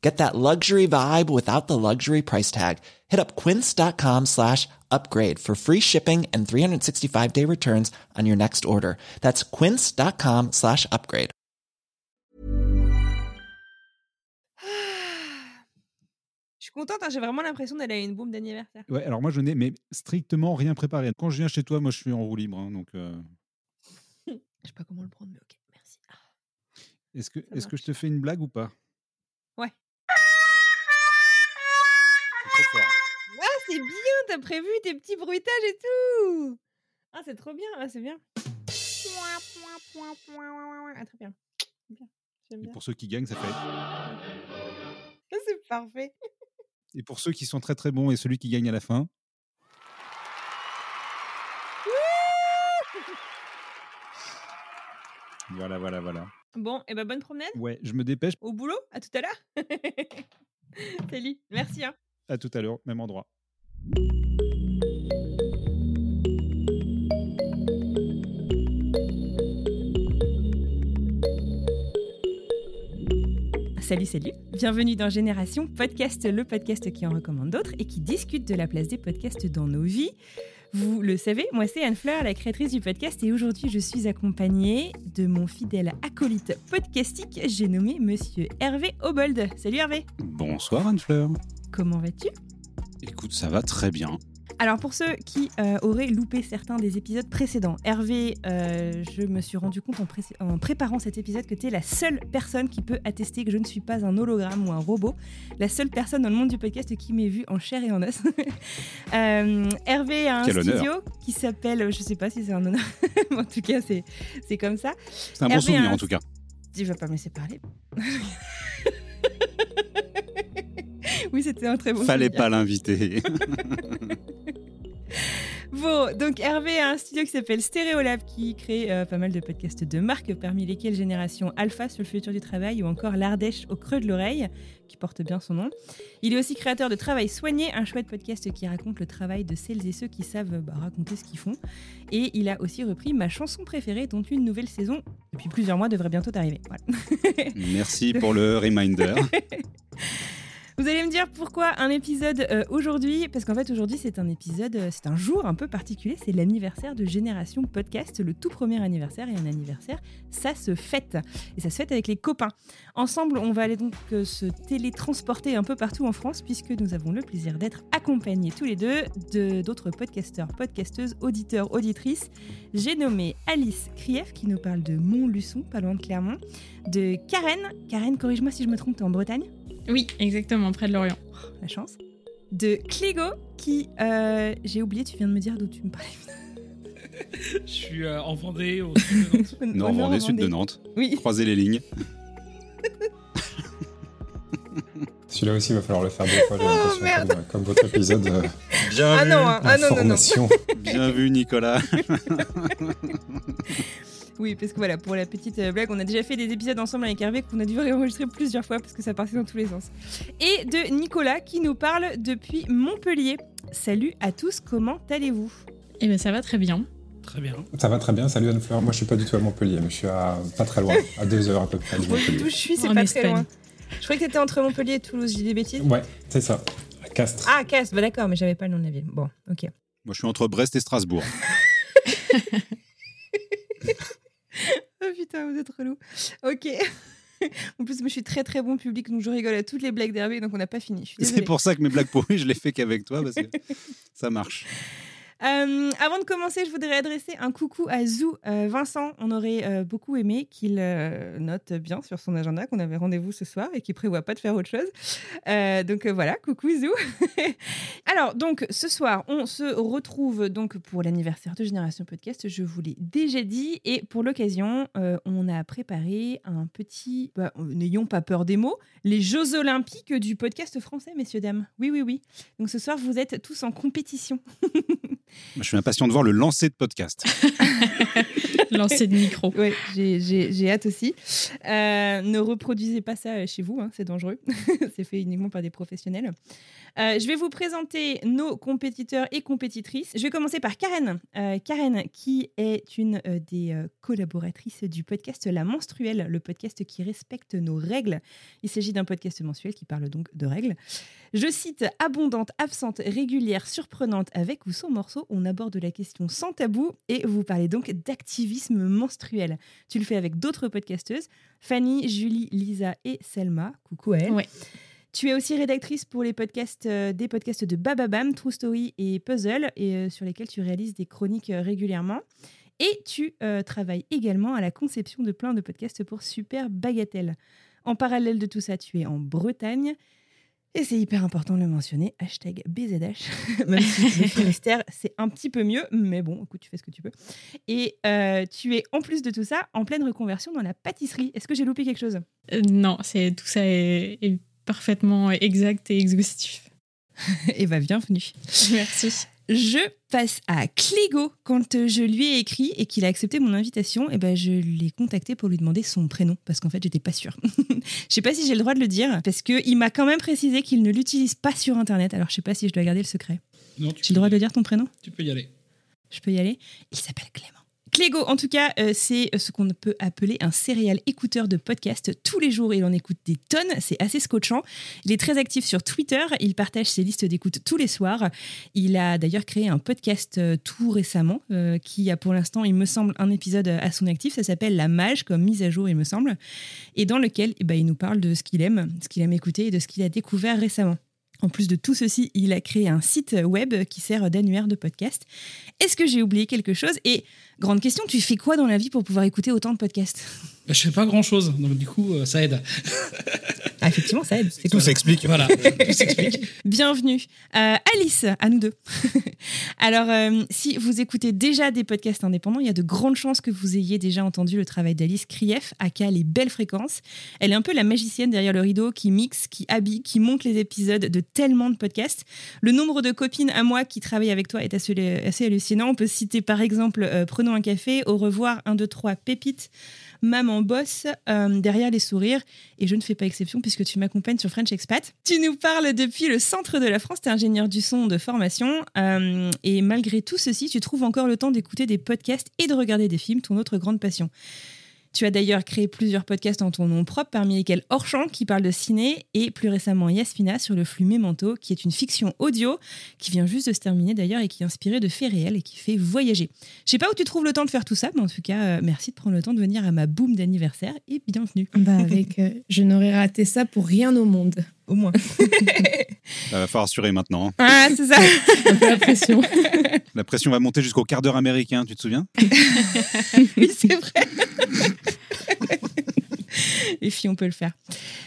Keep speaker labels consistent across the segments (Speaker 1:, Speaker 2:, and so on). Speaker 1: Get that luxury vibe without the luxury price tag. Hit up quince.com slash upgrade for free shipping and 365 day returns on your next order. That's quince.com slash upgrade.
Speaker 2: Je suis contente, hein, j'ai vraiment l'impression d'aller à une boum d'anniversaire.
Speaker 3: Ouais, alors moi, je n'ai mais strictement rien préparé. Quand je viens chez toi, moi, je suis en roue libre. hein, donc, euh,
Speaker 2: Je sais pas comment le prendre, mais ok, merci. Ah.
Speaker 3: est-ce que,
Speaker 2: Ça
Speaker 3: est que je te fais une blague ou pas
Speaker 2: Ouais.
Speaker 3: C'est très fort.
Speaker 2: Ah, c'est bien, t'as prévu tes petits bruitages et tout Ah, c'est trop bien, ah, c'est bien. Ouin, ouin, ouin, ouin, ouin, ouin. Ah, très bien. bien. J'aime
Speaker 3: Et
Speaker 2: bien.
Speaker 3: pour ceux qui gagnent, ça fait.
Speaker 2: Ah, c'est parfait.
Speaker 3: Et pour ceux qui sont très très bons et celui qui gagne à la fin. Voilà, voilà, voilà.
Speaker 2: Bon, et ben bonne promenade.
Speaker 3: Ouais, je me dépêche.
Speaker 2: Au boulot, à tout à l'heure. Salut, merci. Hein.
Speaker 3: À tout à l'heure, même endroit.
Speaker 4: Salut, salut Bienvenue dans Génération Podcast, le podcast qui en recommande d'autres et qui discute de la place des podcasts dans nos vies. Vous le savez, moi c'est Anne Fleur, la créatrice du podcast, et aujourd'hui je suis accompagnée de mon fidèle acolyte podcastique, j'ai nommé Monsieur Hervé Obold. Salut Hervé
Speaker 5: Bonsoir Anne-Fleur.
Speaker 4: Comment vas-tu
Speaker 5: Écoute, ça va très bien.
Speaker 4: Alors pour ceux qui euh, auraient loupé certains des épisodes précédents, Hervé, euh, je me suis rendu compte en, pré- en préparant cet épisode que tu es la seule personne qui peut attester que je ne suis pas un hologramme ou un robot, la seule personne dans le monde du podcast qui m'ait vu en chair et en os. Euh, Hervé a un
Speaker 5: Quel
Speaker 4: studio
Speaker 5: honneur.
Speaker 4: qui s'appelle, je sais pas si c'est un honneur, mais en tout cas c'est c'est comme ça.
Speaker 5: C'est un bon
Speaker 4: Hervé,
Speaker 5: souvenir
Speaker 2: hein,
Speaker 4: un-
Speaker 5: en tout cas.
Speaker 4: Tu vas pas me laisser parler. oui, c'était un très bon
Speaker 5: Fallait
Speaker 4: souvenir.
Speaker 5: pas l'inviter.
Speaker 4: Bon, donc Hervé a un studio qui s'appelle Stereolab qui crée euh, pas mal de podcasts de marque, parmi lesquels Génération Alpha sur le futur du travail ou encore L'Ardèche au creux de l'oreille, qui porte bien son nom. Il est aussi créateur de Travail Soigné, un chouette podcast qui raconte le travail de celles et ceux qui savent bah, raconter ce qu'ils font. Et il a aussi repris ma chanson préférée, dont une nouvelle saison, depuis plusieurs mois, devrait bientôt arriver. Voilà.
Speaker 5: Merci pour le reminder.
Speaker 4: Vous allez me dire pourquoi un épisode euh, aujourd'hui Parce qu'en fait aujourd'hui c'est un épisode, euh, c'est un jour un peu particulier, c'est l'anniversaire de Génération Podcast, le tout premier anniversaire et un anniversaire, ça se fête. Et ça se fête avec les copains. Ensemble on va aller donc euh, se télétransporter un peu partout en France puisque nous avons le plaisir d'être accompagnés tous les deux de- d'autres podcasteurs, podcasteuses, auditeurs, auditrices. J'ai nommé Alice Krief qui nous parle de Montluçon, pas loin de Clermont, de Karen, Karen corrige-moi si je me trompe, t'es en Bretagne
Speaker 6: Oui, exactement, près de Lorient.
Speaker 4: Oh, la chance, de Clégo, qui, euh, j'ai oublié, tu viens de me dire d'où tu me parlais.
Speaker 7: Je suis euh, en Vendée, au sud de Nantes.
Speaker 4: Au
Speaker 5: Nord
Speaker 4: nord
Speaker 5: Vendée, sud de
Speaker 4: Vendée.
Speaker 5: Nantes.
Speaker 4: Oui,
Speaker 5: Croisez les lignes.
Speaker 8: Celui-là aussi, il va falloir le faire deux fois, j'ai
Speaker 2: Oh,
Speaker 8: l'impression, comme, comme votre épisode euh,
Speaker 5: Bien
Speaker 2: Ah
Speaker 5: vu.
Speaker 2: non, hein, ah non, non, non.
Speaker 8: information.
Speaker 5: Bien vu Nicolas.
Speaker 4: oui, parce que voilà, pour la petite euh, blague, on a déjà fait des épisodes ensemble avec Hervé qu'on a dû réenregistrer plusieurs fois parce que ça partait dans tous les sens. Et de Nicolas, qui nous parle depuis Montpellier. Salut à tous, comment allez-vous
Speaker 6: Eh bien, ça va très bien.
Speaker 7: Très bien.
Speaker 8: Ça va très bien, salut Anne-Fleur. Moi, je suis pas du tout à Montpellier, mais je suis à pas très loin, à deux heures à peu près de
Speaker 2: D'où je
Speaker 8: Montpellier.
Speaker 2: suis, c'est
Speaker 6: En
Speaker 2: pas très
Speaker 6: Espagne.
Speaker 2: loin. Je croyais que t'étais entre Montpellier et Toulouse, je dis des bêtises.
Speaker 8: Ouais, c'est ça, à Castres.
Speaker 4: Ah, Castres, bah d'accord, mais j'avais pas le nom de la ville. Bon, ok.
Speaker 5: Moi je suis entre Brest et Strasbourg.
Speaker 4: Oh putain, vous êtes relou. Ok. en plus, moi, je suis très très bon public, donc je rigole à toutes les blagues d'Hervé, donc on n'a pas fini. Je suis
Speaker 5: C'est
Speaker 4: désolée.
Speaker 5: pour ça que mes blagues pourries, je les fais qu'avec toi parce que ça marche.
Speaker 4: Euh, avant de commencer, je voudrais adresser un coucou à Zou. Euh, Vincent, on aurait euh, beaucoup aimé qu'il euh, note bien sur son agenda qu'on avait rendez-vous ce soir et qu'il prévoit pas de faire autre chose. Euh, donc euh, voilà, coucou Zou. Alors donc ce soir, on se retrouve donc pour l'anniversaire de Génération Podcast. Je vous l'ai déjà dit et pour l'occasion, euh, on a préparé un petit, bah, n'ayons pas peur des mots, les Jeux Olympiques du podcast français, messieurs dames. Oui oui oui. Donc ce soir, vous êtes tous en compétition.
Speaker 5: Je suis impatient de voir le lancer de podcast.
Speaker 6: Lancer de micro.
Speaker 4: Oui, j'ai- j'ai j'ai hâte aussi. Euh, ne reproduisez pas ça euh, chez vous, hein, c'est dangereux. c'est fait uniquement par des professionnels. Euh, je vais vous présenter nos compétiteurs et compétitrices. Je vais commencer par Karen. Euh, Karen, qui est une euh, des euh, collaboratrices du podcast La Menstruelle, le podcast qui respecte nos règles. Il s'agit d'un podcast mensuel qui parle donc de règles. Je cite abondante, absente, régulière, surprenante, avec ou sans morceau. On aborde la question sans tabou et vous parlez donc d'activisme menstruel. Tu le fais avec d'autres podcasteuses, Fanny, Julie, Lisa et Selma. Coucou à elles.
Speaker 6: Ouais.
Speaker 4: Tu es aussi rédactrice pour les podcasts, euh, des podcasts de Bababam, True Story et Puzzle, et euh, sur lesquels tu réalises des chroniques euh, régulièrement. Et tu euh, travailles également à la conception de plein de podcasts pour Super Bagatelle. En parallèle de tout ça, tu es en Bretagne. Et c'est hyper important de le mentionner, hashtag BZH, même si le Finistère, c'est un petit peu mieux, mais bon, écoute, tu fais ce que tu peux. Et euh, tu es, en plus de tout ça, en pleine reconversion dans la pâtisserie. Est-ce que j'ai loupé quelque chose
Speaker 6: Euh, non, c'est tout ça est, est parfaitement exact et exhaustif.
Speaker 4: Eh bien, bienvenue.
Speaker 6: Merci.
Speaker 4: Je passe à Clégo. Quand euh, je lui ai écrit et qu'il a accepté mon invitation, eh ben, je l'ai contacté pour lui demander son prénom parce qu'en fait, j'étais pas sûre. je sais pas si j'ai le droit de le dire parce qu'il m'a quand même précisé qu'il ne l'utilise pas sur Internet. Alors, je sais pas si je dois garder le secret.
Speaker 7: Non, tu
Speaker 4: J'ai le droit de le dire ton prénom
Speaker 7: Tu peux y aller.
Speaker 4: Je peux y aller Il s'appelle Clément. Clégo, en tout cas, euh, c'est ce qu'on peut appeler un céréal écouteur de podcast. Tous les jours, il en écoute des tonnes, c'est assez scotchant. Il est très actif sur Twitter, il partage ses listes d'écoute tous les soirs. Il a d'ailleurs créé un podcast euh, tout récemment, euh, qui a pour l'instant, il me semble, un épisode à son actif. Ça s'appelle La Mage, comme mise à jour, il me semble, et dans lequel eh ben, il nous parle de ce qu'il aime, ce qu'il aime écouter et de ce qu'il a découvert récemment. En plus de tout ceci, il a créé un site web qui sert d'annuaire de podcast. Est-ce que j'ai oublié quelque chose Et grande question, tu fais quoi dans la vie pour pouvoir écouter autant de podcasts
Speaker 7: Bah, Je fais pas grand chose, donc du coup, euh, ça aide.
Speaker 4: ah, Effectivement, ça aide. C'est cool.
Speaker 5: s'explique.
Speaker 7: Voilà, tout s'explique.
Speaker 4: Bienvenue. Euh, Alice, à nous deux. Alors, euh, si vous écoutez déjà des podcasts indépendants, il y a de grandes chances que vous ayez déjà entendu le travail d'Alice Krief, aka Les Belles Fréquences. Elle est un peu la magicienne derrière le rideau qui mixe, qui habille, qui monte les épisodes de tellement de podcasts. Le nombre de copines à moi qui travaillent avec toi est assez, assez hallucinant. On peut citer par exemple euh, Prenons un café, Au revoir, 1, 2, 3, Pépite, Maman Boss, euh, Derrière les sourires et je ne fais pas exception puisque tu m'accompagnes sur French Expat. Tu nous parles depuis le centre de la France, tu es ingénieur du son de formation, euh, et malgré tout ceci, tu trouves encore le temps d'écouter des podcasts et de regarder des films, ton autre grande passion. Tu as d'ailleurs créé plusieurs podcasts en ton nom propre, parmi lesquels Orchamp qui parle de ciné et plus récemment Yasmina sur le flux Memento, qui est une fiction audio qui vient juste de se terminer d'ailleurs et qui est inspirée de faits réels et qui fait voyager. Je sais pas où tu trouves le temps de faire tout ça, mais en tout cas, euh, merci de prendre le temps de venir à ma boom d'anniversaire et bienvenue.
Speaker 6: Bah avec, euh, je n'aurais raté ça pour rien au monde.
Speaker 4: Au moins.
Speaker 5: Il va falloir assurer maintenant. hein.
Speaker 4: Ah, c'est ça.
Speaker 6: Un peu la pression.
Speaker 5: La pression va monter jusqu'au quart d'heure américain, tu te souviens
Speaker 4: Oui, c'est vrai. Les filles, on peut le faire.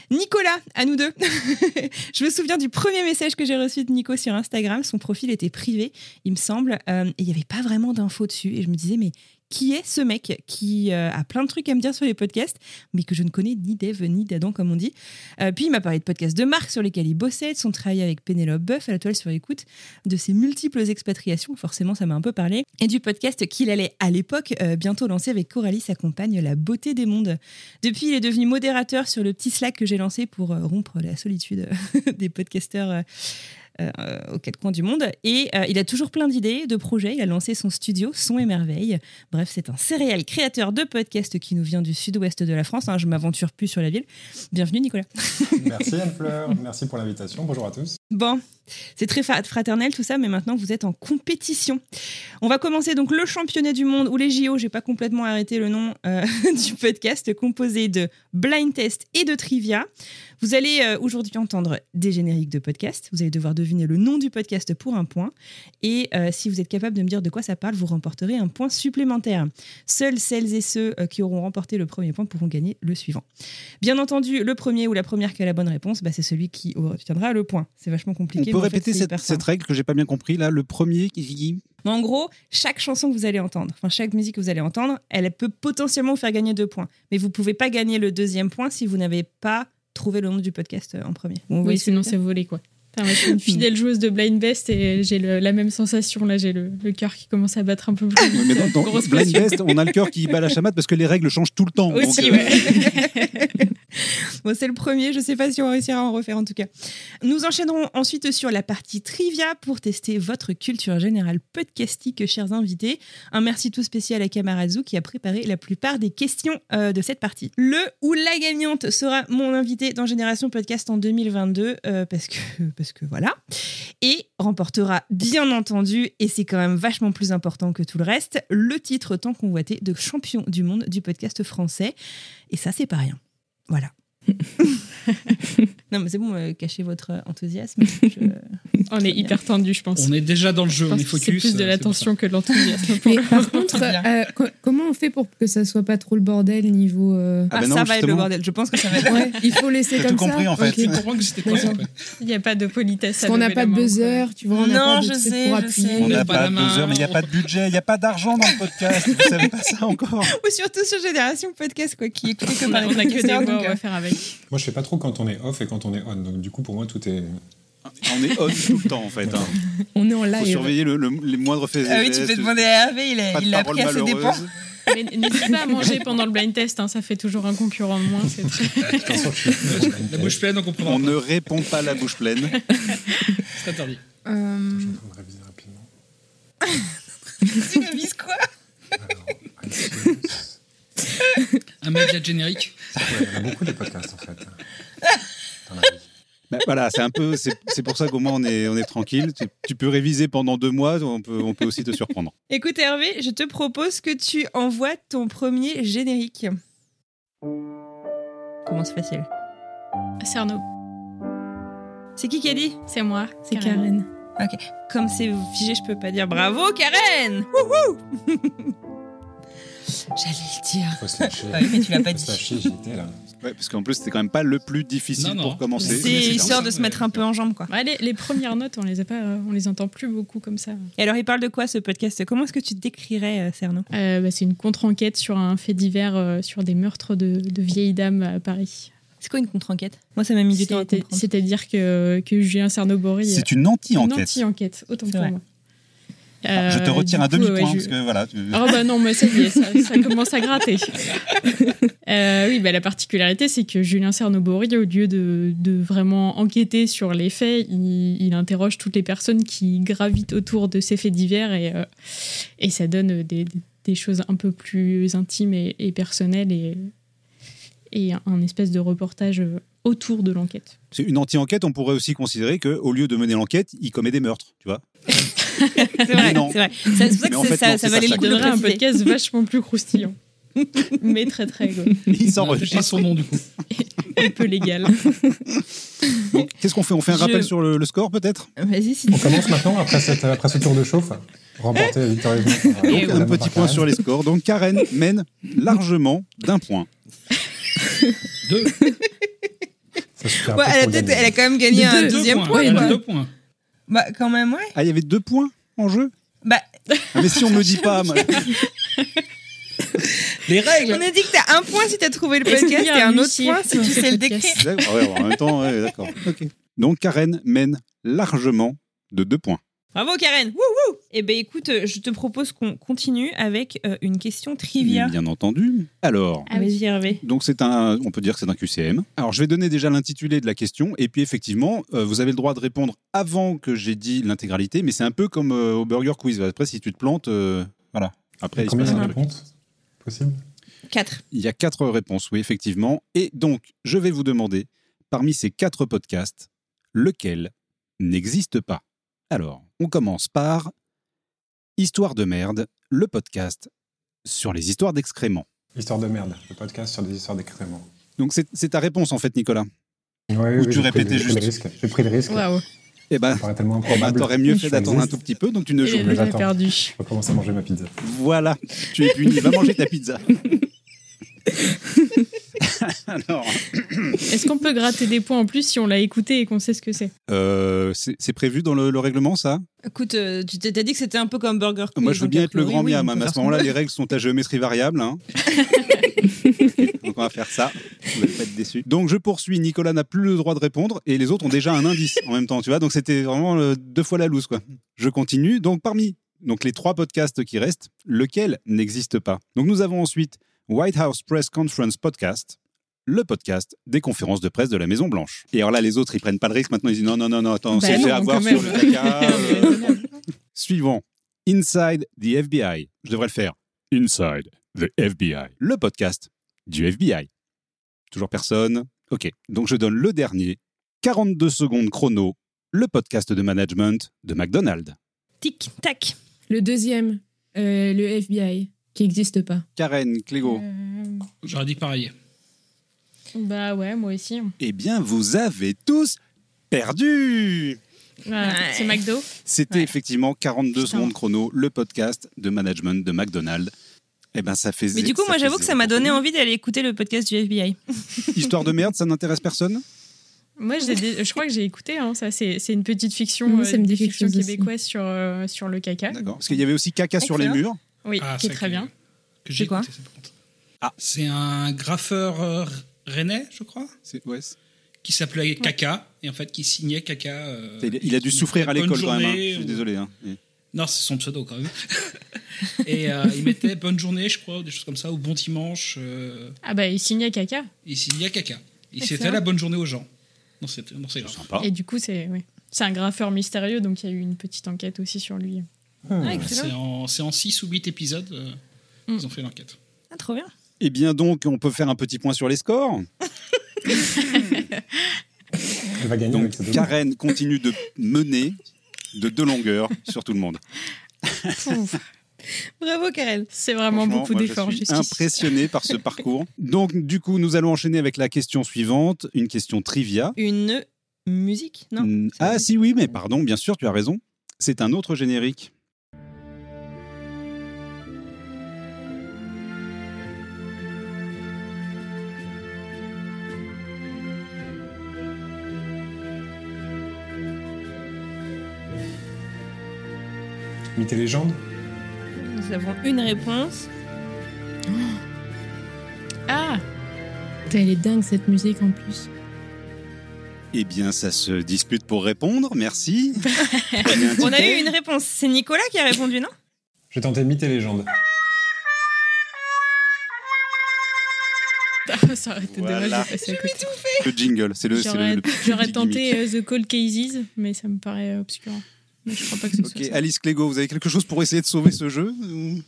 Speaker 4: Nicolas, à nous deux. Je me souviens du premier message que j'ai reçu de Nico sur Instagram. Son profil était privé, il me semble, euh, et il n'y avait pas vraiment d'infos dessus. Et je me disais, mais qui est ce mec qui euh, a plein de trucs à me dire sur les podcasts, mais que je ne connais ni d'Eve ni d'Adam, comme on dit. Euh, puis il m'a parlé de podcasts de marque sur lesquels il bossait, de son travail avec Pénélope Boeuf à la toile sur écoute, de ses multiples expatriations, forcément ça m'a un peu parlé, et du podcast qu'il allait à l'époque euh, bientôt lancer avec Coralie sa compagne La beauté des mondes. Depuis, il est devenu modérateur sur le petit Slack que j'ai lancé pour euh, rompre la solitude des podcasteurs. euh, euh, aux quatre coins du monde. Et euh, il a toujours plein d'idées, de projets. Il a lancé son studio Son et Merveille. Bref, c'est un céréal créateur de podcasts qui nous vient du sud-ouest de la France. hein. je m'aventure plus sur la ville. Bienvenue, Nicolas.
Speaker 8: Merci Anne-Fleur, merci pour l'invitation, bonjour à tous.
Speaker 4: Bon, c'est très fa- fraternel tout ça, mais maintenant vous êtes en compétition. On va commencer donc le championnat du monde ou les JO, j'ai pas complètement arrêté le nom euh, du podcast, composé de blind test et de trivia. Vous allez euh, aujourd'hui entendre des génériques de podcasts, vous allez devoir deviner le nom du podcast pour un point, et euh, si vous êtes capable de me dire de quoi ça parle, vous remporterez un point supplémentaire. Seuls celles et ceux euh, qui auront remporté le premier point pourront gagner le suivant. Bien entendu, le premier ou la première qui a la bonne réponse, bah, c'est celui qui obtiendra le point. C'est vachement
Speaker 5: On
Speaker 4: compliqué.
Speaker 5: peut
Speaker 4: mais en fait,
Speaker 5: répéter
Speaker 4: c'est
Speaker 5: cette,
Speaker 4: hyper simple.
Speaker 5: cette règle que j'ai pas bien compris là. Le premier qui.
Speaker 4: Mais en gros, chaque chanson que vous allez entendre, enfin chaque musique que vous allez entendre, elle peut potentiellement vous faire gagner deux points. Mais vous pouvez pas gagner le deuxième point si vous n'avez pas trouvé le nom du podcast euh, en premier. Vous
Speaker 6: Oui,
Speaker 4: voyez ce que
Speaker 6: sinon
Speaker 4: je veux
Speaker 6: c'est volé quoi. Putain, moi, je suis une fidèle joueuse de Blind Best et j'ai le- la même sensation. Là, j'ai le, le cœur qui commence à battre un peu plus.
Speaker 3: Ouais, mais dans, dans
Speaker 6: Grosse
Speaker 3: Blind
Speaker 6: pression.
Speaker 3: Best, on a le cœur qui bat la chamade parce que les règles changent tout le temps. donc,
Speaker 6: Aussi,
Speaker 3: euh,
Speaker 6: ouais.
Speaker 4: Bon, c'est le premier, je sais pas si on réussira à en refaire en tout cas. Nous enchaînerons ensuite sur la partie trivia pour tester votre culture générale podcastique, chers invités. Un merci tout spécial à Kamarazu qui a préparé la plupart des questions euh, de cette partie. Le ou la gagnante sera mon invité dans Génération Podcast en 2022 euh, parce que parce que voilà et remportera bien entendu et c'est quand même vachement plus important que tout le reste le titre tant convoité de champion du monde du podcast français et ça c'est pas rien. Voilà. non mais c'est bon, euh, cachez votre enthousiasme. euh, Je-
Speaker 6: On est hyper tendu, je pense.
Speaker 7: On est déjà dans le
Speaker 6: Je
Speaker 7: jeu, on
Speaker 6: pense
Speaker 7: est
Speaker 6: que
Speaker 7: focus.
Speaker 6: c'est plus de
Speaker 7: euh, pour ça.
Speaker 6: l'attention que de l'enthousiasme. pour
Speaker 9: Mais
Speaker 6: le
Speaker 9: par contre,
Speaker 4: Très bien.
Speaker 9: euh, co- comment on fait pour que ça soit pas trop le bordel niveau. euh,
Speaker 3: Ah
Speaker 4: Ah,
Speaker 3: bah non,
Speaker 4: ça va être le
Speaker 3: justement.
Speaker 4: bordel. Je pense que ça va être.
Speaker 9: Ouais, il faut laisser
Speaker 3: T'as
Speaker 9: comme
Speaker 3: tout
Speaker 9: ça.
Speaker 3: compris, en fait.
Speaker 9: Ok.
Speaker 7: Je comprends que c'était quoi
Speaker 9: D'accord.
Speaker 7: en fait.
Speaker 6: Il n'y a pas de politesse.
Speaker 9: Parce qu'on n'a pas de buzzer, tu vois, on n'a
Speaker 4: Non,
Speaker 9: pas de
Speaker 4: je
Speaker 9: truc
Speaker 4: sais,
Speaker 9: pour
Speaker 4: je sais.
Speaker 9: appuyer.
Speaker 3: On
Speaker 7: lève
Speaker 3: n'a
Speaker 7: pas
Speaker 3: pas
Speaker 7: la
Speaker 3: de
Speaker 7: main.
Speaker 3: buzzer, mais il n'y a pas de budget, il n'y a pas d'argent dans le podcast. Vous savez pas ça encore
Speaker 4: Oh. Ou surtout sur Génération Podcast, quoi, qui est écouté que
Speaker 6: Ah, On
Speaker 4: par
Speaker 6: a
Speaker 4: les
Speaker 6: on a que des
Speaker 4: podcasteurs,
Speaker 6: voix, on
Speaker 4: donc, euh,
Speaker 6: va faire avec.
Speaker 8: Moi, je fais pas trop quand on est off et quand on est on. Donc, du coup, pour moi, tout est.
Speaker 5: Ah, On est on tout le temps en fait. hein.
Speaker 9: On est en
Speaker 5: Faut
Speaker 9: live.
Speaker 5: surveiller le, le- les moindres faits. et
Speaker 4: Ah oui, tu
Speaker 5: gestes,
Speaker 4: peux demander à Hervé, il a-
Speaker 5: Pas de
Speaker 4: il l'a
Speaker 5: paroles
Speaker 4: pris à ses dépens.
Speaker 5: malheureuses.
Speaker 6: Mais n'hésite pas à manger pendant le blind test, hein, ça fait toujours un concurrent de moins. c'est très-
Speaker 8: Attention, je suis-
Speaker 7: La bouche pleine, on comprendra.
Speaker 5: On ne répond pas la bouche pleine.
Speaker 7: C'est interdit.
Speaker 9: Euh,
Speaker 8: Je vais prendre réviser rapidement.
Speaker 4: Tu me vises quoi
Speaker 8: Alors, iTunes.
Speaker 7: Un média générique.
Speaker 8: Ouais, il y en a beaucoup des podcasts, en fait. Dans la vie.
Speaker 5: Bah, voilà, c'est un peu, c'est c'est pour ça qu'au moins on est, on est tranquille. Tu, tu peux réviser pendant deux mois, on peut, on peut aussi te surprendre.
Speaker 4: Écoute, Hervé, je te propose que tu envoies ton premier générique. Comment c'est facile
Speaker 6: C'est Arnaud,
Speaker 4: C'est qui qui a dit
Speaker 6: c'est moi,
Speaker 9: C'est Karen.
Speaker 4: Comme c'est figé, je peux pas dire bravo, Karen Wouhou J'allais le dire.
Speaker 8: Faut se lâcher.
Speaker 4: Ah oui, mais tu l'as pas
Speaker 8: Faut
Speaker 4: dit.
Speaker 8: se lâcher, j'y étais, là.
Speaker 5: Ouais, parce qu'en plus, c'était quand même pas le plus difficile
Speaker 7: Non, non.
Speaker 5: pour commencer.
Speaker 7: C'est-
Speaker 4: C'est histoire de se
Speaker 7: ouais.
Speaker 4: mettre un peu en jambe, quoi.
Speaker 6: Ouais, les, les premières notes, on les a pas, euh, on les entend plus beaucoup comme ça.
Speaker 4: Et alors, il parle de quoi ce podcast Comment est-ce que tu décrirais, euh, Cerno
Speaker 6: Euh, bah, c'est une contre-enquête sur un fait divers euh, sur des meurtres de, de vieilles dames à Paris.
Speaker 4: C'est quoi une contre-enquête Moi, ça m'a mis du temps à
Speaker 6: C'était-
Speaker 4: comprendre.
Speaker 6: C'est-à-dire que, que Julien Sarnobory
Speaker 5: C'est une
Speaker 6: une
Speaker 5: anti-enquête.
Speaker 6: anti-enquête, autant
Speaker 4: C'est vrai.
Speaker 6: pour moi.
Speaker 5: Ah, je te
Speaker 6: Euh,
Speaker 5: retire
Speaker 6: du
Speaker 5: un
Speaker 6: coup,
Speaker 5: demi-point
Speaker 6: ouais, je-
Speaker 5: parce que voilà. tu-
Speaker 6: Ah bah non, mais ça y est, ça, ça commence à gratter. Euh, oui, bah la particularité, c'est que Julien Cernobori, au lieu de, de vraiment enquêter sur les faits, il, il interroge toutes les personnes qui gravitent autour de ces faits divers et, euh, et ça donne des, des choses un peu plus intimes et, et personnelles et, et un, un espèce de reportage euh, autour de l'enquête.
Speaker 5: C'est une anti-enquête. On pourrait aussi considérer que, au lieu de mener l'enquête, il commet des meurtres. Tu vois.
Speaker 4: C'est vrai,
Speaker 5: Non.
Speaker 4: c'est vrai. Ça- C'est pour ça
Speaker 5: Mais
Speaker 4: que
Speaker 5: en
Speaker 4: c'est-
Speaker 5: fait,
Speaker 4: ça,
Speaker 5: non,
Speaker 4: ça
Speaker 5: c'est ça,
Speaker 4: valait le
Speaker 6: Ça
Speaker 4: coup de le
Speaker 6: donnerait un
Speaker 4: préciser.
Speaker 6: podcast vachement plus croustillant, mais très très rigolo.
Speaker 5: Il
Speaker 7: C'est pas
Speaker 5: s'enregistre.
Speaker 7: son nom du coup.
Speaker 6: un peu légal.
Speaker 5: Donc, Qu'est-ce qu'on fait On fait un
Speaker 4: Je-
Speaker 5: rappel sur le, le score peut-être
Speaker 4: Vas-y, si
Speaker 8: On commence maintenant, après, cette, après ce tour de chauffe, remporté victorieusement par,
Speaker 5: Donc,
Speaker 8: par
Speaker 5: Eh un petit point
Speaker 8: Karen.
Speaker 5: sur les scores. Donc Karen mène largement d'un point.
Speaker 7: Deux,
Speaker 8: Ça se fait un
Speaker 4: Ouais,
Speaker 8: peu
Speaker 4: elle, a
Speaker 8: pour
Speaker 4: peut-être-
Speaker 8: gagner.
Speaker 4: elle a quand même gagné un
Speaker 7: deux
Speaker 4: deuxième
Speaker 7: points.
Speaker 4: point.
Speaker 7: Elle a
Speaker 4: quoi.
Speaker 7: deux points.
Speaker 4: Bah, quand même, ouais.
Speaker 5: Ah, il y avait deux points en jeu
Speaker 4: Bah,
Speaker 5: Ah, Mais si on me dit pas, moi-
Speaker 7: Les règles.
Speaker 4: on a dit que t'as un point si t'as trouvé le
Speaker 6: Est-ce qu'il y a
Speaker 4: podcast et
Speaker 6: un
Speaker 4: un autre
Speaker 6: huissier
Speaker 4: point si
Speaker 6: dans
Speaker 4: tu
Speaker 6: ce
Speaker 4: sais le
Speaker 6: podcast
Speaker 4: décrire.
Speaker 5: D'accord, Ah ouais, en même temps, ouais, d'accord. Ok. Donc Karen mène largement de deux points.
Speaker 4: Bravo, Karen. Wouhou. Eh ben, écoute, euh, je te propose qu'on continue avec euh, une question trivia.
Speaker 5: Bien entendu. Alors.
Speaker 6: Ah oui.
Speaker 4: Vas-y, Hervé.
Speaker 5: Donc c'est un, on peut dire que c'est un QCM. Alors je vais donner déjà l'intitulé de la question et puis effectivement euh, vous avez le droit de répondre avant que j'ai dit l'intégralité, mais c'est un peu comme euh, au Burger Quiz. Après si tu te plantes, euh, voilà. Après il se
Speaker 8: Combien
Speaker 5: passe
Speaker 8: de
Speaker 5: un truc.
Speaker 8: réponses possible
Speaker 4: 4.
Speaker 5: Il y a quatre réponses, oui effectivement. Et donc je vais vous demander parmi ces quatre podcasts lequel n'existe pas. Alors on commence par Histoire de merde, le podcast sur les histoires d'excréments.
Speaker 8: Histoire de merde, le podcast sur des histoires d'écréments.
Speaker 5: Donc c'est c'est ta réponse en fait Nicolas.
Speaker 8: Ouais, ouais,
Speaker 5: Ou
Speaker 8: ouais,
Speaker 5: tu
Speaker 8: Ah j'ai pris-
Speaker 5: répétais
Speaker 8: j'ai pris le
Speaker 5: juste.
Speaker 8: risque. J'ai pris le risque.
Speaker 6: Waouh,
Speaker 5: Eh ben
Speaker 8: Ça paraît tellement
Speaker 5: Eh ben,
Speaker 8: improbable.
Speaker 5: t'aurais mieux
Speaker 8: Je
Speaker 5: fait
Speaker 8: suis
Speaker 5: d'attendre un
Speaker 8: existe.
Speaker 5: tout petit peu, donc tu ne
Speaker 6: Et
Speaker 5: joues
Speaker 6: là,
Speaker 5: plus.
Speaker 6: j'ai
Speaker 8: Attends.
Speaker 6: perdu.
Speaker 8: Je vais commencer à manger ma pizza.
Speaker 5: Voilà, tu es puni. Va manger ta pizza. Alors,
Speaker 6: Est-ce qu'on peut gratter des points en plus si on l'a écouté et qu'on sait ce que c'est
Speaker 5: euh, c'est c'est prévu dans le, le règlement, ça
Speaker 4: Écoute, euh, tu t'as t'as dit que c'était un peu comme Burger Quiz.
Speaker 5: Moi, je veux
Speaker 4: donc
Speaker 5: bien
Speaker 4: a
Speaker 5: être le
Speaker 4: priori,
Speaker 5: grand
Speaker 4: oui, on
Speaker 5: miam,
Speaker 4: peut
Speaker 5: hein, mais à
Speaker 4: faire
Speaker 5: ce moment-là, les règles sont à géométrie variable. hein. Ok, donc, on va faire ça. Vous allez pas être déçus. Donc je poursuis. Nicolas n'a plus le droit de répondre et les autres ont déjà un indice en même temps. Tu vois, donc c'était vraiment euh, deux fois la loose quoi. Je continue. Donc parmi donc les trois podcasts qui restent, lequel n'existe pas Donc nous avons ensuite White House Press Conference Podcast. Le podcast des conférences de presse de la Maison Blanche. Et alors là, les autres, ils prennent pas le risque. Maintenant, ils disent non, non, non, non, attends, on
Speaker 6: Bah
Speaker 5: s'est
Speaker 6: non,
Speaker 5: fait avoir
Speaker 6: quand
Speaker 5: sur le
Speaker 6: même.
Speaker 5: caca. euh, Suivant, Inside the FBI. Je devrais le faire. Inside the FBI. Le podcast du FBI. Toujours personne. Ok, donc je donne le dernier. 42 secondes chrono. Le podcast de management de McDonald's.
Speaker 4: Tic, tac.
Speaker 9: Le deuxième, euh, le FBI, qui n'existe pas.
Speaker 5: Karen, Clégo.
Speaker 6: Euh,
Speaker 7: J'aurais dit pareil.
Speaker 6: bah ouais, moi aussi.
Speaker 5: Eh bien, vous avez tous perdu
Speaker 6: Ouais, C'est McDo.
Speaker 5: C'était
Speaker 6: Ouais.
Speaker 5: effectivement 42
Speaker 6: Putain.
Speaker 5: secondes chrono, le podcast de management de McDonald's. Eh ben, ça fait
Speaker 4: Mais du coup, moi, j'avoue que ça m'a donné envie d'aller écouter le podcast du FBI.
Speaker 5: Histoire de merde, ça n'intéresse personne
Speaker 6: Moi, je l'ai dé- je crois que j'ai écouté. hein, ça, c'est c'est une petite fiction, euh,
Speaker 9: Moi, ça me
Speaker 6: une
Speaker 9: dit quelque
Speaker 6: fiction
Speaker 9: chose aussi.
Speaker 6: québécoise sur, euh, sur le caca.
Speaker 5: D'accord. Parce qu'il y avait aussi caca sur les
Speaker 4: Excellent.
Speaker 5: murs.
Speaker 6: Oui,
Speaker 7: Ah,
Speaker 6: qui est
Speaker 7: ça,
Speaker 6: très
Speaker 7: que-
Speaker 6: bien.
Speaker 7: Que j'ai
Speaker 4: C'est quoi
Speaker 7: écouté, ça, par contre. Ah, c'est un graffeur euh, rennais, je crois,
Speaker 5: C'est- ouais, c'est-
Speaker 7: qui s'appelait Kaka, et en fait qui signait Kaka. euh,
Speaker 5: il, il a dû
Speaker 7: qui-
Speaker 5: souffrir à
Speaker 7: Bonne
Speaker 5: l'école quand même. hein.
Speaker 7: journée,
Speaker 5: Je suis
Speaker 7: ou-
Speaker 5: désolé. hein. Oui.
Speaker 7: Non, c'est son pseudo quand même. et euh, il mettait Bonne journée, je crois, ou des choses comme ça, ou Bon dimanche. euh,
Speaker 6: Ah bah, il signait caca.
Speaker 7: il signait Kaka. Et
Speaker 6: Excellent.
Speaker 7: c'était la bonne journée aux gens. Non, c'est non, c'est
Speaker 5: C'est
Speaker 7: grave.
Speaker 5: sympa.
Speaker 6: Et du coup, c'est ouais. c'est un graffeur mystérieux, donc il y a eu une petite enquête aussi sur lui.
Speaker 4: Ah,
Speaker 7: C'est
Speaker 4: excellent.
Speaker 7: en, c'est en 6 ou 8 épisodes. euh,
Speaker 6: Mm.
Speaker 7: Ils ont fait l'enquête.
Speaker 4: Ah, trop bien.
Speaker 5: Eh bien donc, on peut faire un petit point sur les scores.
Speaker 8: Elle va gagner
Speaker 5: Donc
Speaker 8: avec sa demande.
Speaker 5: Karen continue de mener de deux longueurs sur tout le monde.
Speaker 2: Bravo, Karel.
Speaker 6: C'est vraiment
Speaker 5: Franchement,
Speaker 6: beaucoup
Speaker 5: moi, je
Speaker 6: d'efforts
Speaker 5: suis
Speaker 6: jusqu'ici.
Speaker 5: Impressionné par ce parcours. Donc du coup, nous allons enchaîner avec la question suivante, une question trivia.
Speaker 4: Une musique Non.
Speaker 5: Mm,
Speaker 4: c'est
Speaker 5: Ah
Speaker 4: vrai.
Speaker 5: si oui, mais pardon, bien sûr, tu as raison. C'est un autre générique.
Speaker 8: Mythe et légende
Speaker 4: Nous avons une réponse.
Speaker 6: Ah,
Speaker 9: Putain, Elle est dingue cette musique en plus.
Speaker 5: Eh bien, ça se dispute pour répondre. Merci. Prenez un
Speaker 4: On a
Speaker 5: ticket.
Speaker 4: eu une réponse. C'est Nicolas qui a répondu, non
Speaker 8: Je vais tenter mythe et légende.
Speaker 6: Ah, ça aurait été
Speaker 5: Voilà.
Speaker 6: dommage de passer à côté.
Speaker 5: le jingle. C'est le. c'est le-
Speaker 6: J'aurais
Speaker 5: le petit
Speaker 6: j'aurais
Speaker 5: gimmick.
Speaker 6: tenté euh, The Cold Cases, mais ça me paraît obscur. Mais je crois pas que ce
Speaker 5: Ok,
Speaker 6: soit ça.
Speaker 5: Alice Clégo, vous avez quelque chose pour essayer de sauver ce jeu ou-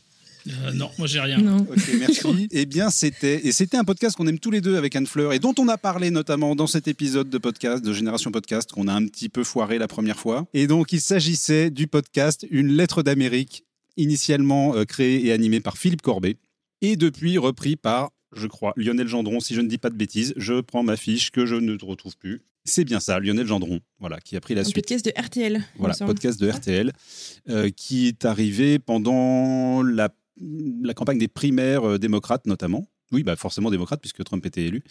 Speaker 7: Euh, non, moi j'ai rien.
Speaker 9: Non.
Speaker 5: Ok, merci. eh bien, c'était et c'était un podcast qu'on aime tous les deux avec Anne Fleur et dont on a parlé notamment dans cet épisode de podcast de Génération Podcast qu'on a un petit peu foiré la première fois. Et donc, il s'agissait du podcast Une lettre d'Amérique, initialement euh, créé et animé par Philippe Corbet et depuis repris par, je crois, Lionel Gendron. Si je ne dis pas de bêtises, je prends ma fiche que je ne te retrouve plus. C'est bien ça, Lionel Gendron, voilà, qui a pris la
Speaker 4: Un
Speaker 5: suite.
Speaker 4: podcast de RTL. il me
Speaker 5: Voilà,
Speaker 4: semble. Ah.
Speaker 5: podcast de RTL, euh, qui est arrivé pendant la, la campagne des primaires euh, démocrates, notamment. Oui, bah forcément démocrate, puisque Trump était élu.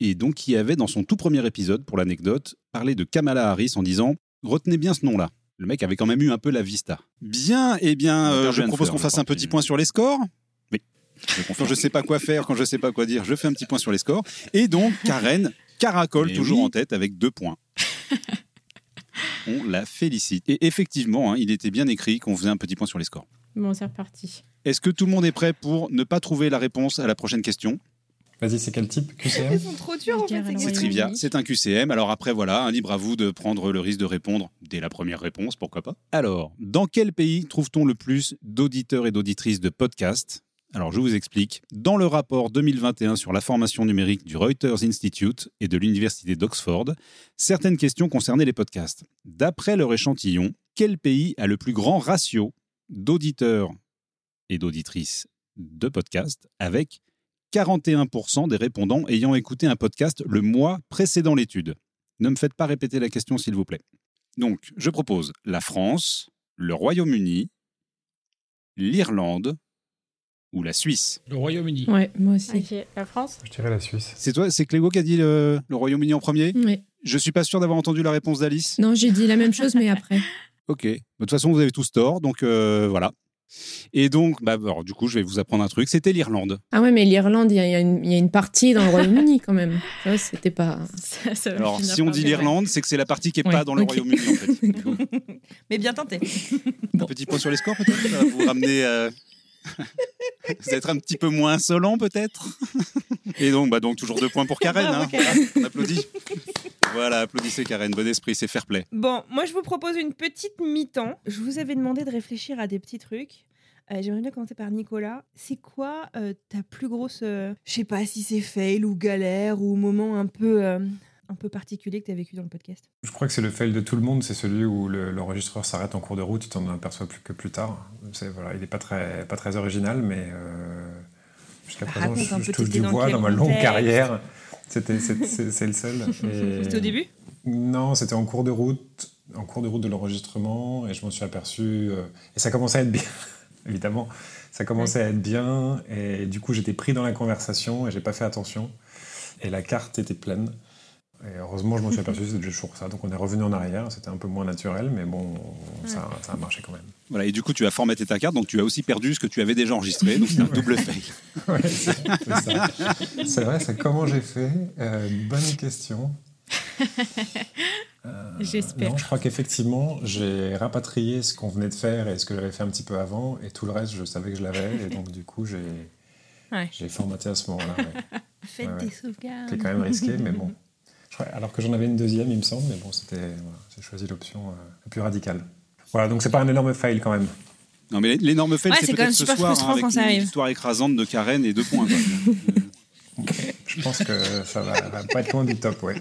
Speaker 5: Et donc, qui avait, dans son tout premier épisode, pour l'anecdote, parlé de Kamala Harris en disant Retenez bien ce nom-là. Le mec avait quand même eu un peu la vista. Bien, eh bien,
Speaker 3: On a
Speaker 5: euh,
Speaker 3: perdu
Speaker 5: je
Speaker 3: Anne
Speaker 5: propose
Speaker 3: Fleur,
Speaker 5: qu'on
Speaker 3: je
Speaker 5: fasse
Speaker 3: crois.
Speaker 5: un petit point sur les scores. Oui. Quand je sais pas quoi faire, quand je sais pas quoi dire, je fais un petit point sur les scores. Et donc, Karen caracole
Speaker 3: Mais
Speaker 5: toujours
Speaker 3: oui.
Speaker 5: en tête avec deux points. On la félicite. Et effectivement, hein, il était bien écrit qu'on faisait un petit point sur les scores.
Speaker 6: Bon, c'est reparti.
Speaker 5: Est-ce que tout le monde est prêt pour ne pas trouver la réponse à la prochaine question
Speaker 8: Vas-y, c'est quel type QCM
Speaker 2: Ils sont trop durs, en fait. ces
Speaker 6: Karel, on
Speaker 5: C'est
Speaker 6: Oui,
Speaker 2: questions.
Speaker 6: trivial.
Speaker 5: trivia,
Speaker 6: oui.
Speaker 5: c'est un QCM. Alors après, voilà, hein, libre à vous de prendre le risque de répondre dès la première réponse, pourquoi pas. Alors, dans quel pays trouve-t-on le plus d'auditeurs et d'auditrices de podcasts alors, je vous explique. Dans le rapport 2021 sur la formation numérique du Reuters Institute et de l'Université d'Oxford, certaines questions concernaient les podcasts. D'après leur échantillon, quel pays a le plus grand ratio d'auditeurs et d'auditrices de podcasts avec 41% des répondants ayant écouté un podcast le mois précédant l'étude. Ne me faites pas répéter la question, s'il vous plaît. Donc, je propose la France, le Royaume-Uni, l'Irlande ou la Suisse.
Speaker 7: Le Royaume-Uni.
Speaker 9: Ouais, moi aussi.
Speaker 6: la France
Speaker 8: Je dirais la Suisse.
Speaker 5: C'est toi, c'est Clégo qui a dit le, le Royaume-Uni en premier
Speaker 9: Ouais.
Speaker 5: Je suis pas sûr d'avoir entendu la réponse d'Alice. Bah,
Speaker 9: Non, j'ai dit la même chose, mais après.
Speaker 5: Ok. De toute façon, vous avez tous tort, donc euh, voilà. Et donc, bah, alors, du coup, je vais vous apprendre un truc. C'était l'Irlande.
Speaker 9: Ah ouais, mais l'Irlande, il y, a- il y a une- il y a une partie dans le Royaume-Uni quand même. Ça, ouais, c'était pas.
Speaker 6: Ça- ça va
Speaker 5: Alors,
Speaker 6: finir
Speaker 5: si on
Speaker 6: par
Speaker 5: dit
Speaker 6: des-
Speaker 5: l'Irlande, c'est que c'est la partie qui est
Speaker 6: Ouais,
Speaker 5: pas dans le
Speaker 6: ok.
Speaker 5: Royaume-Uni. En fait. Donc,
Speaker 4: Mais bien tenté.
Speaker 5: Un petit point sur les scores, peut-être Ça va vous ramener. euh, vous allez être un petit peu moins insolent, peut-être Et donc, bah, donc, toujours deux points pour Karen.
Speaker 4: Bravo,
Speaker 5: hein. On applaudit. Voilà, applaudissez Karen. Bon esprit, c'est fair play.
Speaker 2: Bon, moi je vous propose une petite mi-temps. Je vous avais demandé de réfléchir à des petits trucs. Euh, J'aimerais bien commencer par Nicolas. C'est quoi euh, ta plus grosse, euh, je sais pas si c'est fail ou galère ou moment un peu euh, un peu particulier que tu as vécu dans le podcast
Speaker 8: Je crois que c'est le fail de tout le monde, c'est celui où le- l'enregistreur s'arrête en cours de route, tu t'en aperçois plus que plus tard. C'est- voilà, il n'est pas très, pas très original, mais euh, jusqu'à
Speaker 2: Bah,
Speaker 8: présent,
Speaker 2: raconte un
Speaker 8: je, je
Speaker 2: peu,
Speaker 8: touche
Speaker 2: t'étais
Speaker 8: du
Speaker 2: dans
Speaker 8: bois
Speaker 2: quel
Speaker 8: dans ma longue
Speaker 2: contexte
Speaker 8: carrière. C'était- C'est c'est- c'est le
Speaker 5: Bah,
Speaker 8: seul.
Speaker 5: euh,
Speaker 8: Et-
Speaker 2: C'était au début
Speaker 8: Non, c'était en cours de route, en cours de route de l'enregistrement, et je m'en suis aperçu. euh, et ça commençait à être bien, évidemment. Ça commençait à être bien, et du coup j'étais pris dans la conversation et j'ai pas fait attention. Et la carte était pleine. Et heureusement, je m'en suis aperçu, c'était juste pour ça. Donc on est revenu en arrière, c'était un peu moins naturel, mais bon, ça, ça a marché quand même.
Speaker 5: Voilà, et du coup, tu as formaté ta carte, donc tu as aussi perdu ce que tu avais déjà enregistré. Donc, c'est un double fail.
Speaker 8: Ouais, c'est c'est ça. C'est vrai, c'est comment j'ai fait Euh, Bonne question. Euh,
Speaker 6: J'espère.
Speaker 8: Non, je crois qu'effectivement, j'ai rapatrié ce qu'on venait de faire et ce que j'avais fait un petit peu avant, et tout le reste, je savais que je l'avais, et donc du coup, j'ai
Speaker 6: Ouais.
Speaker 8: j'ai formaté à ce moment-là. ouais.
Speaker 2: Faites
Speaker 8: Ouais, ouais.
Speaker 2: des
Speaker 8: des
Speaker 2: sauvegardes.
Speaker 8: C'était quand même risqué, mais bon. Je crois- alors que j'en avais une deuxième, il me semble, mais bon, c'était voilà, j'ai choisi l'option euh, la plus radicale. Voilà, donc c'est pas un énorme fail quand même.
Speaker 5: Non, mais l'énorme fail,
Speaker 6: Ouais, c'est
Speaker 5: c'est
Speaker 6: quand
Speaker 5: peut-être
Speaker 6: même
Speaker 5: ce
Speaker 6: super
Speaker 5: soir, hein,
Speaker 6: frustrant
Speaker 5: avec
Speaker 6: quand ça
Speaker 5: une
Speaker 6: arrive.
Speaker 5: histoire écrasante de Karen et deux points. quoi.
Speaker 8: Je pense que ça va, va pas être loin du top, ouais.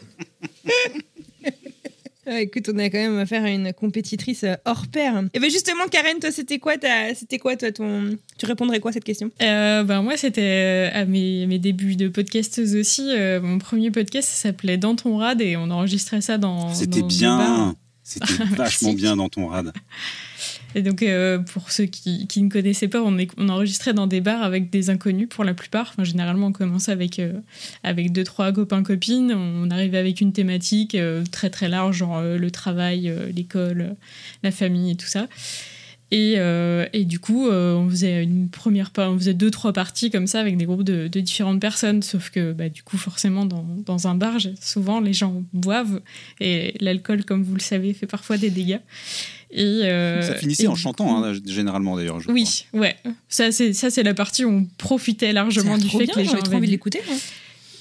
Speaker 2: écoute, on a quand même affaire à une compétitrice euh, hors pair. Et bien justement, Karen, toi, c'était quoi, ta- c'était quoi, toi, ton, tu répondrais quoi à cette question
Speaker 6: Euh, ben, moi, c'était euh, à mes, mes débuts de podcasteuse aussi. euh, mon premier podcast ça s'appelait Dans ton rad et on enregistrait ça dans.
Speaker 5: C'était
Speaker 6: dans des bars.
Speaker 5: bien. C'était vachement bien dans ton rad.
Speaker 6: Et donc, euh, pour ceux qui, qui ne connaissaient pas, on, est, on enregistrait dans des bars avec des inconnus pour la plupart. Enfin, généralement, on commençait avec, euh, avec deux, trois copains, copines. On arrivait avec une thématique euh, très, très large, genre euh, le travail, euh, l'école, euh, la famille et tout ça. Et, euh, et du coup, euh, on faisait une première pas, on faisait deux, trois parties comme ça avec des groupes de, de différentes personnes. Sauf que, bah, du coup, forcément, dans, dans un bar, j'ai- souvent, les gens boivent. Et l'alcool, comme vous le savez, fait parfois des dégâts. Et, euh,
Speaker 5: Ça finissait
Speaker 6: et
Speaker 5: en
Speaker 6: du
Speaker 5: chantant, hein, généralement d'ailleurs. je crois.
Speaker 6: oui, ouais. Ça, c'est ça, c'est la partie où on profitait largement du fait que les gens
Speaker 2: trop envie
Speaker 6: avaient
Speaker 2: de
Speaker 6: bu.
Speaker 2: l'écouter.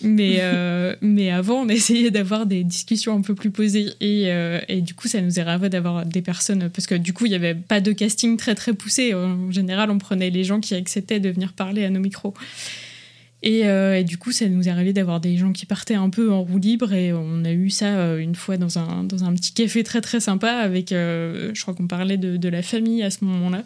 Speaker 6: Mais, euh, mais avant, on essayait d'avoir des discussions un peu plus posées. Et, euh, et du coup, ça nous est ravi d'avoir des personnes. Parce que du coup, il n'y avait pas de casting très très poussé. En général, on prenait les gens qui acceptaient de venir parler à nos micros. Et, euh, et du coup, ça nous est arrivé d'avoir des gens qui partaient un peu en roue libre. Et on a eu ça euh, une fois dans un, dans un petit café très très sympa. avec euh, Je crois qu'on parlait de, de la famille à ce moment-là.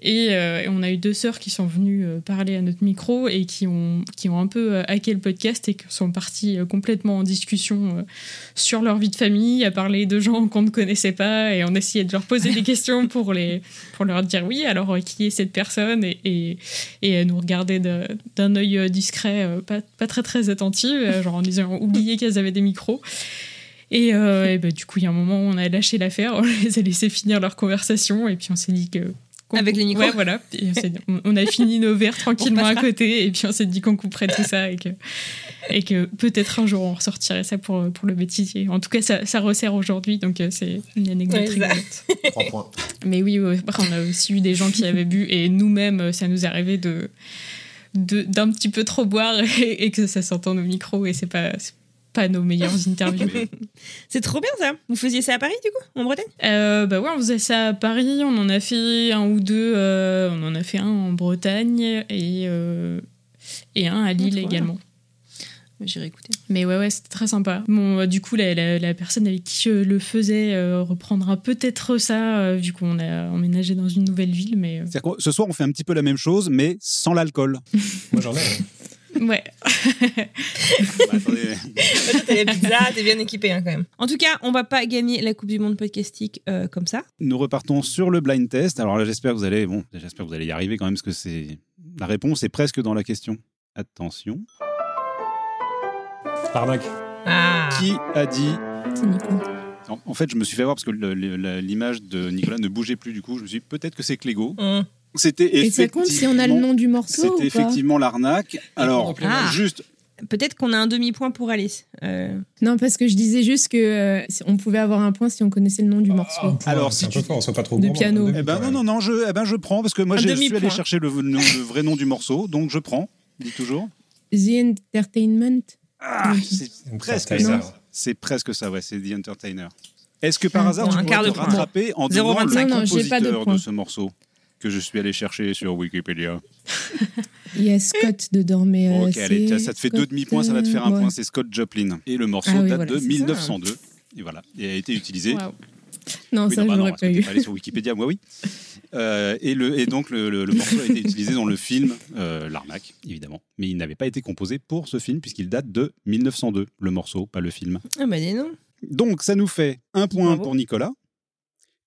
Speaker 6: Et, euh, et on a eu deux sœurs qui sont venues euh, parler à notre micro et qui ont, qui ont un peu euh, hacké le podcast et qui sont parties euh, complètement en discussion euh, sur leur vie de famille, à parler de gens qu'on ne connaissait pas et on essayait de leur poser des questions pour, les, pour leur dire oui, alors euh, qui est cette personne et, et, et elles nous regarder de- d'un œil euh, discret, euh, pas, pas très très attentif, euh, genre en disant oublié qu'elles avaient des micros. Et, euh, et ben, du coup, il y a un moment où on a lâché l'affaire, on les a laissé finir leur conversation et puis on s'est dit que. qu'on-
Speaker 2: Avec les micros.
Speaker 6: Ouais, voilà. Et on, s'est dit- on- on a fini nos verres tranquillement à côté et puis on s'est dit qu'on couperait tout ça et que, et que peut-être un jour on ressortirait ça pour, pour le bêtisier. En tout cas, ça, ça resserre aujourd'hui, donc euh, c'est une anecdote
Speaker 2: Ouais, ça-
Speaker 6: rigolote.
Speaker 8: Trois points.
Speaker 6: Mais oui, ouais, après, on a aussi eu des gens qui avaient bu et nous-mêmes, euh, ça nous arrivait de de- d'un petit peu trop boire et, et que ça s'entende au
Speaker 2: Oh,
Speaker 6: micro et c'est pas c'est pas nos meilleures interviews.
Speaker 2: C'est trop bien ça. Vous faisiez ça à Paris du coup, en Bretagne
Speaker 6: Euh, bah ouais, on faisait ça à Paris, on en a fait un ou deux, euh, on en a fait un en Bretagne et euh, et un à Lille
Speaker 2: Ah, trop bien.
Speaker 6: également.
Speaker 2: J'irai écouter.
Speaker 6: Mais ouais, ouais, c'était très sympa. Bon, euh, du coup, la, la- la personne avec qui je le faisais euh, reprendra peut-être ça, euh, vu qu'on a emménagé dans une nouvelle ville, mais... euh,
Speaker 5: C'est-à-dire que ce soir, on fait un petit peu la même chose, mais sans l'alcool.
Speaker 8: Moi j'en ai. hein.
Speaker 6: ouais.
Speaker 5: Attendez.
Speaker 2: T'as la pizza, t'es bien équipé hein, quand même. En tout cas, on va pas gagner la Coupe du Monde podcastique euh, comme ça.
Speaker 5: Nous repartons sur le blind test. Alors là, j'espère que vous allez, bon, j'espère que vous allez y arriver quand même, parce que c'est la réponse est presque dans la question. Attention.
Speaker 8: L'arnaque.
Speaker 2: Ah.
Speaker 5: Qui a dit
Speaker 9: C'est Nico.
Speaker 5: en,
Speaker 4: Hein.
Speaker 5: en fait, je me suis fait avoir parce que le- le- la- l'image de Nicolas ne bougeait plus. Du coup, je me suis dit peut-être que c'est Clégo.
Speaker 2: Hum.
Speaker 5: C'était
Speaker 9: Et ça compte si on a le
Speaker 5: effectivement-
Speaker 9: nom du morceau
Speaker 5: C'était
Speaker 9: ou pas
Speaker 5: effectivement l'arnaque. Alors,
Speaker 4: Ah.
Speaker 5: juste,
Speaker 4: Peut-être qu'on a un demi-point pour Alice. Euh,
Speaker 9: Non, parce que je disais juste que euh, si- on pouvait avoir un point si on connaissait le nom
Speaker 5: Ah.
Speaker 9: du morceau.
Speaker 5: Alors, si
Speaker 8: Ah, c'est un peu
Speaker 5: tu-
Speaker 8: fort, on soit pas trop
Speaker 9: De
Speaker 8: gourmand.
Speaker 9: piano.
Speaker 5: eh ben non, non, non, je, eh ben, je prends parce que moi,
Speaker 4: Un
Speaker 5: j'ai- je suis allé
Speaker 4: demi-point.
Speaker 5: chercher le, nom- le vrai nom du morceau, donc je prends. Dis toujours.
Speaker 9: The Entertainment.
Speaker 5: Ah, c'est
Speaker 8: Donc,
Speaker 5: presque
Speaker 8: c'est
Speaker 5: ça.
Speaker 8: un
Speaker 5: C'est presque ça, ouais, c'est The Entertainer. Est-ce que par
Speaker 9: Ah,
Speaker 5: hasard
Speaker 9: bon,
Speaker 5: tu
Speaker 4: un
Speaker 5: pourrais
Speaker 4: quart
Speaker 5: te
Speaker 4: de point.
Speaker 5: rattraper en disant
Speaker 4: 0,25.
Speaker 5: le
Speaker 9: Non, non, j'ai pas de
Speaker 5: compositeur de,
Speaker 9: point.
Speaker 5: ce morceau que je suis allé chercher sur Wikipédia
Speaker 9: Il y a Scott dedans, mais. euh,
Speaker 5: Ok, allez,
Speaker 9: c'est
Speaker 5: tiens, ça te fait
Speaker 9: Scott,
Speaker 5: deux demi-points, ça va te faire
Speaker 9: euh,
Speaker 5: un point,
Speaker 9: ouais.
Speaker 5: c'est Scott Joplin. Et le morceau
Speaker 9: Ah oui,
Speaker 5: date
Speaker 9: voilà,
Speaker 5: de
Speaker 9: c'est ça.
Speaker 5: 1902. Et voilà, et a été utilisé.
Speaker 6: Waouh.
Speaker 9: Non,
Speaker 5: Oui,
Speaker 9: ça,
Speaker 5: non,
Speaker 9: je
Speaker 5: bah non,
Speaker 9: l'aurais
Speaker 5: parce
Speaker 9: pas
Speaker 5: que t'es
Speaker 9: eu.
Speaker 5: pas allé sur Wikipédia, moi oui. Euh, et, le, et donc le, le- le morceau a été utilisé dans le film euh, L'arnaque, évidemment. Mais il n'avait pas été composé pour ce film puisqu'il date de 1902, le morceau, pas le film.
Speaker 4: Ah bah dis non.
Speaker 5: Donc ça nous fait un point
Speaker 4: Bravo.
Speaker 5: pour Nicolas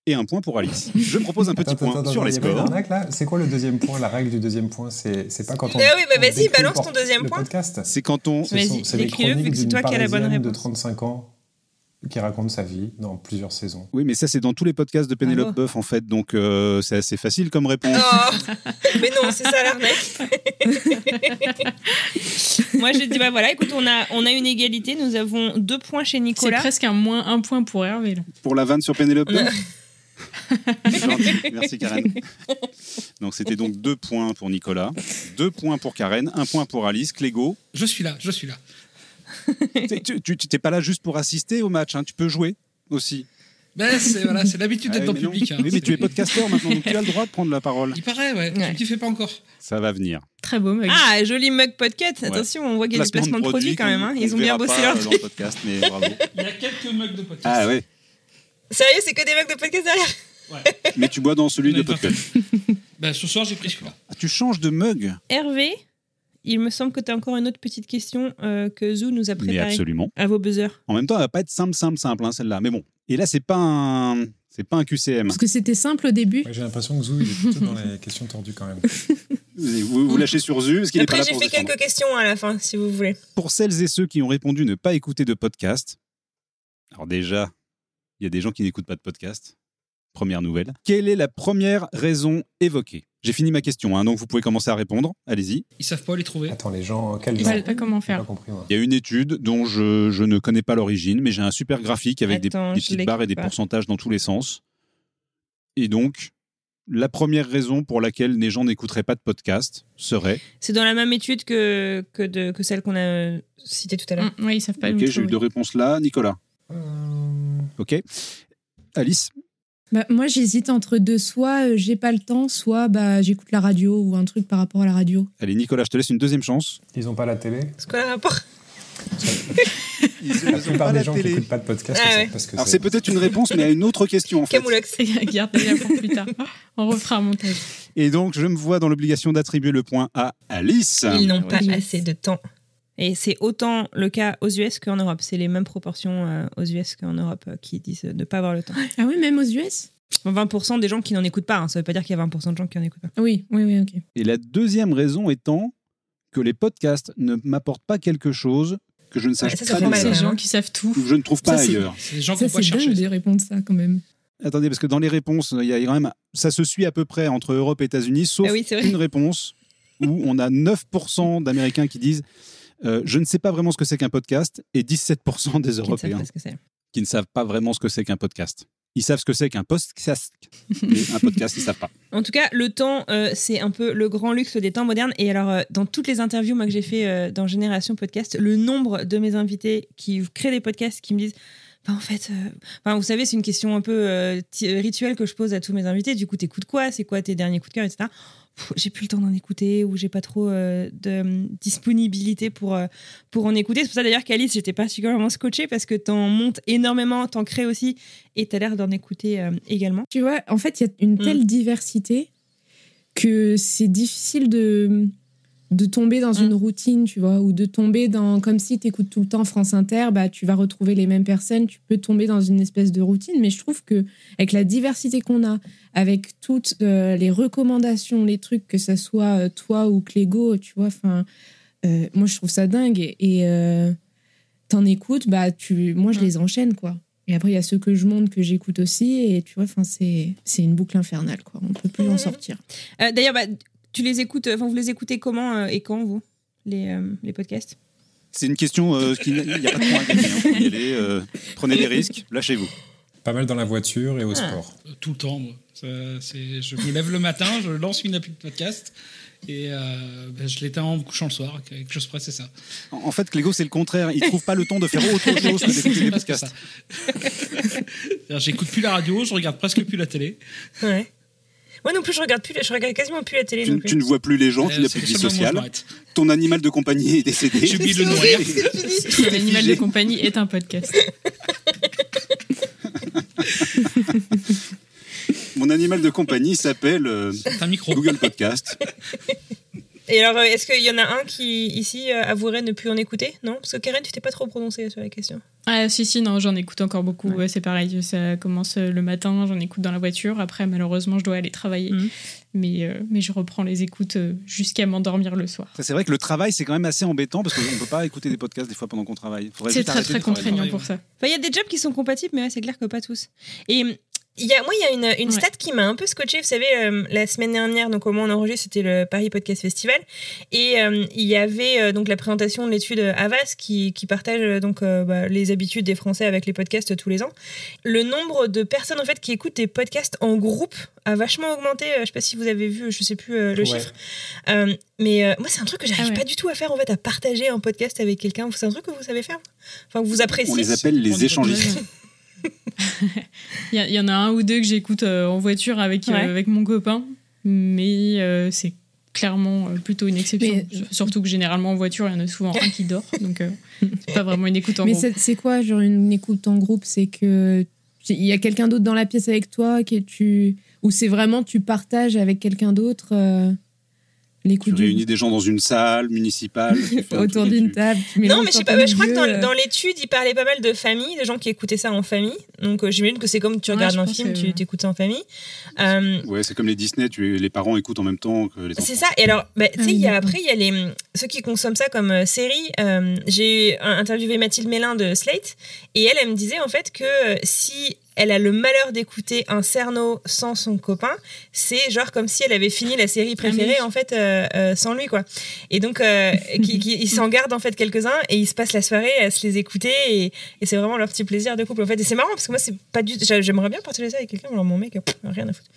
Speaker 5: et un point pour Alice. Je propose un petit point sur les scores.
Speaker 8: C'est quoi le deuxième point La règle du deuxième point, c'est c'est pas quand on.
Speaker 4: Eh oui, bah
Speaker 8: on
Speaker 4: vas-y,
Speaker 8: décrit
Speaker 4: balance
Speaker 8: le por-
Speaker 4: ton deuxième
Speaker 8: le
Speaker 4: point.
Speaker 8: podcast.
Speaker 5: C'est quand on...
Speaker 8: Ce
Speaker 4: Vas-y,
Speaker 8: sont- c'est les
Speaker 4: décris-le, vu
Speaker 8: chroniques
Speaker 4: que c'est
Speaker 8: d'une
Speaker 4: toi qui as la bonne
Speaker 8: Parisienne de
Speaker 4: réponse.
Speaker 8: 35 ans qui raconte sa vie dans plusieurs saisons.
Speaker 5: Oui, mais ça c'est dans tous les podcasts de Pénélope
Speaker 4: Bravo.
Speaker 5: Boeuf en fait, donc euh, c'est assez facile comme réponse.
Speaker 4: Oh Mais non, c'est ça l'arnaque. Moi, je dis, bah voilà, écoute, on a, on a une égalité. Nous avons deux points chez
Speaker 6: C'est
Speaker 4: Nicolas.
Speaker 6: presque un moins un point pour Hervé. là.
Speaker 5: Pour la vanne sur
Speaker 9: Oh.
Speaker 5: Pénélope Boeuf C'est gentil. Merci Karen. Donc c'était donc deux points pour Nicolas, deux points pour Karen, un point pour Alice, Clégo.
Speaker 7: Je suis là, je suis là.
Speaker 5: t'es- Tu tu- t'es pas là juste pour assister au match, hein, tu peux jouer aussi.
Speaker 7: Ben, c'est voilà, c'est l'habitude
Speaker 5: Ah oui,
Speaker 7: d'être en
Speaker 5: mais non.
Speaker 7: public. hein.
Speaker 5: Oui, mais
Speaker 7: C'est-
Speaker 5: tu es podcasteur maintenant, donc tu as le droit de prendre la parole.
Speaker 7: Il paraît, ouais.
Speaker 4: Ouais.
Speaker 7: Tu ne fais pas encore.
Speaker 5: Ça va venir.
Speaker 6: Très beau mug.
Speaker 4: Ah, joli mug podcast.
Speaker 5: Ouais.
Speaker 4: Attention, on voit qu'il y a du placement de produits quand
Speaker 5: qu'on-
Speaker 4: même. hein.
Speaker 5: qu'on
Speaker 4: Ils ont
Speaker 5: verra
Speaker 4: bien bossé
Speaker 5: pas,
Speaker 4: leur
Speaker 5: euh, dans le podcast, mais bravo.
Speaker 7: Il y a quelques mugs de podcast.
Speaker 5: Ah ouais.
Speaker 4: Sérieux, c'est que des mugs de podcast derrière
Speaker 5: Mais tu bois dans celui
Speaker 7: On
Speaker 5: de
Speaker 7: avait pas
Speaker 5: podcast.
Speaker 7: Ben, ce soir, j'ai pris celui-là.
Speaker 5: Ah, tu changes de mug
Speaker 4: Hervé, il me semble que tu as encore une autre petite question euh, que Zou nous a
Speaker 5: Mais
Speaker 4: préparée
Speaker 5: absolument.
Speaker 4: à vos buzzers.
Speaker 5: En même temps, elle va pas être simple, simple, simple hein, celle-là. Mais bon. Et là, c'est pas un, c'est pas un QCM.
Speaker 9: Parce que c'était simple au début.
Speaker 8: Ouais, J'ai l'impression que Zou, il est plutôt dans les questions tordues quand même.
Speaker 5: Vous, vous lâchez sur ZU, parce qu'il est pas
Speaker 4: Après,
Speaker 5: là
Speaker 4: j'ai
Speaker 5: pour
Speaker 4: fait
Speaker 5: défendre.
Speaker 4: quelques questions à la fin, si vous voulez.
Speaker 5: Pour celles et ceux qui ont répondu ne pas écouter de podcast, alors déjà, il y a des gens qui n'écoutent pas de podcast. Première nouvelle. Quelle est la première raison évoquée J'ai fini ma question, hein, donc vous pouvez commencer à répondre. Allez-y.
Speaker 7: Ils savent pas où les trouver.
Speaker 8: Attends, les gens, quel
Speaker 6: Ils
Speaker 8: genre
Speaker 6: savent pas comment
Speaker 8: J'ai pas
Speaker 6: faire.
Speaker 8: compris, moi.
Speaker 5: Il y a une étude dont je, je ne connais pas l'origine, mais j'ai un super graphique avec des-
Speaker 4: Attends,
Speaker 5: des,
Speaker 4: je
Speaker 5: petites barres et des
Speaker 4: l'écoute pas.
Speaker 5: pourcentages dans tous les sens. Et donc, la première raison pour laquelle les gens n'écouteraient pas de podcast serait.
Speaker 4: C'est dans la même étude que, que, de, que celle qu'on a euh, citée tout à l'heure.
Speaker 6: Mm, ouais, ils savent pas
Speaker 5: ok,
Speaker 6: nous
Speaker 5: j'ai eu
Speaker 6: trouver.
Speaker 5: deux réponses là. Nicolas.
Speaker 8: Euh,
Speaker 5: Ok. Alice.
Speaker 9: Bah, moi, j'hésite entre deux. Soit euh, j'ai pas le temps, soit bah, j'écoute la radio ou un truc par rapport à la radio.
Speaker 5: Allez, Nicolas, je te laisse une deuxième chance.
Speaker 8: Ils ont pas la télé
Speaker 4: C'est quoi le rapport
Speaker 5: Ils-
Speaker 8: La
Speaker 5: ils ont pas
Speaker 8: plupart
Speaker 5: la
Speaker 8: des gens qui
Speaker 5: télé.
Speaker 8: n'écoutent pas de podcast,
Speaker 4: Ah
Speaker 8: ils savent
Speaker 4: ouais.
Speaker 8: pas ce que
Speaker 5: Alors c'est peut-être une réponse, mais à une autre question en fait.
Speaker 4: Camoulox.
Speaker 6: Gardez-la pour plus tard. On refera un montage.
Speaker 5: Et donc je me vois dans l'obligation d'attribuer le point à Alice.
Speaker 4: Ils n'ont pas
Speaker 9: Oui.
Speaker 4: assez de temps. Et c'est autant le cas aux US qu'en Europe. C'est les mêmes proportions euh, aux US qu'en Europe euh, qui disent euh, ne pas avoir le temps.
Speaker 9: Ah oui, même aux US
Speaker 4: Bon, 20% des gens qui n'en écoutent pas. hein. Ça veut pas dire qu'il y a 20% de gens qui n'en écoutent pas.
Speaker 9: Oui, oui, oui, ok.
Speaker 5: Et la deuxième raison étant que les podcasts ne m'apportent pas quelque chose que je ne sache
Speaker 4: Ouais, ça, ça
Speaker 5: pas
Speaker 4: fait mal,
Speaker 5: déjà,
Speaker 6: Ces
Speaker 4: hein.
Speaker 6: gens qui savent tout.
Speaker 5: ou que je ne trouve pas
Speaker 9: Ça, c'est-
Speaker 5: ailleurs.
Speaker 7: C'est les gens qui
Speaker 9: Ça,
Speaker 7: n'ont pas
Speaker 9: c'est dingue
Speaker 7: cherché.
Speaker 9: de répondre ça quand même.
Speaker 5: Attendez, parce que dans les réponses, il y a quand même ça se suit à peu près entre Europe et États-Unis, sauf
Speaker 4: Ah oui, c'est vrai.
Speaker 5: une réponse où on a 9% d'Américains qui disent euh, je ne sais pas vraiment ce que c'est qu'un podcast et 17% des
Speaker 4: Qui ne savent
Speaker 5: Européens.
Speaker 4: pas ce que c'est.
Speaker 5: qui ne savent pas vraiment ce que c'est qu'un podcast. Ils savent ce que c'est qu'un podcast, mais un podcast, ils savent pas.
Speaker 4: En tout cas, le temps, euh, c'est un peu le grand luxe des temps modernes. Et alors, euh, dans toutes les interviews moi, que j'ai fait euh, dans Génération Podcast, le nombre de mes invités qui créent des podcasts qui me disent bah, en fait, euh, enfin, vous savez, c'est une question un peu euh, ti- euh, rituelle que je pose à tous mes invités. Du coup, t'écoutes quoi C'est quoi tes derniers coups de cœur, etc. Pff, J'ai plus le temps d'en écouter ou j'ai pas trop euh, de hum, disponibilité pour, euh, pour en écouter. C'est pour ça d'ailleurs qu'Alice, j'étais particulièrement scotchée parce que t'en montes énormément, t'en crées aussi et t'as l'air d'en écouter euh, également.
Speaker 9: Tu vois, en fait, il y a une telle diversité que c'est difficile de, de tomber dans
Speaker 4: Mm.
Speaker 9: une routine, tu vois, ou de tomber dans. Comme si tu écoutes tout le temps France Inter, bah, tu vas retrouver les mêmes personnes, tu peux tomber dans une espèce de routine. Mais je trouve que, avec la diversité qu'on a, avec toutes euh, les recommandations, les trucs, que ce soit euh, toi ou Clégo, tu vois, enfin. euh, moi, je trouve ça dingue. Et. euh, T'en écoutes, bah, tu... moi, je les enchaîne, quoi. Et après, il y a ceux que je monte, que j'écoute aussi. Et tu vois, enfin, c'est c'est une boucle infernale, quoi. On peut plus en sortir.
Speaker 10: Euh, D'ailleurs, bah, tu les écoutes, enfin, vous les écoutez comment euh, et quand, vous, les, euh, les podcasts
Speaker 5: C'est une question euh, qui n'a- il n'y a pas de point à gagner. hein. Faut y aller, euh, prenez des risques, lâchez-vous.
Speaker 8: Pas mal dans la voiture et
Speaker 4: Ah.
Speaker 8: au sport.
Speaker 7: Euh, Tout le temps, moi. Ça, c'est- je me lève le matin, je lance une appli de podcast et euh, ben, je l'éteins en me couchant le soir. Quelque chose près, c'est ça.
Speaker 5: En, en fait, Clégo, c'est le contraire. Il trouve pas le temps de faire autre chose que d'écouter des
Speaker 7: Parce que
Speaker 5: podcasts.
Speaker 7: ça. C'est-à-dire, J'écoute plus la radio, je regarde presque plus la télé.
Speaker 4: Ouais. Moi non plus, je regarde plus, la- je regarde quasiment plus la télé
Speaker 5: Tu,
Speaker 4: non
Speaker 5: ne-
Speaker 4: plus.
Speaker 5: tu ne vois plus les gens, tu
Speaker 7: Euh,
Speaker 5: n'as
Speaker 7: c'est
Speaker 5: plus de
Speaker 7: le
Speaker 5: vie
Speaker 7: seul moment où je
Speaker 5: sociale.
Speaker 7: m'arrête.
Speaker 5: Ton animal de compagnie est décédé.
Speaker 7: J'ai oublié de le nourrir.
Speaker 5: Tout est
Speaker 6: L'animal de
Speaker 5: figé.
Speaker 6: compagnie est un podcast.
Speaker 5: Mon animal de compagnie s'appelle euh,
Speaker 7: C'est un micro.
Speaker 5: Google Podcast.
Speaker 4: Et alors, euh, est-ce qu'il y en a un qui, ici, euh, avouerait ne plus en écouter Non Parce que Karen, tu t'es pas trop prononcée sur la question.
Speaker 6: Ah si si non j'en écoute encore beaucoup Ouais, c'est pareil ça commence euh, le matin j'en écoute dans la voiture après malheureusement je dois aller travailler
Speaker 4: Mhm.
Speaker 6: mais euh, mais je reprends les écoutes euh, jusqu'à m'endormir le soir
Speaker 5: Ça, C'est vrai que le travail, c'est quand même assez embêtant parce qu'on ne peut pas écouter des podcasts des fois pendant qu'on travaille. Faudrait
Speaker 6: c'est
Speaker 5: juste
Speaker 6: très
Speaker 5: arrêter
Speaker 6: très
Speaker 5: de travailler.
Speaker 6: contraignant
Speaker 7: ouais.
Speaker 6: pour ça
Speaker 10: Enfin, Il y a des jobs qui sont compatibles, mais ouais, c'est clair que pas tous.
Speaker 4: Et hum, il y a, moi, il y a une, une
Speaker 6: Ouais.
Speaker 4: stat qui m'a un peu scotché. Vous savez, euh, la semaine dernière, donc au moment où on enregistre, c'était le Paris Podcast Festival. Et euh, il y avait euh, donc la présentation de l'étude Havas qui, qui partage euh, donc euh, bah, les habitudes des Français avec les podcasts tous les ans. Le nombre de personnes en fait qui écoutent des podcasts en groupe a vachement augmenté. Euh, Je sais pas si vous avez vu, je sais plus euh, le
Speaker 8: Ouais.
Speaker 4: chiffre. Euh, mais euh, moi, c'est un truc que j'arrive
Speaker 6: Ah ouais.
Speaker 4: pas du tout à faire en fait, à partager un podcast avec quelqu'un. C'est un truc que vous savez faire Enfin, que vous appréciez
Speaker 5: On les appelle les échangistes.
Speaker 6: il y a- il y, en a un ou deux que j'écoute euh, en voiture avec euh,
Speaker 4: Ouais.
Speaker 6: avec mon copain mais euh, c'est clairement euh, plutôt une exception
Speaker 9: Mais-
Speaker 6: surtout que généralement en voiture il y en a souvent un qui dort donc euh, c'est pas vraiment une écoute en
Speaker 9: Mais
Speaker 6: groupe.
Speaker 9: c'est c'est quoi, genre, une écoute en groupe C'est que il y a quelqu'un d'autre dans la pièce avec toi qui tu ou c'est vraiment tu partages avec quelqu'un d'autre euh,
Speaker 5: Tu
Speaker 9: l'écoute du-
Speaker 5: réunis des gens dans une salle municipale. tu fais un
Speaker 9: autour
Speaker 5: truc et
Speaker 9: d'une
Speaker 5: tu-
Speaker 9: table. tu
Speaker 4: Non,
Speaker 9: mélanges
Speaker 4: mais je sais
Speaker 9: ton
Speaker 4: pas,
Speaker 9: pain
Speaker 4: bah, je crois que
Speaker 9: au milieu,
Speaker 4: dans,
Speaker 9: euh.
Speaker 4: dans l'étude, il parlait pas mal de famille, de gens qui écoutaient ça en famille. Donc euh, j'imagine que c'est comme tu
Speaker 6: Ouais,
Speaker 4: regardes
Speaker 6: je
Speaker 4: un
Speaker 6: pense
Speaker 4: film,
Speaker 6: que-
Speaker 4: tu t'écoutes ça en famille. Euh,
Speaker 5: Ouais, c'est comme les Disney, tu, les parents écoutent en même temps que les enfants.
Speaker 4: c'est ça. Et alors, bah, tu sais, il y
Speaker 6: Ah,
Speaker 4: a-
Speaker 9: oui,
Speaker 4: après, il y a les, ceux qui consomment ça comme euh, série. Euh, J'ai euh, interviewé Mathilde Mélin de Slate, et elle, elle me disait en fait que euh, si elle a le malheur d'écouter un Cerno sans son copain, c'est genre comme si elle avait fini la
Speaker 6: Ah,
Speaker 4: série préférée en fait euh, euh, sans lui quoi. Et donc euh, qui, qui- ils s'en gardent en fait quelques-uns et ils se passent la soirée à se les écouter et, et c'est vraiment leur petit plaisir de couple en fait. Et c'est marrant parce que moi c'est pas du j'a- j'aimerais bien partager ça avec quelqu'un, mais alors mon mec pff, rien à foutre.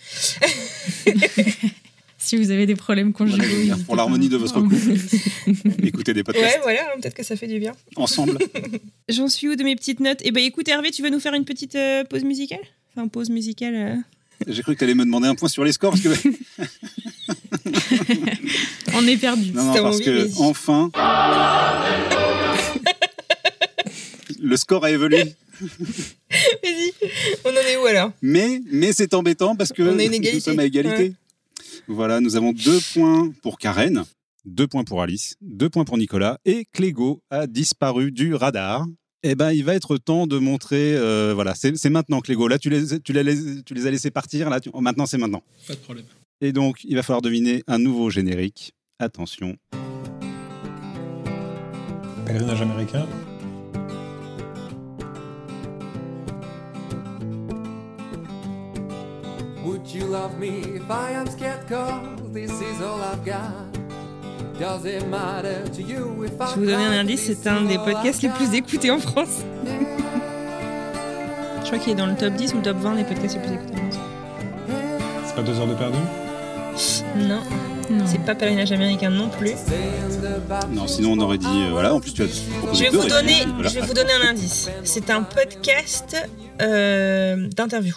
Speaker 6: si vous avez des problèmes conjugaux
Speaker 5: Voilà, je veux dire,
Speaker 6: n'hésitez pas.
Speaker 5: pour l'harmonie de votre couple. Écouter des podcasts
Speaker 4: Ouais voilà, hein, peut-être que ça fait du bien.
Speaker 5: ensemble.
Speaker 10: J'en suis où de mes petites notes Eh ben écoute, Hervé, tu vas nous faire une petite euh, pause musicale Enfin, pause musicale. euh.
Speaker 5: J'ai cru que tu allais me demander un point sur les scores parce que
Speaker 6: on est perdu
Speaker 5: Non, non,
Speaker 4: C'était
Speaker 5: parce
Speaker 4: envie,
Speaker 5: que
Speaker 4: mais-
Speaker 5: enfin. Le score a évolué,
Speaker 4: Vas-y, on en est où alors
Speaker 5: mais, mais c'est embêtant parce que
Speaker 4: On a une
Speaker 5: nous
Speaker 4: égalité.
Speaker 5: sommes à égalité. Voilà, nous avons deux points pour Karen, deux points pour Alice, deux points pour Nicolas et Clégo a disparu du radar. Eh ben, il va être temps de montrer. euh, voilà, c'est c'est maintenant, Clégo. Là, tu les, tu les, laiss- tu les as laissés partir. Là, tu- oh, maintenant, c'est maintenant.
Speaker 7: Pas de problème.
Speaker 5: Et donc, il va falloir deviner un nouveau générique. Attention.
Speaker 8: Pèlerinage américain.
Speaker 11: Would you love me if I am scared? Cause this is all I've got. Does it matter to you if I
Speaker 10: Je vais vous donner un
Speaker 11: cry?
Speaker 10: indice,
Speaker 11: This
Speaker 10: c'est un
Speaker 11: is
Speaker 10: des
Speaker 11: all I've
Speaker 10: podcasts les plus
Speaker 11: got.
Speaker 10: écoutés en France. Je crois qu'il est dans le top 10 ou le top 20 des podcasts les plus écoutés en France.
Speaker 8: C'est pas deux heures de perdu
Speaker 4: Non,
Speaker 6: Non.
Speaker 4: c'est pas pèlerinage américain non plus.
Speaker 5: Non, sinon, on aurait dit. euh, voilà, en plus, tu as
Speaker 4: Je
Speaker 5: proposé
Speaker 4: vais
Speaker 5: deux
Speaker 4: vous donner,
Speaker 5: réponses. Voilà.
Speaker 4: je vais vous donner un indice. C'est un podcast euh, d'interview.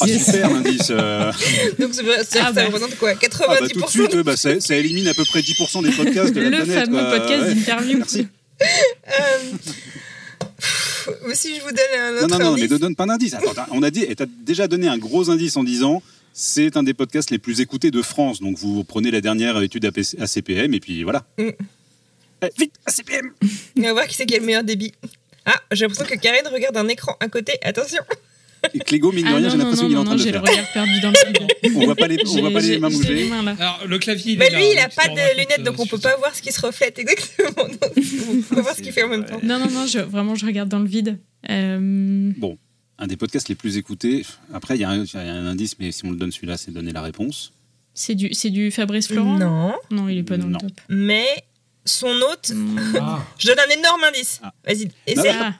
Speaker 5: Ah,
Speaker 9: Yes.
Speaker 5: super l'indice. euh.
Speaker 4: Donc ça, veut- ça-
Speaker 6: Ah
Speaker 4: ça
Speaker 6: bah.
Speaker 4: représente quoi
Speaker 5: Ah, bah, tout
Speaker 4: 90%
Speaker 5: de suite, euh, bah, ça, ça élimine à peu près 10% des podcasts de la
Speaker 6: le
Speaker 5: planète.
Speaker 6: fameux
Speaker 5: quoi.
Speaker 6: podcast
Speaker 5: Ouais.
Speaker 6: d'interview
Speaker 4: Euh, pff, ou si je vous donne un
Speaker 5: Non,
Speaker 4: autre
Speaker 5: non, non, mais
Speaker 4: indice.
Speaker 5: ne donne pas d'indice. Attends, attends, on a dit, et t'as déjà donné un gros indice en disant c'est un des podcasts les plus écoutés de France. Donc vous prenez la dernière étude AP- ACPM et puis voilà.
Speaker 4: Mm.
Speaker 5: Eh, vite, ACPM
Speaker 4: On va voir qui c'est qui a le meilleur débit. Ah, j'ai l'impression que Karen regarde un écran à côté. Attention.
Speaker 5: Et Clégo, mine de
Speaker 6: Ah
Speaker 5: rien,
Speaker 6: non,
Speaker 5: j'ai
Speaker 6: non,
Speaker 5: l'impression
Speaker 6: non,
Speaker 5: qu'il est en
Speaker 6: non,
Speaker 5: train de
Speaker 6: j'ai
Speaker 5: le
Speaker 6: le
Speaker 5: faire.
Speaker 6: regard perdu dans le vide.
Speaker 5: On voit pas les, on voit pas
Speaker 6: J'ai-
Speaker 5: les mains
Speaker 6: j'ai
Speaker 5: bouger.
Speaker 6: mains là.
Speaker 7: Alors, le clavier, il
Speaker 12: Bah
Speaker 7: est là,
Speaker 12: lui, il a
Speaker 7: tu
Speaker 12: pas
Speaker 7: t'en rends
Speaker 12: de lunettes,
Speaker 7: compte,
Speaker 12: donc
Speaker 7: euh,
Speaker 12: on peut
Speaker 7: sur-
Speaker 12: pas voir ce qui se reflète exactement. Donc, on
Speaker 5: Ah,
Speaker 12: peut pas voir ce qu'il fait en même temps.
Speaker 6: Non, non, non, je- vraiment, je regarde dans le vide. Euh,
Speaker 5: Un des podcasts les plus écoutés. Après, il y, a un- il y a un indice, mais si on le donne celui-là, c'est donner la réponse.
Speaker 6: c'est du, c'est du Fabrice Florent
Speaker 12: Non,
Speaker 6: Non, il est pas dans
Speaker 5: Non.
Speaker 6: le top.
Speaker 12: mais son hôte.
Speaker 6: Mm.
Speaker 8: Ah,
Speaker 12: Je donne un énorme indice.
Speaker 5: Ah.
Speaker 12: Vas-y, essaye.
Speaker 6: Ah,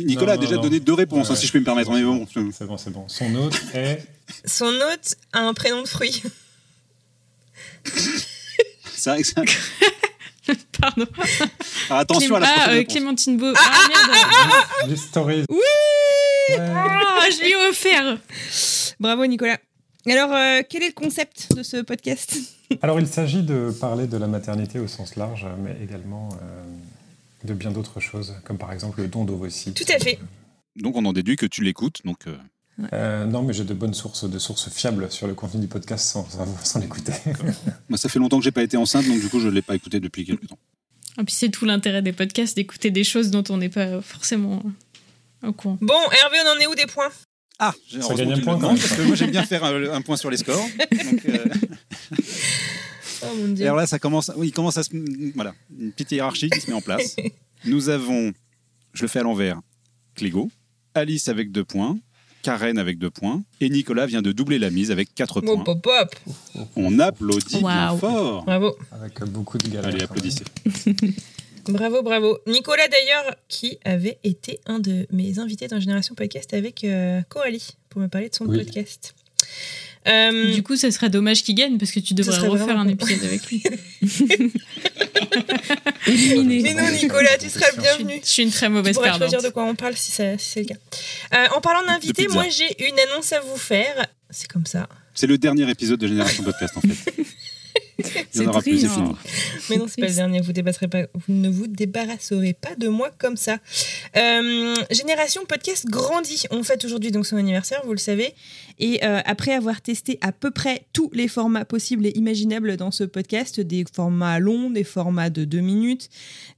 Speaker 5: Nicolas
Speaker 8: Non,
Speaker 5: a déjà
Speaker 8: non,
Speaker 5: donné
Speaker 8: non.
Speaker 5: deux réponses, hein,
Speaker 8: Ouais.
Speaker 5: si je peux me permettre. Mais bon, je-
Speaker 8: c'est bon, c'est bon. Son autre est.
Speaker 12: Son hôte a un prénom de fruit.
Speaker 5: c'est vrai que c'est un-
Speaker 6: pardon.
Speaker 5: Ah, attention à la
Speaker 6: Clé-
Speaker 5: prochaine
Speaker 6: ah, euh,
Speaker 5: réponse.
Speaker 6: Clémentine Beau. Ah, merde
Speaker 8: Du stories.
Speaker 4: Oui
Speaker 8: Ouais.
Speaker 6: Ah, Je lui ai offert
Speaker 4: Bravo Nicolas. Alors, euh, quel est le concept de ce podcast
Speaker 8: Alors, il s'agit de parler de la maternité au sens large, mais également euh, de bien d'autres choses, comme par exemple le don d'ovocytes.
Speaker 12: Tout à fait.
Speaker 5: Donc, on en déduit que tu l'écoutes. Donc, euh,
Speaker 8: Euh, non, mais j'ai de bonnes sources, de sources fiables sur le contenu du podcast sans, sans- sans l'écouter.
Speaker 5: moi, ça fait longtemps que j'ai pas été enceinte, donc du coup, je l'ai pas écouté depuis quelques temps.
Speaker 6: Et Ah, puis c'est tout l'intérêt des podcasts, d'écouter des choses dont on n'est pas forcément au courant.
Speaker 12: Bon, Hervé, on en est où des points
Speaker 5: Ah, j'ai
Speaker 8: Ça gagne un point, quand même.
Speaker 5: parce que moi, j'aime bien faire euh, un, un point sur les scores. Donc, euh,
Speaker 12: Oh mon
Speaker 5: Et
Speaker 12: dieu.
Speaker 5: alors là, ça commence, oui, il commence à se. Voilà, une petite hiérarchie qui se met en place. Nous avons, je le fais à l'envers, Clégo, Alice avec deux points, Karen avec deux points, et Nicolas vient de doubler la mise avec quatre
Speaker 12: Bon,
Speaker 5: points.
Speaker 12: pop, pop.
Speaker 5: On applaudit bien
Speaker 6: Waouh.
Speaker 5: fort.
Speaker 12: Bravo.
Speaker 8: Avec beaucoup de galères.
Speaker 5: Allez,
Speaker 8: quand
Speaker 5: applaudissez.
Speaker 12: Bravo, bravo. Nicolas, d'ailleurs, qui avait été un de mes invités dans Génération Podcast avec euh, Coralie pour me parler de son
Speaker 8: Oui.
Speaker 12: podcast. Euh,
Speaker 6: Du coup, ça serait dommage qu'il gagne parce que tu devrais
Speaker 12: serait
Speaker 6: refaire
Speaker 12: vraiment
Speaker 6: un
Speaker 12: con.
Speaker 6: épisode avec lui.
Speaker 8: même.
Speaker 12: mais non, Nicolas, tu seras le
Speaker 6: Je suis-
Speaker 12: bienvenu.
Speaker 6: je suis une très
Speaker 12: Tu
Speaker 6: mauvaise
Speaker 12: pourras
Speaker 6: perdante.
Speaker 12: choisir de quoi on parle si, ça- si c'est le cas. Euh, en parlant d'invités,
Speaker 5: pizza.
Speaker 12: moi j'ai une annonce à vous faire. C'est comme ça.
Speaker 5: C'est le dernier épisode de Génération Podcast, en fait. Il y
Speaker 13: C'est
Speaker 5: en aura plus, c'est
Speaker 13: triste.
Speaker 5: fini.
Speaker 12: Mais non, c'est pas le dernier. Vous, débarrasserez pas, vous ne vous débarrasserez pas de moi comme ça. Euh, Génération Podcast grandit. On fête aujourd'hui donc son anniversaire, vous le savez.
Speaker 4: Et euh, après avoir testé à peu près tous les formats possibles et imaginables dans ce podcast, des formats longs, des formats de deux minutes,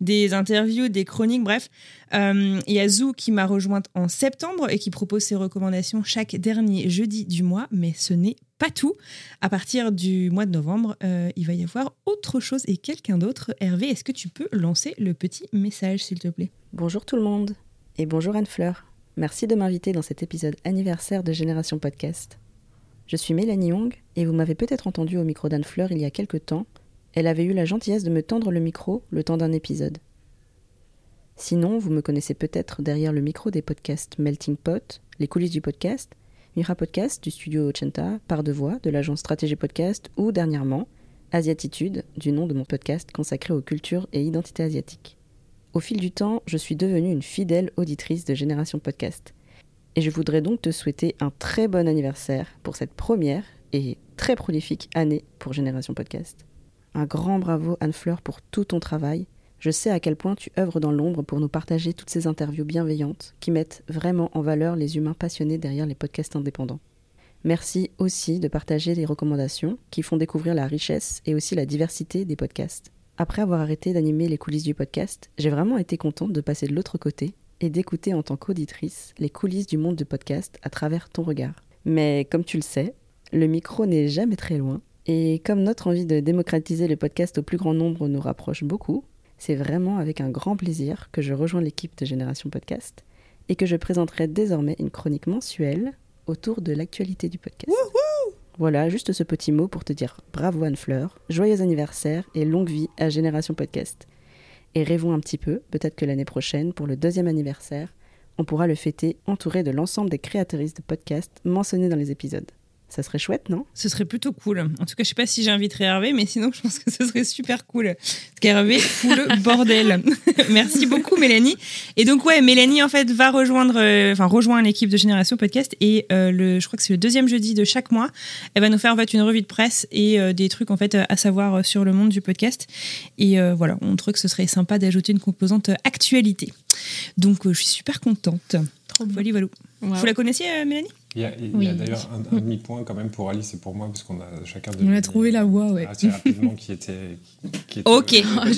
Speaker 4: des interviews, des chroniques, bref, euh, il y a Zou qui m'a rejointe en septembre et qui propose ses recommandations chaque dernier jeudi du mois, mais ce n'est pas tout. À partir du mois de novembre, euh, il va y avoir autre chose et quelqu'un d'autre. Hervé, est-ce que tu peux lancer le petit message, s'il te plaît
Speaker 14: Bonjour tout le monde et bonjour Anne-Fleur. Merci de m'inviter dans cet épisode anniversaire de Génération Podcast. Je suis Mélanie Hong et vous m'avez peut-être entendu au micro d'Anne-Fleur il y a quelque temps. Elle avait eu la gentillesse de me tendre le micro le temps d'un épisode. Sinon, vous me connaissez peut-être derrière le micro des podcasts Melting Pot, Les coulisses du podcast, Mira Podcast du studio Ochenta, Par de Voix de l'agence Stratégie Podcast ou dernièrement Asiatitude, du nom de mon podcast consacré aux cultures et identités asiatiques. Au fil du temps, je suis devenue une fidèle auditrice de Génération Podcast. Et je voudrais donc te souhaiter un très bon anniversaire pour cette première et très prolifique année pour Génération Podcast. Un grand bravo Anne-Fleur pour tout ton travail. Je sais à quel point tu œuvres dans l'ombre pour nous partager toutes ces interviews bienveillantes qui mettent vraiment en valeur les humains passionnés derrière les podcasts indépendants. Merci aussi de partager les recommandations qui font découvrir la richesse et aussi la diversité des podcasts. Après avoir arrêté d'animer les coulisses du podcast, j'ai vraiment été contente de passer de l'autre côté et d'écouter en tant qu'auditrice les coulisses du monde du podcast à travers ton regard. Mais comme tu le sais, le micro n'est jamais très loin. Et comme notre envie de démocratiser le podcast au plus grand nombre nous rapproche beaucoup, c'est vraiment avec un grand plaisir que je rejoins l'équipe de Génération Podcast et que je présenterai désormais une chronique mensuelle autour de l'actualité du podcast. Voilà, juste ce petit mot pour te dire bravo Anne-Fleur, joyeux anniversaire et longue vie à Génération Podcast. Et rêvons un petit peu, peut-être que l'année prochaine, pour le deuxième anniversaire, on pourra le fêter entouré de l'ensemble des créatrices de podcasts mentionnés dans les épisodes. Ça serait chouette, non
Speaker 4: Ce serait plutôt cool. En tout cas, je sais pas si j'inviterai Hervé, mais sinon, je pense que ce serait super cool. Parce qu'Hervé fout le bordel. Merci beaucoup, Mélanie. Et donc, ouais, Mélanie, en fait, va rejoindre, euh, enfin, rejoint l'équipe de Génération Podcast. Et euh, le, je crois que c'est le deuxième jeudi de chaque mois. Elle va nous faire, en fait, une revue de presse et euh, des trucs, en fait, euh, à savoir euh, sur le monde du podcast. Et euh, voilà, on trouve que ce serait sympa d'ajouter une composante euh, actualité. Donc, euh, je suis super contente.
Speaker 6: Trop bien.
Speaker 4: Voilà, voilà.
Speaker 6: Waouh.
Speaker 4: Vous la connaissiez, euh, Mélanie
Speaker 8: Il y a, il y
Speaker 9: Oui.
Speaker 8: a d'ailleurs un, un demi-point quand même pour Alice et pour moi, parce qu'on a chacun deux.
Speaker 9: On a trouvé la voie, ouais.
Speaker 8: assez rapidement qui était. Qui était
Speaker 4: Ok.
Speaker 5: on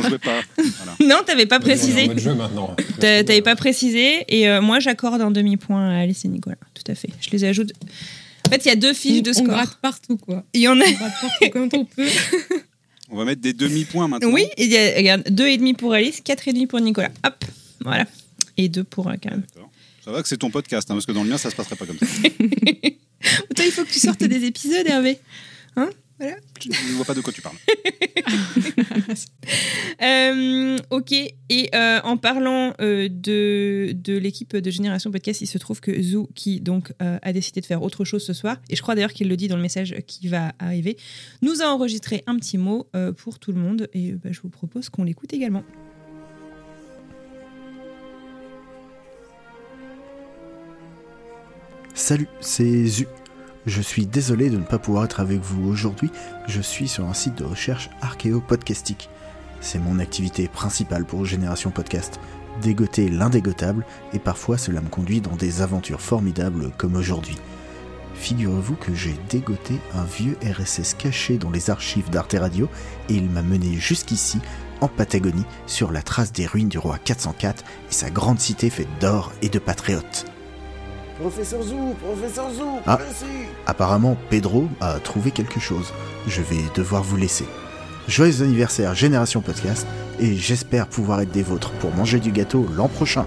Speaker 5: jouait pas. Voilà.
Speaker 4: Non, t'avais pas
Speaker 8: On est en
Speaker 4: précisé.
Speaker 8: mode jeu maintenant.
Speaker 4: T'a- T'avais pas précisé. Et euh, moi, j'accorde un demi-point à Alice et Nicolas. Tout à fait. Je les ajoute. En fait, il y a deux fiches de
Speaker 9: On- on
Speaker 4: score.
Speaker 9: gratte
Speaker 4: partout, quoi. Il y en a.
Speaker 9: quand on peut.
Speaker 5: On va mettre des demi-points maintenant.
Speaker 4: Oui, il y a, regarde, deux et demi pour Alice, quatre et demi pour Nicolas. Hop, voilà. Et deux pour euh, Karim.
Speaker 5: Ça va que c'est ton podcast, hein, parce que dans le mien, ça se passerait pas comme ça.
Speaker 4: Toi, il faut que tu sortes des épisodes, Hervé. Hein Voilà.
Speaker 5: Je ne vois pas de quoi tu parles.
Speaker 4: Euh, ok, et euh, en parlant euh, de, de l'équipe de Génération Podcast, il se trouve que Zou, qui donc euh, a décidé de faire autre chose ce soir, et je crois d'ailleurs qu'il le dit dans le message qui va arriver, nous a enregistré un petit mot euh, pour tout le monde, et euh, bah, je vous propose qu'on l'écoute également.
Speaker 15: Salut, c'est Zu. Je suis désolé de ne pas pouvoir être avec vous aujourd'hui. Je suis sur un site de recherche archéopodcastique. C'est mon activité principale pour Génération Podcast. Dégoter l'indégotable, et parfois cela me conduit dans des aventures formidables comme aujourd'hui. Figurez-vous que j'ai dégoté un vieux RSS caché dans les archives d'Arte Radio et il m'a mené jusqu'ici, en Patagonie, sur la trace des ruines du roi 404 et sa grande cité faite d'or et de patriotes.
Speaker 11: Professeur Zou, professeur Zou,
Speaker 15: Ah,
Speaker 11: merci.
Speaker 15: apparemment Pedro a trouvé quelque chose. Je vais devoir vous laisser. Joyeux anniversaire Génération Podcast et j'espère pouvoir être des vôtres pour manger du gâteau l'an prochain.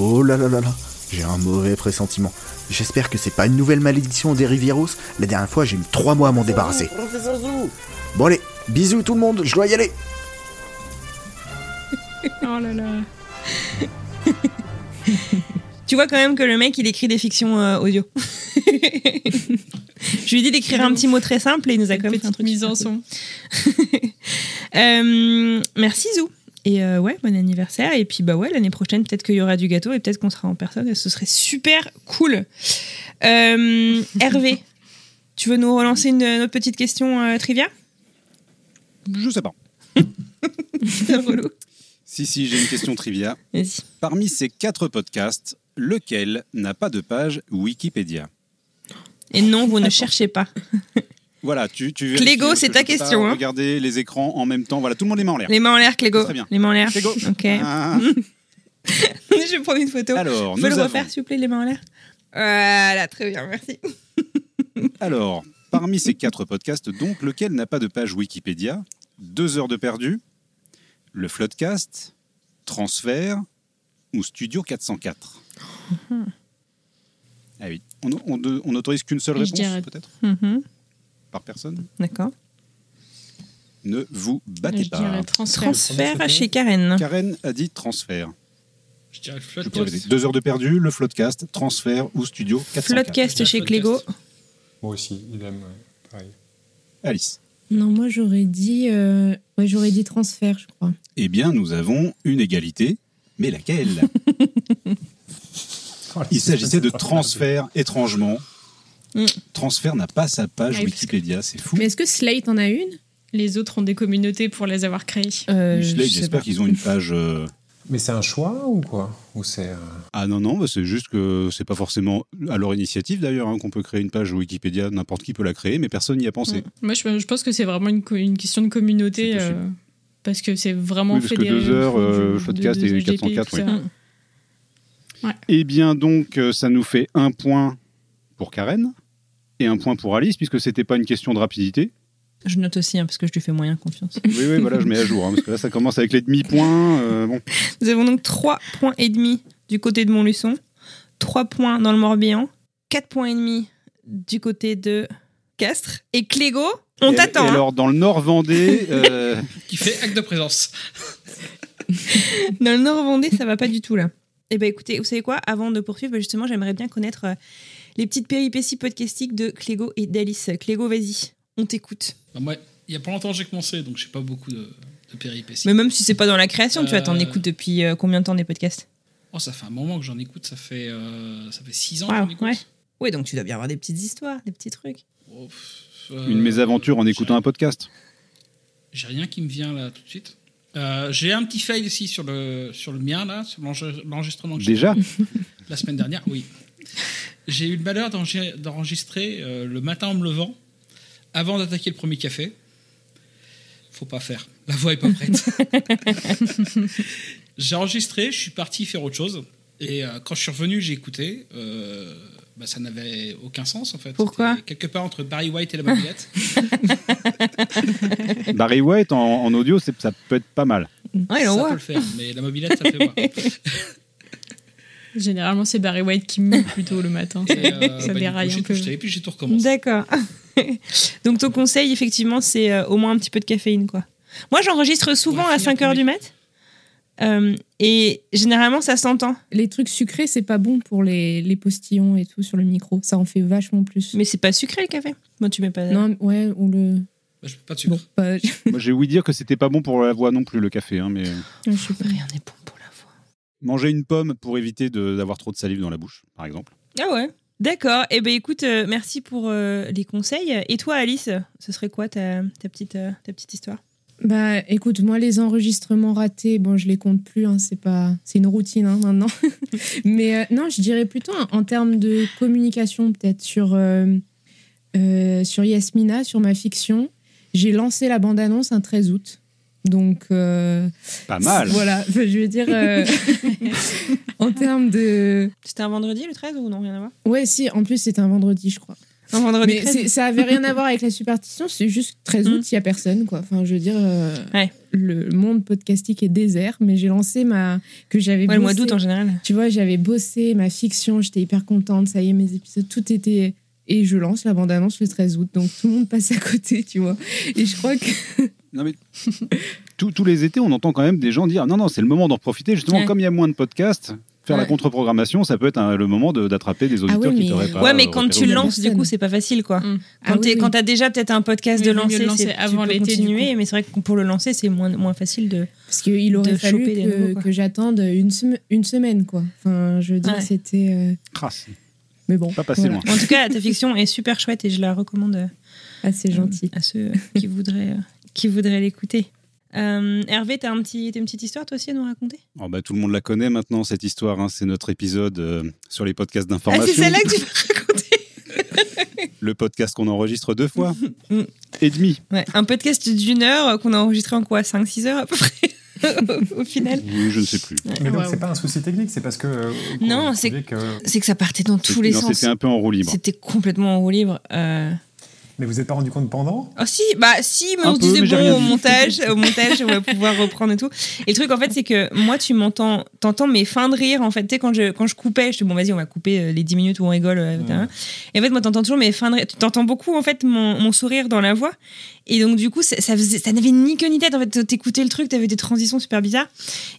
Speaker 15: Oh là là là là, j'ai un mauvais pressentiment. J'espère que c'est pas une nouvelle malédiction des Rivieros. La dernière fois, j'ai mis trois mois à m'en débarrasser.
Speaker 11: Professeur Zou.
Speaker 15: Bon allez, bisous tout le monde, je dois y aller.
Speaker 6: Oh là là.
Speaker 4: Tu vois quand même que le mec, il écrit des fictions euh, audio. Je lui ai dit d'écrire un petit mot très simple et il nous a quand même fait un truc. mise en son. Euh, merci Zou. Et euh, ouais, bon anniversaire. Et puis bah ouais, l'année prochaine, peut-être qu'il y aura du gâteau et peut-être qu'on sera en personne et ce serait super cool. Euh, Hervé, tu veux nous relancer une, une autre petite question euh, trivia
Speaker 5: Je sais pas. Si, si, j'ai une question trivia. Parmi ces quatre podcasts, lequel n'a pas de page Wikipédia
Speaker 4: Et non, vous ne cherchez pas.
Speaker 5: Voilà, tu, tu
Speaker 4: Clégo,
Speaker 5: vérifies, parce
Speaker 4: c'est
Speaker 5: que
Speaker 4: ta
Speaker 5: je peux pas
Speaker 4: question, hein.
Speaker 5: Regarder les écrans en même temps. Voilà, tout le monde les mains en l'air.
Speaker 4: Les mains en l'air, Clégo.
Speaker 5: Très bien.
Speaker 4: Les mains en l'air.
Speaker 5: Clégo.
Speaker 4: Ok.
Speaker 5: Ah.
Speaker 4: Je vais prendre une photo.
Speaker 5: Alors,
Speaker 4: Faut le
Speaker 5: nous avons-
Speaker 4: refaire, s'il vous plaît, les mains en l'air. Voilà, très bien, merci.
Speaker 5: Alors, parmi ces quatre podcasts, donc, lequel n'a pas de page Wikipédia Deux heures de perdu, le Floodcast, Transfert ou Studio 404
Speaker 4: Mhm.
Speaker 5: Ah oui, on on- on n'autorise qu'une seule
Speaker 6: Je
Speaker 5: réponse,
Speaker 6: dirais-
Speaker 5: peut-être,
Speaker 4: Mhm,
Speaker 5: par personne
Speaker 4: D'accord.
Speaker 5: Ne vous battez
Speaker 4: Je
Speaker 5: Bah, pas.
Speaker 4: dirais transfert. Transfert à chez Karen.
Speaker 5: Karen a dit transfert.
Speaker 7: Je dirais le
Speaker 5: Je
Speaker 7: floodcast.
Speaker 5: peux répéter. Deux heures de perdu, le Floodcast, transfert ou studio 404.
Speaker 4: Floodcast chez Clégo.
Speaker 8: Moi aussi, il aime. ouais, Pareil.
Speaker 5: Alice.
Speaker 9: Non, moi j'aurais dit, euh, ouais, j'aurais dit transfert, je crois.
Speaker 5: Eh bien, nous avons une égalité, mais laquelle Il s'agissait de transfert, étrangement.
Speaker 9: Mm.
Speaker 5: Transfert n'a pas sa
Speaker 4: Ah
Speaker 5: page
Speaker 6: Ouais, parce que-
Speaker 5: Wikipédia, c'est fou.
Speaker 9: Mais est-ce que Slate en a une
Speaker 6: Les autres ont des communautés pour les avoir créées.
Speaker 4: euh,
Speaker 5: Michelet, J'espère qu'ils ont une page. euh,
Speaker 8: Mais c'est un choix ou quoi Ou c'est. euh,
Speaker 5: Ah non, non, bah, c'est juste que c'est pas forcément à leur initiative d'ailleurs hein, qu'on peut créer une page Wikipédia, n'importe qui peut la créer, mais personne n'y a pensé.
Speaker 6: Moi, je, je pense que c'est vraiment une, co- une question de communauté. euh, parce que c'est vraiment
Speaker 5: Oui, parce que
Speaker 6: fédéré
Speaker 5: deux heures,
Speaker 6: autour du-
Speaker 5: euh,
Speaker 6: de-
Speaker 5: podcast
Speaker 6: de
Speaker 5: et
Speaker 6: SGP,
Speaker 5: 404,
Speaker 6: tout
Speaker 5: oui.
Speaker 6: ça.
Speaker 5: Eh bien, donc, euh, ça nous fait un point pour Karen et un point pour Alice, puisque c'était pas une question de rapidité.
Speaker 4: Je note aussi, hein, parce que je lui fais moyen confiance.
Speaker 5: Oui, oui, voilà, je mets à jour, hein, parce que là, ça commence avec les demi-points. euh, bon.
Speaker 4: Nous avons donc 3 points et demi du côté de Montluçon, 3 points dans le Morbihan, 4 points et demi du côté de Castres. Et Clégo, on
Speaker 5: Et-
Speaker 4: t'attend.
Speaker 5: et
Speaker 4: hein.
Speaker 5: alors, dans le Nord-Vendée, euh,
Speaker 7: Qui fait acte de présence.
Speaker 4: Dans le Nord-Vendée, ça va pas du tout là. Eh ben écoutez, vous savez quoi Avant de poursuivre, bah, justement, j'aimerais bien connaître euh, les petites péripéties podcastiques de Clégo et d'Alice. Clégo, vas-y, on t'écoute.
Speaker 7: Bah, moi, il y a pas longtemps que j'ai commencé, donc j'ai pas beaucoup de, de péripéties.
Speaker 4: Mais même si c'est pas dans la création, tu vois, t'en
Speaker 7: Euh,
Speaker 4: écoutes depuis euh, combien de temps des podcasts
Speaker 7: Oh, ça fait un moment que j'en écoute, ça fait, euh, ça fait six ans que
Speaker 4: Waouh,
Speaker 7: j'en écoute.
Speaker 4: ouais. Oui, donc tu dois bien avoir des petites histoires, des petits trucs.
Speaker 7: Oh, pff, euh,
Speaker 5: une mésaventure en écoutant un podcast.
Speaker 7: J'ai rien qui me vient là tout de suite. Euh, j'ai un petit fail ici sur le, sur le mien, là, sur l'enje- l'enregistrement que j'ai
Speaker 5: Déjà
Speaker 7: fait La semaine dernière, oui. J'ai eu le malheur d'enje- d'enregistrer euh, le matin en me levant, avant d'attaquer le premier café. Faut pas faire. La voix est pas prête. j'ai enregistré, je suis parti faire autre chose. Et euh, quand je suis revenu, j'ai écouté. euh, bah, ça n'avait aucun sens, en fait.
Speaker 4: Pourquoi
Speaker 7: C'était Quelque part entre Barry White et la baguette. Bah,
Speaker 5: Barry White en, en audio, c'est- ça peut être pas mal.
Speaker 7: ça peut le faire, mais la mobilette, ça fait voir.
Speaker 6: Généralement, c'est Barry White qui mue plutôt le matin. Ça,
Speaker 7: Et, euh,
Speaker 6: ça
Speaker 7: bah, du
Speaker 6: déraille
Speaker 7: coup,
Speaker 6: un
Speaker 7: j'ai
Speaker 6: peu.
Speaker 7: tout jeté, et puis j'ai tout recommencé.
Speaker 4: D'accord. Donc ton conseil, effectivement, c'est euh, au moins un petit peu de caféine, quoi. Moi, j'enregistre souvent à 5 h du mat. Euh, et généralement, ça s'entend.
Speaker 9: Les trucs sucrés, c'est pas bon pour les, les postillons et tout sur le micro. Ça en fait vachement plus.
Speaker 4: Mais c'est pas sucré le café. Moi, tu mets pas.
Speaker 9: Non, ouais, ou le. Bah,
Speaker 7: je peux pas sucre.
Speaker 9: pas-
Speaker 5: Moi, j'ai ouï dire que c'était pas bon pour la voix non plus, le café. hein, mais...
Speaker 9: Je sais pas.
Speaker 4: Rien n'est bon.
Speaker 5: Manger une pomme pour éviter de- d'avoir trop de salive dans la bouche, par exemple.
Speaker 4: Ah ouais. D'accord. Eh ben écoute, euh, merci pour euh, les conseils. Et toi, Alice, ce serait quoi ta, ta petite, euh, ta petite histoire
Speaker 9: Bah écoute, moi les enregistrements ratés, bon je les compte plus, hein, c'est pas, c'est une routine hein, maintenant. Mais euh, non, je dirais plutôt hein, en termes de communication peut-être sur euh, euh, sur Yasmina, sur ma fiction, j'ai lancé la bande annonce un 13 août, donc euh,
Speaker 5: Pas mal.
Speaker 9: Voilà, enfin, je veux dire euh, en termes de
Speaker 4: C'était un vendredi le 13 ou non Rien à voir
Speaker 9: Ouais, si, en plus, c'était un vendredi, je crois.
Speaker 4: Un vendredi Mm.
Speaker 9: Mais
Speaker 4: 13.
Speaker 9: c'est- ça avait rien à voir avec la superstition, c'est juste 13 août, il n'y a personne, quoi. Enfin, je veux dire, euh, le monde podcastique est désert, mais j'ai lancé ma. que j'avais
Speaker 4: Ouais, le mois
Speaker 9: bossé.
Speaker 4: d'août, en général.
Speaker 9: Tu vois, j'avais bossé ma fiction, j'étais hyper contente, ça y est, mes épisodes, tout était. Et je lance la bande-annonce le 13 août, donc tout le monde passe à côté, tu vois. Et je crois que.
Speaker 5: Non, mais tous- tous les étés, on entend quand même des gens dire non, non, c'est le moment d'en profiter. Justement,
Speaker 9: Ouais.
Speaker 5: comme il y a moins de podcasts, faire la
Speaker 9: Ouais.
Speaker 5: contre-programmation, ça peut être un- le moment de- d'attraper des auditeurs qui t'auraient pas.
Speaker 4: Ah ouais, mais
Speaker 5: euh,
Speaker 4: quand
Speaker 5: repéré
Speaker 4: tu
Speaker 5: au
Speaker 4: le
Speaker 5: début.
Speaker 4: lances, du coup, c'est pas facile, quoi.
Speaker 9: Ah
Speaker 4: Quand
Speaker 9: oui,
Speaker 4: t'es-
Speaker 9: oui.
Speaker 4: quand t'as déjà peut-être un podcast
Speaker 9: Oui,
Speaker 4: de
Speaker 9: il vaut mieux
Speaker 4: lancer,
Speaker 9: le lancer
Speaker 4: c'est-
Speaker 9: avant
Speaker 4: tu peux
Speaker 9: l'été, du
Speaker 4: continuer, mais c'est vrai que pour le lancer, c'est moins, moins facile de.
Speaker 9: Parce qu'il aurait
Speaker 4: de
Speaker 9: fallu
Speaker 4: choper des nouveaux,
Speaker 9: que,
Speaker 4: quoi.
Speaker 9: que j'attende une, sem- une semaine, quoi. Enfin, je veux dire,
Speaker 4: Ouais.
Speaker 9: c'était. euh, Mais bon.
Speaker 5: Pas
Speaker 9: passé
Speaker 4: Voilà. En tout cas, ta fiction est super chouette et je la recommande. euh,
Speaker 9: Assez gentil.
Speaker 4: à ceux euh, qui voudraient, euh, qui voudraient l'écouter. Euh, Hervé, t'as un petit, t'as une petite histoire toi aussi à nous raconter
Speaker 5: Oh, bah, tout le monde la connaît maintenant, cette histoire. hein. C'est notre épisode euh, sur les podcasts
Speaker 4: Ah,
Speaker 5: d'information.
Speaker 4: tu vas
Speaker 5: Le podcast qu'on enregistre deux fois et demi.
Speaker 4: ouais, Un podcast d'une heure euh, qu'on a enregistré en quoi 5-6 heures à peu près au, au final
Speaker 5: Oui, je ne sais plus.
Speaker 8: Mais donc,
Speaker 4: Waouh.
Speaker 8: c'est pas un souci technique, c'est parce que. euh, qu'on
Speaker 4: Non,
Speaker 8: a
Speaker 4: c'est-
Speaker 8: trouvé que-
Speaker 4: C'est que ça partait dans tous les
Speaker 5: Non,
Speaker 4: sens.
Speaker 5: C'était un peu en roue libre.
Speaker 4: C'était complètement en roue libre. euh.
Speaker 8: Mais vous êtes pas rendu compte pendant
Speaker 4: Ah si, bah si, mais
Speaker 8: Un
Speaker 4: on se
Speaker 8: peu,
Speaker 4: disait
Speaker 8: mais j'ai
Speaker 4: bon
Speaker 8: rien
Speaker 4: au
Speaker 8: dit.
Speaker 4: montage, au montage, on va pouvoir reprendre et tout. Et le truc en fait, c'est que moi, tu m'entends, t'entends mes fins de rire en fait. Tu sais quand je quand je coupais, je te bon vas-y, on va couper euh, les 10 minutes où on rigole. euh, etc. Et en fait, moi, t'entends toujours mes fins de rire. Tu T'entends beaucoup en fait mon, mon sourire dans la voix. Et donc du coup, ça, ça faisait, ça n'avait ni queue ni tête. En fait, t'écoutais le truc, t'avais des transitions super bizarres.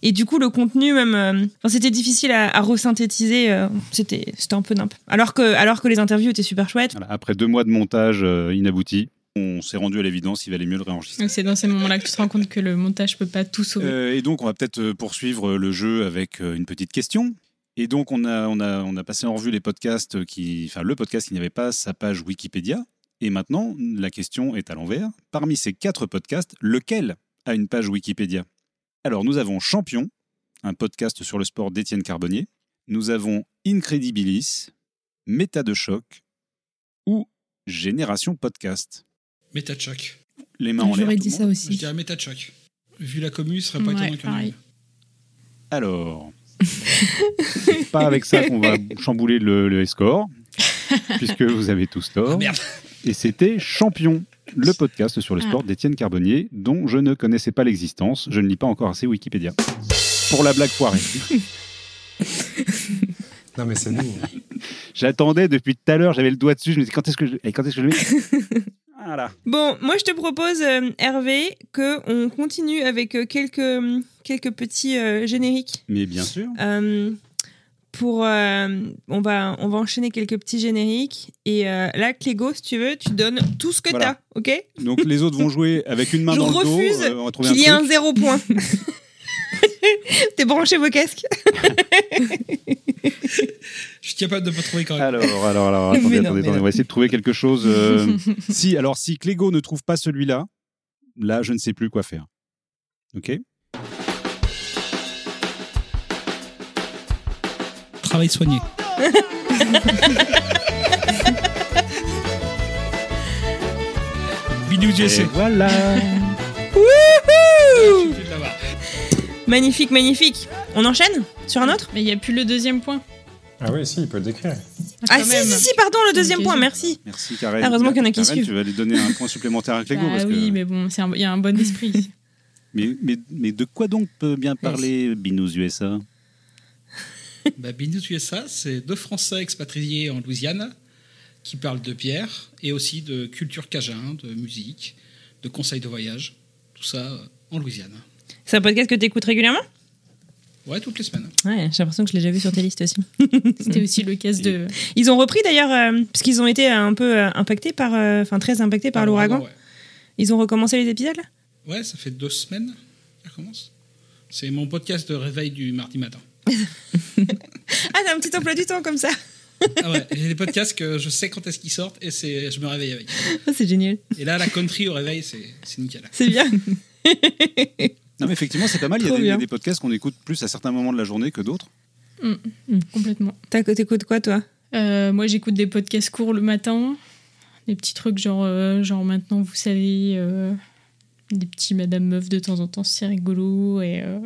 Speaker 4: Et du coup, le contenu même, euh, enfin, c'était difficile à, à resynthétiser. euh, c'était c'était un peu nimp. Alors que alors que les interviews étaient super chouettes.
Speaker 5: Voilà, Après deux mois de montage euh, inabouti, on s'est rendu à l'évidence, il valait mieux le réenregistrer.
Speaker 6: Donc, C'est dans ces moments-là que tu te rends compte que le montage peut pas tout sauver.
Speaker 5: Euh, et donc, on va peut-être euh, poursuivre euh, le jeu avec euh, une petite question. Et donc, on a, on a, on a passé en revue les podcasts qui. Enfin, le podcast qui n'avait pas sa page Wikipédia. Et maintenant, la question est à l'envers. Parmi ces quatre podcasts, lequel a une page Wikipédia Alors, nous avons Champion, un podcast sur le sport d'Étienne Carbonnier. Nous avons Incredibilis, Méta de choc ou Génération Podcast.
Speaker 7: Méta de choc.
Speaker 5: Les mains en l'air. hein, tout le monde.
Speaker 7: aussi. Je dirais méta de choc. Vu la commu, ce serait pas
Speaker 6: Ouais,
Speaker 7: étonnant qu'il y en ait
Speaker 6: pareil.
Speaker 5: Alors, c'est pas avec ça qu'on va chambouler le, le score, puisque vous avez tous tort. Et c'était Champion, le podcast sur le sport
Speaker 6: Ah.
Speaker 5: d'Étienne Carbonnier, dont je ne connaissais pas l'existence. Je ne lis pas encore assez Wikipédia. Pour la blague foirée.
Speaker 8: Non, mais c'est nous.
Speaker 5: hein. J'attendais depuis tout à l'heure, j'avais le doigt dessus, je me disais quand est-ce que je, eh, quand est-ce que je le mets Voilà.
Speaker 4: Bon, moi je te propose, euh, Hervé, que on continue avec euh, quelques, hum, quelques petits euh, génériques.
Speaker 5: Mais bien sûr.
Speaker 4: Euh, pour, euh, on, va, on va enchaîner quelques petits génériques. Et euh, là, Clégo, si tu veux, tu donnes tout ce que
Speaker 5: Voilà.
Speaker 4: t'as, ok
Speaker 5: Donc les autres vont jouer avec une main
Speaker 4: Je
Speaker 5: dans
Speaker 4: refuse
Speaker 5: le dos. euh, on va trouver
Speaker 4: qu'il y ait un
Speaker 5: truc.
Speaker 4: zéro point. T'es branché vos casques
Speaker 7: Je suis capable de pas trouver quand même.
Speaker 5: Alors, alors, alors,
Speaker 7: Mais
Speaker 5: attendez,
Speaker 7: non,
Speaker 5: attendez,
Speaker 7: mais
Speaker 5: attendez,
Speaker 7: non.
Speaker 5: on va essayer de trouver quelque chose. euh, si, alors, si Clégo ne trouve pas celui-là, là, je ne sais plus quoi faire. Ok
Speaker 7: travail soigné. Bidou
Speaker 5: Et
Speaker 7: GC.
Speaker 5: Voilà.
Speaker 4: Wouhou Magnifique, magnifique. On enchaîne sur un autre
Speaker 6: Mais il n'y a plus le deuxième point.
Speaker 8: Ah oui, si, il peut le décrire.
Speaker 4: Ah,
Speaker 6: quand
Speaker 4: si,
Speaker 6: même.
Speaker 4: si, si, pardon, le deuxième point, merci.
Speaker 5: Merci Karen.
Speaker 4: Ah, heureusement qu'il y en a qui
Speaker 5: Karen,
Speaker 4: suivent.
Speaker 5: Tu vas lui donner un point supplémentaire avec
Speaker 6: Bah
Speaker 5: l'ego. parce que-
Speaker 6: oui, mais bon, c'est un- il y a un bon esprit.
Speaker 5: mais, mais, mais de quoi donc peut bien parler Binous USA
Speaker 7: Bah, Binous USA, c'est deux Français expatriés en Louisiane qui parlent de bière et aussi de culture cajun, de musique, de conseils de voyage. Tout ça euh, en Louisiane.
Speaker 4: C'est un podcast que t'écoutes régulièrement
Speaker 7: Ouais, toutes les semaines.
Speaker 4: Ouais, j'ai l'impression que je l'ai déjà vu sur tes listes aussi.
Speaker 6: C'était aussi le caisse de.
Speaker 4: Ils ont repris d'ailleurs, euh, parce qu'ils ont été euh, un peu euh, impactés par, euh, enfin très impactés
Speaker 5: Ah,
Speaker 4: par, l'ouragan.
Speaker 7: ouais.
Speaker 4: Ils ont recommencé les épisodes là
Speaker 7: Ouais, ça fait deux semaines que ça commence. C'est mon podcast de réveil du mardi matin.
Speaker 4: Ah, t'as un petit emploi du temps comme ça.
Speaker 7: Ah ouais, j'ai des podcasts que je sais quand est-ce qu'ils sortent et c'est, je me réveille avec.
Speaker 4: c'est génial.
Speaker 7: Et là, la country au réveil, c'est, c'est nickel.
Speaker 4: C'est bien.
Speaker 5: Non, mais effectivement, c'est pas mal. Il y, a
Speaker 4: Trop
Speaker 5: des- il y a
Speaker 4: bien.
Speaker 5: des podcasts qu'on écoute plus à certains moments de la journée que d'autres.
Speaker 6: Mm, Complètement.
Speaker 4: T'as- T'écoutes quoi toi
Speaker 6: Euh, moi, j'écoute des podcasts courts le matin, des petits trucs genre, euh, genre maintenant, vous savez, euh, des petits Madame Meuf de temps en temps, c'est rigolo, et, euh,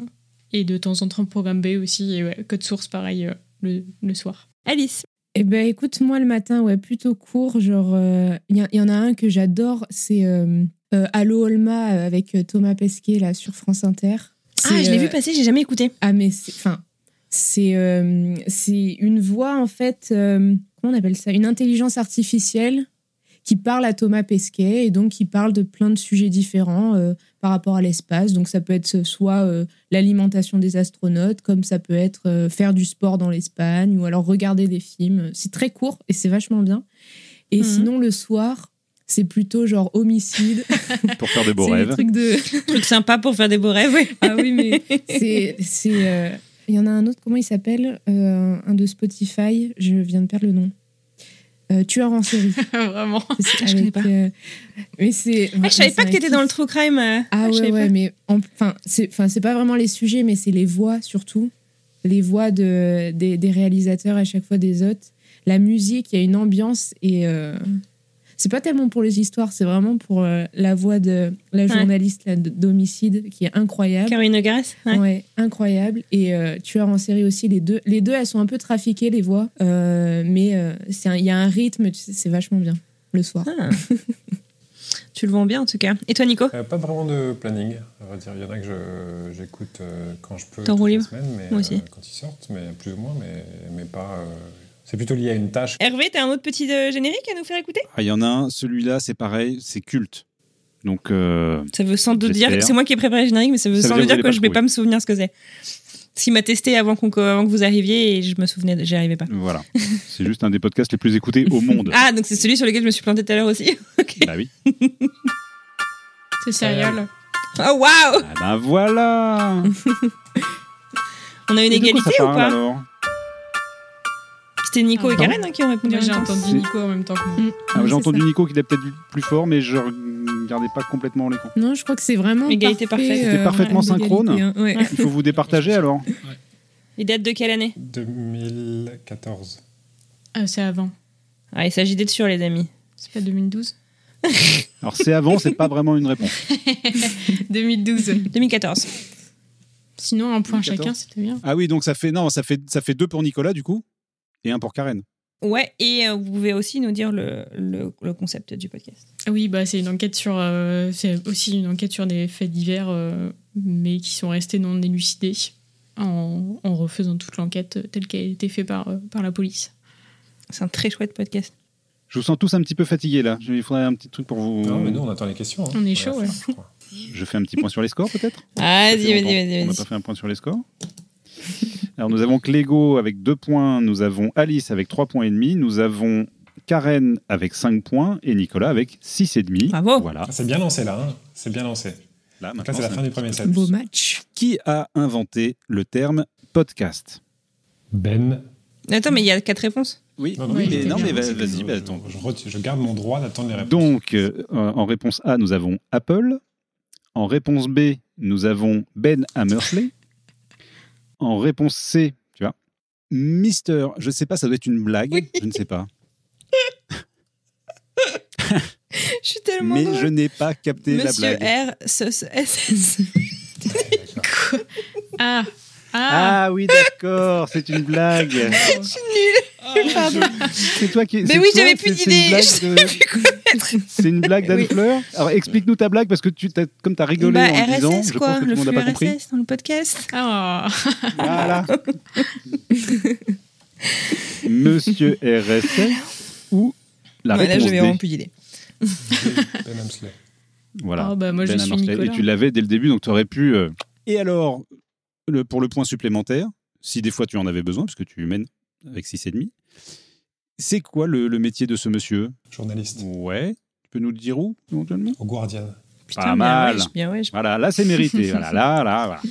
Speaker 6: et de temps en temps, Programme B aussi, et ouais, Code Source, pareil, euh, le, le soir.
Speaker 4: Alice.
Speaker 9: Eh ben écoute, moi le matin, ouais, plutôt court. Genre, euh, il y, a- il y en a un que j'adore, c'est euh, euh, Allo Olma euh, avec euh, Thomas Pesquet là sur France Inter.
Speaker 4: Ah,
Speaker 9: C'est,
Speaker 4: je l'ai
Speaker 9: euh,
Speaker 4: vu passer, j'ai jamais écouté.
Speaker 9: Ah mais c'est, enfin, c'est euh, c'est une voix en fait, euh, comment on appelle ça, une intelligence artificielle qui parle à Thomas Pesquet et donc qui parle de plein de sujets différents euh, par rapport à l'espace. Donc ça peut être soit euh, l'alimentation des astronautes, comme ça peut être euh, faire du sport dans l'Espagne ou alors regarder des films. C'est très court et c'est vachement bien. Et
Speaker 6: Mhm.
Speaker 9: sinon le soir, c'est plutôt genre homicide.
Speaker 5: Pour faire de beaux
Speaker 9: C'est des
Speaker 5: rêves.
Speaker 9: trucs de
Speaker 4: Truc sympa pour faire des beaux rêves, ouais.
Speaker 9: ah oui, mais c'est. c'est, euh, Il y en a un autre, comment il s'appelle Euh, Un de Spotify, je viens de perdre le nom. Euh, tueur en série.
Speaker 6: Vraiment.
Speaker 9: C'est avec,
Speaker 4: Je connais pas.
Speaker 9: euh, mais c'est.
Speaker 4: Ah, je savais pas que t'étais dans le true crime. euh.
Speaker 9: Ah
Speaker 4: je
Speaker 9: ouais,
Speaker 4: savais
Speaker 9: ouais,
Speaker 4: pas.
Speaker 9: mais en- enfin, c'est enfin, c'est pas vraiment les sujets, mais c'est les voix surtout. Les voix de, des, des réalisateurs à chaque fois des autres. La musique, il y a une ambiance et. euh, c'est pas tellement pour les histoires, c'est vraiment pour euh, la voix de la
Speaker 4: Ouais.
Speaker 9: journaliste là, d- d'homicide qui est incroyable.
Speaker 4: Caroline Nogares ouais.
Speaker 9: Ouais. incroyable. Et euh, tueur en série aussi, les deux, les deux, elles sont un peu trafiquées, les voix. Euh, mais euh, c'est un- il y a un rythme, tu sais, c'est vachement bien le soir.
Speaker 4: Ah. tu le vends bien en tout cas. Et toi, Nico
Speaker 8: Euh, pas vraiment de planning, à vrai dire. Il y en a que je- j'écoute euh, quand je peux,
Speaker 4: T'en
Speaker 8: toutes
Speaker 4: roules
Speaker 8: les
Speaker 4: libre
Speaker 8: semaines, mais,
Speaker 4: Moi aussi.
Speaker 8: euh, quand ils sortent, mais plus ou moins, mais, mais pas. euh, C'est plutôt lié à une tâche.
Speaker 4: Hervé, t'as un autre petit euh, générique à nous faire écouter
Speaker 5: Ah, Il y en a un, celui-là, c'est pareil, c'est culte. Donc, euh,
Speaker 4: Ça veut sans doute dire.
Speaker 5: J'espère.
Speaker 4: C'est moi qui ai préparé le générique, mais ça veut
Speaker 5: Ça
Speaker 4: sans
Speaker 5: veut
Speaker 4: doute
Speaker 5: dire que
Speaker 4: dire que
Speaker 5: vous
Speaker 4: je
Speaker 5: l'avez
Speaker 4: vais
Speaker 5: pas
Speaker 4: pas me souvenir ce que c'est. S'il m'a testé avant, qu'on- avant que vous arriviez et je me souvenais, j'y arrivais pas.
Speaker 5: voilà. c'est juste un des podcasts les plus écoutés au monde.
Speaker 4: Ah, donc c'est celui sur lequel je me suis plantée tout à l'heure aussi. ok.
Speaker 5: Bah oui.
Speaker 6: C'est sérieux, là.
Speaker 4: Oh waouh
Speaker 5: Ah ben voilà
Speaker 4: On a une
Speaker 5: Et de quoi
Speaker 4: égalité
Speaker 5: ça
Speaker 4: ou
Speaker 5: parle,
Speaker 4: pas
Speaker 5: alors Ah,
Speaker 4: C'était Nico
Speaker 6: Ah,
Speaker 4: et Karen hein, qui ont répondu.
Speaker 6: Moi,
Speaker 4: en même
Speaker 6: J'ai
Speaker 4: temps. Mm.
Speaker 6: entendu
Speaker 5: C'est-
Speaker 6: Nico en même temps que moi.
Speaker 5: Ah, J'ai
Speaker 9: c'est
Speaker 5: entendu
Speaker 9: ça.
Speaker 5: Nico qui l'a peut-être vu plus fort, mais je regardais pas complètement
Speaker 4: Euh,
Speaker 5: l'écran.
Speaker 9: Non, je crois que c'est vraiment.
Speaker 4: Égalité
Speaker 9: parfait,
Speaker 4: parfaite.
Speaker 5: C'était parfaitement
Speaker 9: d'égalité,
Speaker 5: synchrone.
Speaker 9: hein, ouais.
Speaker 5: Il faut vous départager alors
Speaker 4: Il date de quelle année
Speaker 8: 2014.
Speaker 6: Ah, c'est avant.
Speaker 4: Ah, il s'agit d'être sûr, les amis.
Speaker 6: C'est pas 2012
Speaker 5: Alors c'est avant, c'est pas vraiment une réponse.
Speaker 6: 2012.
Speaker 4: 2014.
Speaker 6: Sinon, un point
Speaker 5: 2014.
Speaker 6: chacun, c'était bien.
Speaker 5: Ah oui, donc ça fait non, ça fait ça fait deux pour Nicolas du coup et un pour Karen.
Speaker 4: Ouais, et euh, vous pouvez aussi nous dire le, le- le concept du podcast.
Speaker 6: Ah Oui, bah, c'est une enquête sur. euh, c'est aussi une enquête sur des faits divers, euh, mais qui sont restés non élucidés en, en refaisant toute l'enquête euh, telle qu'elle a été faite par, euh, par la police.
Speaker 4: C'est un très chouette podcast.
Speaker 5: Je vous sens tous un petit peu fatigués là. Je- Il faudrait un petit truc pour vous.
Speaker 8: Non, mais nous, on attend les questions. hein.
Speaker 6: On est
Speaker 8: va
Speaker 6: chaud, ouais.
Speaker 8: la faire, je crois.
Speaker 5: Je fais un petit point sur les scores peut-être. Ça
Speaker 4: Vas-y,
Speaker 5: fait longtemps
Speaker 4: Ah, vas-y, vas-y.
Speaker 5: qu'on n'a
Speaker 4: vas-y.
Speaker 5: pas fait un point sur les scores. Alors nous avons Clégo avec deux points, nous avons Alice avec trois points et demi, nous avons Karen avec 5 points et Nicolas avec 6 et demi.
Speaker 4: Bravo.
Speaker 5: Voilà.
Speaker 8: Ah, C'est bien lancé, là. hein. C'est bien lancé.
Speaker 5: Là,
Speaker 8: Donc
Speaker 5: maintenant,
Speaker 8: là, c'est la
Speaker 5: c'est-
Speaker 8: fin du premier set.
Speaker 9: Beau match.
Speaker 5: Qui a inventé le terme podcast
Speaker 8: Ben.
Speaker 4: Attends, mais il y a quatre réponses.
Speaker 5: Oui,
Speaker 8: Ah,
Speaker 6: Oui, mais- non,
Speaker 5: mais va- vas-y, bah, attends.
Speaker 8: Je, reti- je garde mon droit d'attendre les réponses.
Speaker 5: Donc, euh, en réponse A, nous avons Apple. En réponse B, nous avons Ben Hammersley. En réponse C, tu vois, Mister, je sais pas, ça doit être une blague, je ne sais pas.
Speaker 16: Je suis tellement.
Speaker 5: Mais
Speaker 16: drôle.
Speaker 5: je n'ai pas capté la
Speaker 16: Monsieur
Speaker 5: blague.
Speaker 16: R, sauce SS.
Speaker 6: Ah.
Speaker 5: Ah, oui, d'accord, c'est une blague.
Speaker 16: Je suis
Speaker 14: Ah,
Speaker 16: nulle. Pardon.
Speaker 5: C'est toi qui.
Speaker 16: Mais
Speaker 5: c'est
Speaker 16: oui,
Speaker 5: toi,
Speaker 16: j'avais plus
Speaker 5: c'est- c'est une
Speaker 16: d'idées.
Speaker 5: blague
Speaker 16: Je savais
Speaker 5: de-
Speaker 16: plus quoi mettre.
Speaker 5: C'est une blague d'Anne
Speaker 16: Oui.
Speaker 5: Fleur Alors explique-nous ta blague parce que tu t'as, comme tu as rigolé
Speaker 16: Bah,
Speaker 5: en le disant,
Speaker 16: RSS,
Speaker 5: je
Speaker 16: quoi.
Speaker 5: pense que tout
Speaker 16: Le
Speaker 5: le monde n'a
Speaker 16: flux
Speaker 5: pas compris.
Speaker 16: RSS dans le podcast.
Speaker 6: Ah.
Speaker 5: Voilà. Monsieur RSS ou la
Speaker 16: Voilà,
Speaker 5: réponse
Speaker 16: j'avais
Speaker 5: D.
Speaker 16: vraiment plus d'idées.
Speaker 8: Ben Hamsley.
Speaker 5: Voilà.
Speaker 6: Oh, bah, moi, je suis
Speaker 5: Hamsley. Et
Speaker 6: Nicolas.
Speaker 5: tu l'avais dès le début, donc tu aurais pu. euh, Et alors, le- pour le point supplémentaire, si des fois tu en avais besoin, parce que tu mènes avec 6,5, c'est quoi le, le métier de ce monsieur
Speaker 8: Journaliste.
Speaker 5: Ouais. Tu peux nous le dire où, éventuellement
Speaker 8: Au Guardian.
Speaker 5: Pas mal.
Speaker 16: Bien, ouais, je-
Speaker 5: Voilà, là c'est mérité. voilà, là, là, voilà.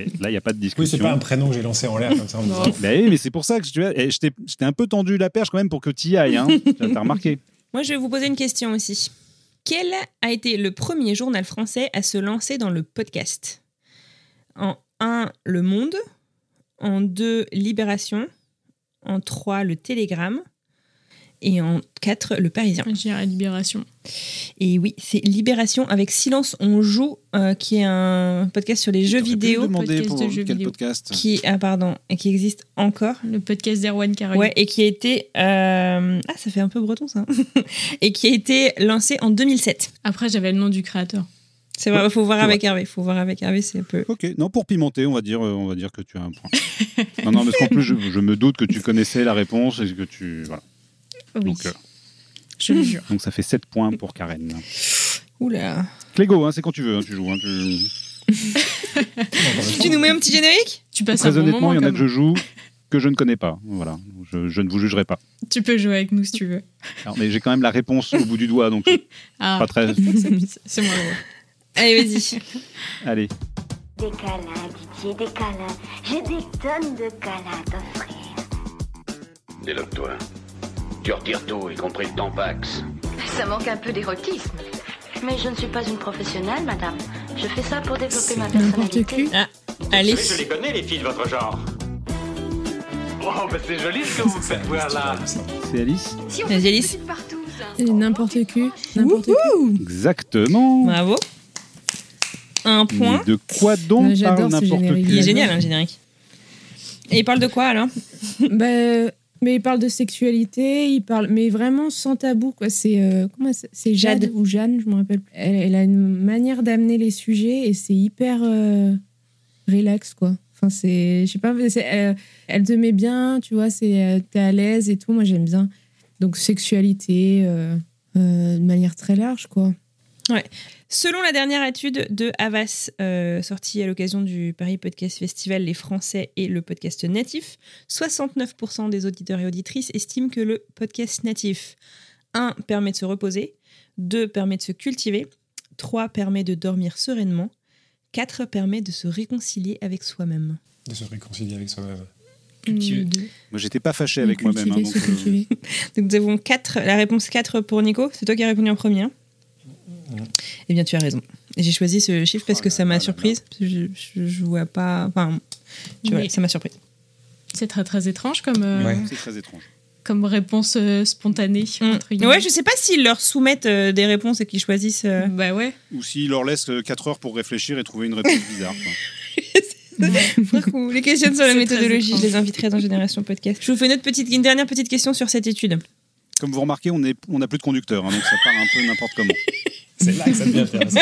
Speaker 5: Et là, il n'y a pas de
Speaker 8: Oui,
Speaker 5: discussion.
Speaker 8: c'est pas un prénom que j'ai lancé en l'air comme ça en me disant.
Speaker 5: Bah oui, mais c'est pour ça que tu vois, eh, je t'ai je t'ai un peu tendu la perche quand même pour que tu y ailles. Hein. T'as t'as remarqué
Speaker 4: Moi, je vais vous poser une question aussi. Quel a été le premier journal français à se lancer dans le podcast En 1, Le Monde. En 2, Libération. En 3, Le Télégramme. Et en 4, Le Parisien.
Speaker 6: J'irai Libération.
Speaker 4: Et oui, c'est Libération avec Silence on joue, euh, qui est un podcast sur les jeux
Speaker 5: T'aurais pu
Speaker 4: vidéo.
Speaker 5: me demander
Speaker 6: podcast
Speaker 5: pour
Speaker 6: de jeux
Speaker 5: quel
Speaker 6: vidéo.
Speaker 5: podcast
Speaker 4: Qui, ah pardon, et qui existe encore.
Speaker 6: Le podcast d'Erwan Caroline.
Speaker 4: Ouais, et qui a été. euh, Ah, ça fait un peu breton ça. et qui a été lancé en 2007.
Speaker 6: Après, j'avais le nom du créateur.
Speaker 4: C'est vrai, faut voir
Speaker 5: c'est
Speaker 4: avec Hervé. Faut voir avec Hervé, c'est un peu.
Speaker 5: Ok, non, pour pimenter, on va dire, euh, on va dire que tu as un point. non, non, parce qu'en plus, je, je me doute que tu connaissais la réponse et que tu. Voilà.
Speaker 6: Oui.
Speaker 5: Donc, euh,
Speaker 6: Je le jure.
Speaker 5: donc ça fait 7 points pour Karen.
Speaker 4: Oula.
Speaker 5: Clégo, hein, c'est quand tu veux, hein, tu joues. hein, tu-
Speaker 4: Tu nous mets un petit générique
Speaker 6: Tu passes
Speaker 5: Très
Speaker 6: un bon
Speaker 5: honnêtement,
Speaker 6: moment.
Speaker 5: il y en a
Speaker 6: quand
Speaker 5: que
Speaker 6: même.
Speaker 5: je joue que je ne connais pas. Voilà, je, je ne vous jugerai pas.
Speaker 6: Tu peux jouer avec nous si tu veux.
Speaker 5: Alors, mais j'ai quand même la réponse au bout du doigt, donc c'est
Speaker 6: Ah.
Speaker 5: pas très.
Speaker 6: C'est- C'est moins drôle.
Speaker 4: Allez, vas-y.
Speaker 5: Allez,
Speaker 14: Des câlins, Didier, des câlins. J'ai des tonnes de câlins à t'offrir.
Speaker 7: Déloque-toi. Tu retires tout, y compris le tampax.
Speaker 14: Ça manque un peu d'érotisme. Mais je ne suis pas une professionnelle, madame. Je fais ça pour développer ma personnalité.
Speaker 4: Ah, allez.
Speaker 7: Je les connais, les filles de votre genre. Oh, bah c'est joli ce que vous faites voir là.
Speaker 5: c'est Alice.
Speaker 4: Vas-y, Alice.
Speaker 9: Et N'importe qui. N'importe qui.
Speaker 5: Exactement.
Speaker 4: Bravo. Un point.
Speaker 5: Mais de quoi
Speaker 9: Ouais,
Speaker 5: donc
Speaker 9: j'adore
Speaker 5: parle
Speaker 9: ce
Speaker 5: n'importe
Speaker 9: générique.
Speaker 4: Il est
Speaker 5: qui
Speaker 4: génial, hein, le générique. Et il parle de quoi alors
Speaker 9: Bah, mais il parle de sexualité, il parle, mais vraiment sans tabou. quoi. C'est euh, comment elle s- c'est Jade,
Speaker 4: Jade.
Speaker 9: ou Jeanne, je me rappelle. plus. Elle, elle a une manière d'amener les sujets et c'est hyper euh, relax, quoi. Enfin, c'est, je sais pas, c'est, euh, elle te met bien, tu vois, c'est, euh, t'es à l'aise et tout. Moi, j'aime bien. Donc sexualité euh, euh, de manière très large, quoi.
Speaker 4: Selon la dernière étude de Havas, euh, sortie à l'occasion du Paris Podcast Festival Les Français et le podcast natif, 69% des auditeurs et auditrices estiment que le podcast natif 1. permet de se reposer 2. permet de se cultiver 3. permet de dormir sereinement 4. permet de se réconcilier avec soi-même.
Speaker 8: De se réconcilier avec soi-même.
Speaker 17: Cultivé.
Speaker 5: Moi, j'étais pas fâché avec moi-même. hein,
Speaker 9: Cultiver,
Speaker 5: donc,
Speaker 9: se cultiver.
Speaker 4: Donc nous avons 4, la réponse 4 pour Nico, c'est toi qui as répondu en premier. hein
Speaker 8: Non.
Speaker 4: eh bien, tu as raison. J'ai choisi ce chiffre parce
Speaker 5: Oh
Speaker 4: que
Speaker 5: là
Speaker 4: ça
Speaker 5: là
Speaker 4: m'a
Speaker 5: là
Speaker 4: surprise. parce que Je, je, je vois pas. Enfin, tu vois,
Speaker 6: Oui.
Speaker 4: ça m'a surprise.
Speaker 6: C'est très très étrange comme, euh,
Speaker 8: Ouais.
Speaker 5: euh, C'est très étrange.
Speaker 6: comme réponse euh, spontanée. Entre guillemets.
Speaker 4: Mm. Ouais, je sais pas s'ils leur soumettent euh, des réponses et qu'ils choisissent. euh,
Speaker 6: Bah ouais.
Speaker 5: Ou s'il leur laisse 4 heures pour réfléchir et trouver une réponse bizarre. quoi.
Speaker 4: Vous les questionne sur la
Speaker 6: C'est
Speaker 4: méthodologie.
Speaker 6: très
Speaker 4: Je les inviterai dans Génération Podcast. Je vous fais une, autre petite, une dernière petite question sur cette étude.
Speaker 5: Comme vous remarquez, on est- on n'a plus de conducteur, hein, donc ça part un peu n'importe comment.
Speaker 8: C'est là que ça devient intéressant.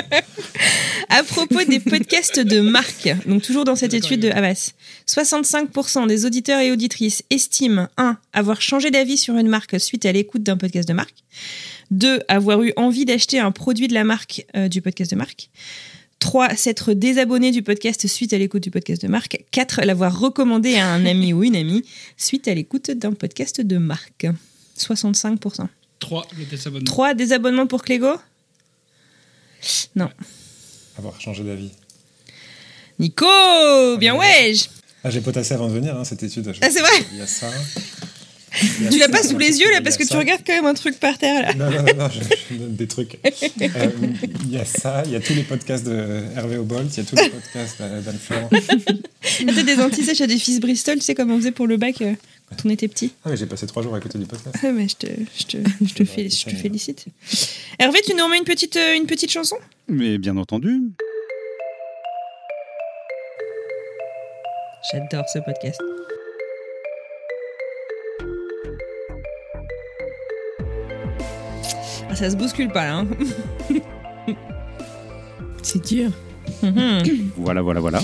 Speaker 4: À propos des podcasts de marque, donc toujours dans cette étude de Havas, 65% des auditeurs et auditrices estiment 1. avoir changé d'avis sur une marque suite à l'écoute d'un podcast de marque, 2. avoir eu envie d'acheter un produit de la marque euh, du podcast de marque, 3. s'être désabonné du podcast suite à l'écoute du podcast de marque, 4. l'avoir recommandé à un ami ou une amie suite à l'écoute d'un podcast de marque. 65%.
Speaker 17: 3, le désabonnement.
Speaker 4: 3. Désabonnement pour Clégo
Speaker 8: Avoir changé d'avis.
Speaker 4: Nico Bien
Speaker 8: Ah,
Speaker 4: ouais
Speaker 8: Ah, j'ai potassé avant de venir, hein, cette étude.
Speaker 4: Ah, c'est vrai
Speaker 8: Il y a ça.
Speaker 4: Tu l'as pas sous les yeux là parce que tu regardes quand même un truc par terre là.
Speaker 8: Non, non, non, non, je, je note des trucs. Euh, Il y a ça, il y a tous les podcasts de Hervé Obolt, il y a tous les podcasts euh, d'Anne Florent.
Speaker 4: Ah, T'as des antisèches à des fils Bristol, tu sais comme on faisait pour le bac euh, quand on était petit.
Speaker 8: Ah, mais j'ai passé trois jours à écouter du podcast.
Speaker 4: Ah, mais je te, je te, je te, fé- je te félicite. Hervé, tu nous remets une petite, euh, une petite chanson
Speaker 5: Mais bien entendu.
Speaker 4: J'adore ce podcast. Ah, ça se bouscule pas là. hein.
Speaker 9: C'est dur.
Speaker 4: Mm-hmm. Hmm.
Speaker 5: Voilà, voilà, voilà.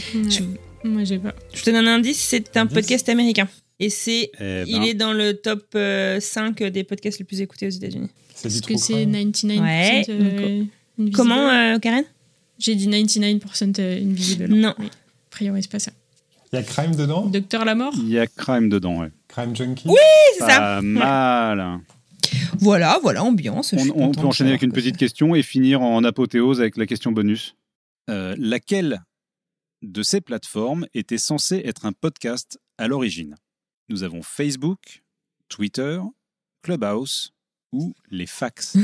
Speaker 6: Moi, j'ai pas.
Speaker 4: Je te donne un indice, c'est un podcast américain. Et c'est,
Speaker 5: Eh ben.
Speaker 4: il est dans le top euh, 5 des podcasts les plus écoutés aux États-Unis.
Speaker 8: C'est
Speaker 6: Parce que c'est 99%
Speaker 4: Ouais.
Speaker 6: euh, Invisible.
Speaker 4: Comment, euh, Karen
Speaker 6: J'ai dit 99% euh, Invisible.
Speaker 4: Non.
Speaker 6: Oui. A priori, c'est pas ça.
Speaker 8: Il y a Crime dedans
Speaker 6: Docteur la mort
Speaker 5: Il y a crime dedans, ouais.
Speaker 8: Crime Junkie
Speaker 4: Oui, c'est ça.
Speaker 5: Pas mal.
Speaker 4: Voilà, voilà, ambiance. je
Speaker 5: On,
Speaker 4: suis
Speaker 5: on
Speaker 4: contente
Speaker 5: peut
Speaker 4: de
Speaker 5: enchaîner avec
Speaker 4: savoir
Speaker 5: une
Speaker 4: que
Speaker 5: petite question et finir en apothéose avec la question bonus. Euh, laquelle de ces plateformes était censée être un podcast à l'origine Nous avons Facebook, Twitter, Clubhouse ou les fax.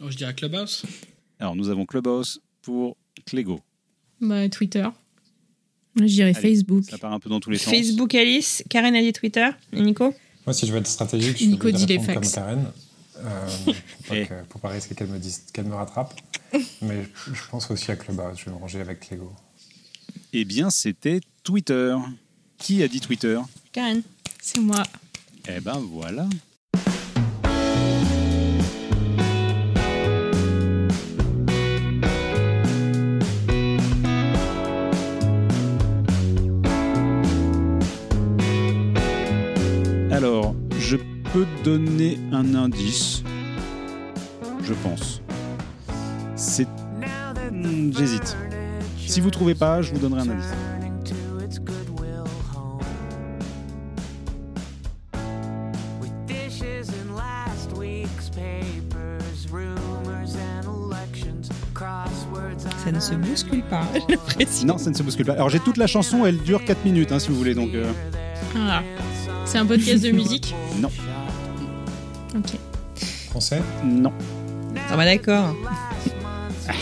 Speaker 7: Oh, je dirais Clubhouse.
Speaker 5: Alors nous avons Clubhouse pour Clégo.
Speaker 6: Bah, Twitter.
Speaker 9: Je dirais
Speaker 5: Allez,
Speaker 9: Facebook.
Speaker 5: Ça part un peu dans tous les
Speaker 4: c'est
Speaker 5: sens.
Speaker 4: Facebook Alice, Karen a dit Twitter, et Nico
Speaker 8: Moi, si je veux être stratégique, je
Speaker 6: Nico
Speaker 8: vais
Speaker 6: dit les
Speaker 8: répondre comme
Speaker 6: fax.
Speaker 8: Karen. Euh, pour, pas que- pour pas risquer qu'elle me, dise- qu'elle me rattrape. Mais je- je pense aussi à Clubhouse, je vais me ranger avec Lego.
Speaker 5: Eh bien c'était Twitter. Qui a dit Twitter
Speaker 4: Karen.
Speaker 6: C'est moi.
Speaker 5: Eh ben voilà. Alors, je peux donner un indice, je pense. C'est... Hmm, J'hésite. Si vous trouvez pas, je vous donnerai un indice.
Speaker 18: Dishes in last week's papers, rumors and elections, crosswords
Speaker 4: Ça ne se bouscule pas, j'ai l'impression.
Speaker 5: Non, ça ne se bouscule pas. Alors j'ai toute la chanson, elle dure 4 minutes, hein, si vous voulez. Donc, euh,
Speaker 6: Ah. C'est un podcast de musique
Speaker 5: non,
Speaker 6: Ok.
Speaker 8: Français
Speaker 5: non.
Speaker 4: Ah bah d'accord.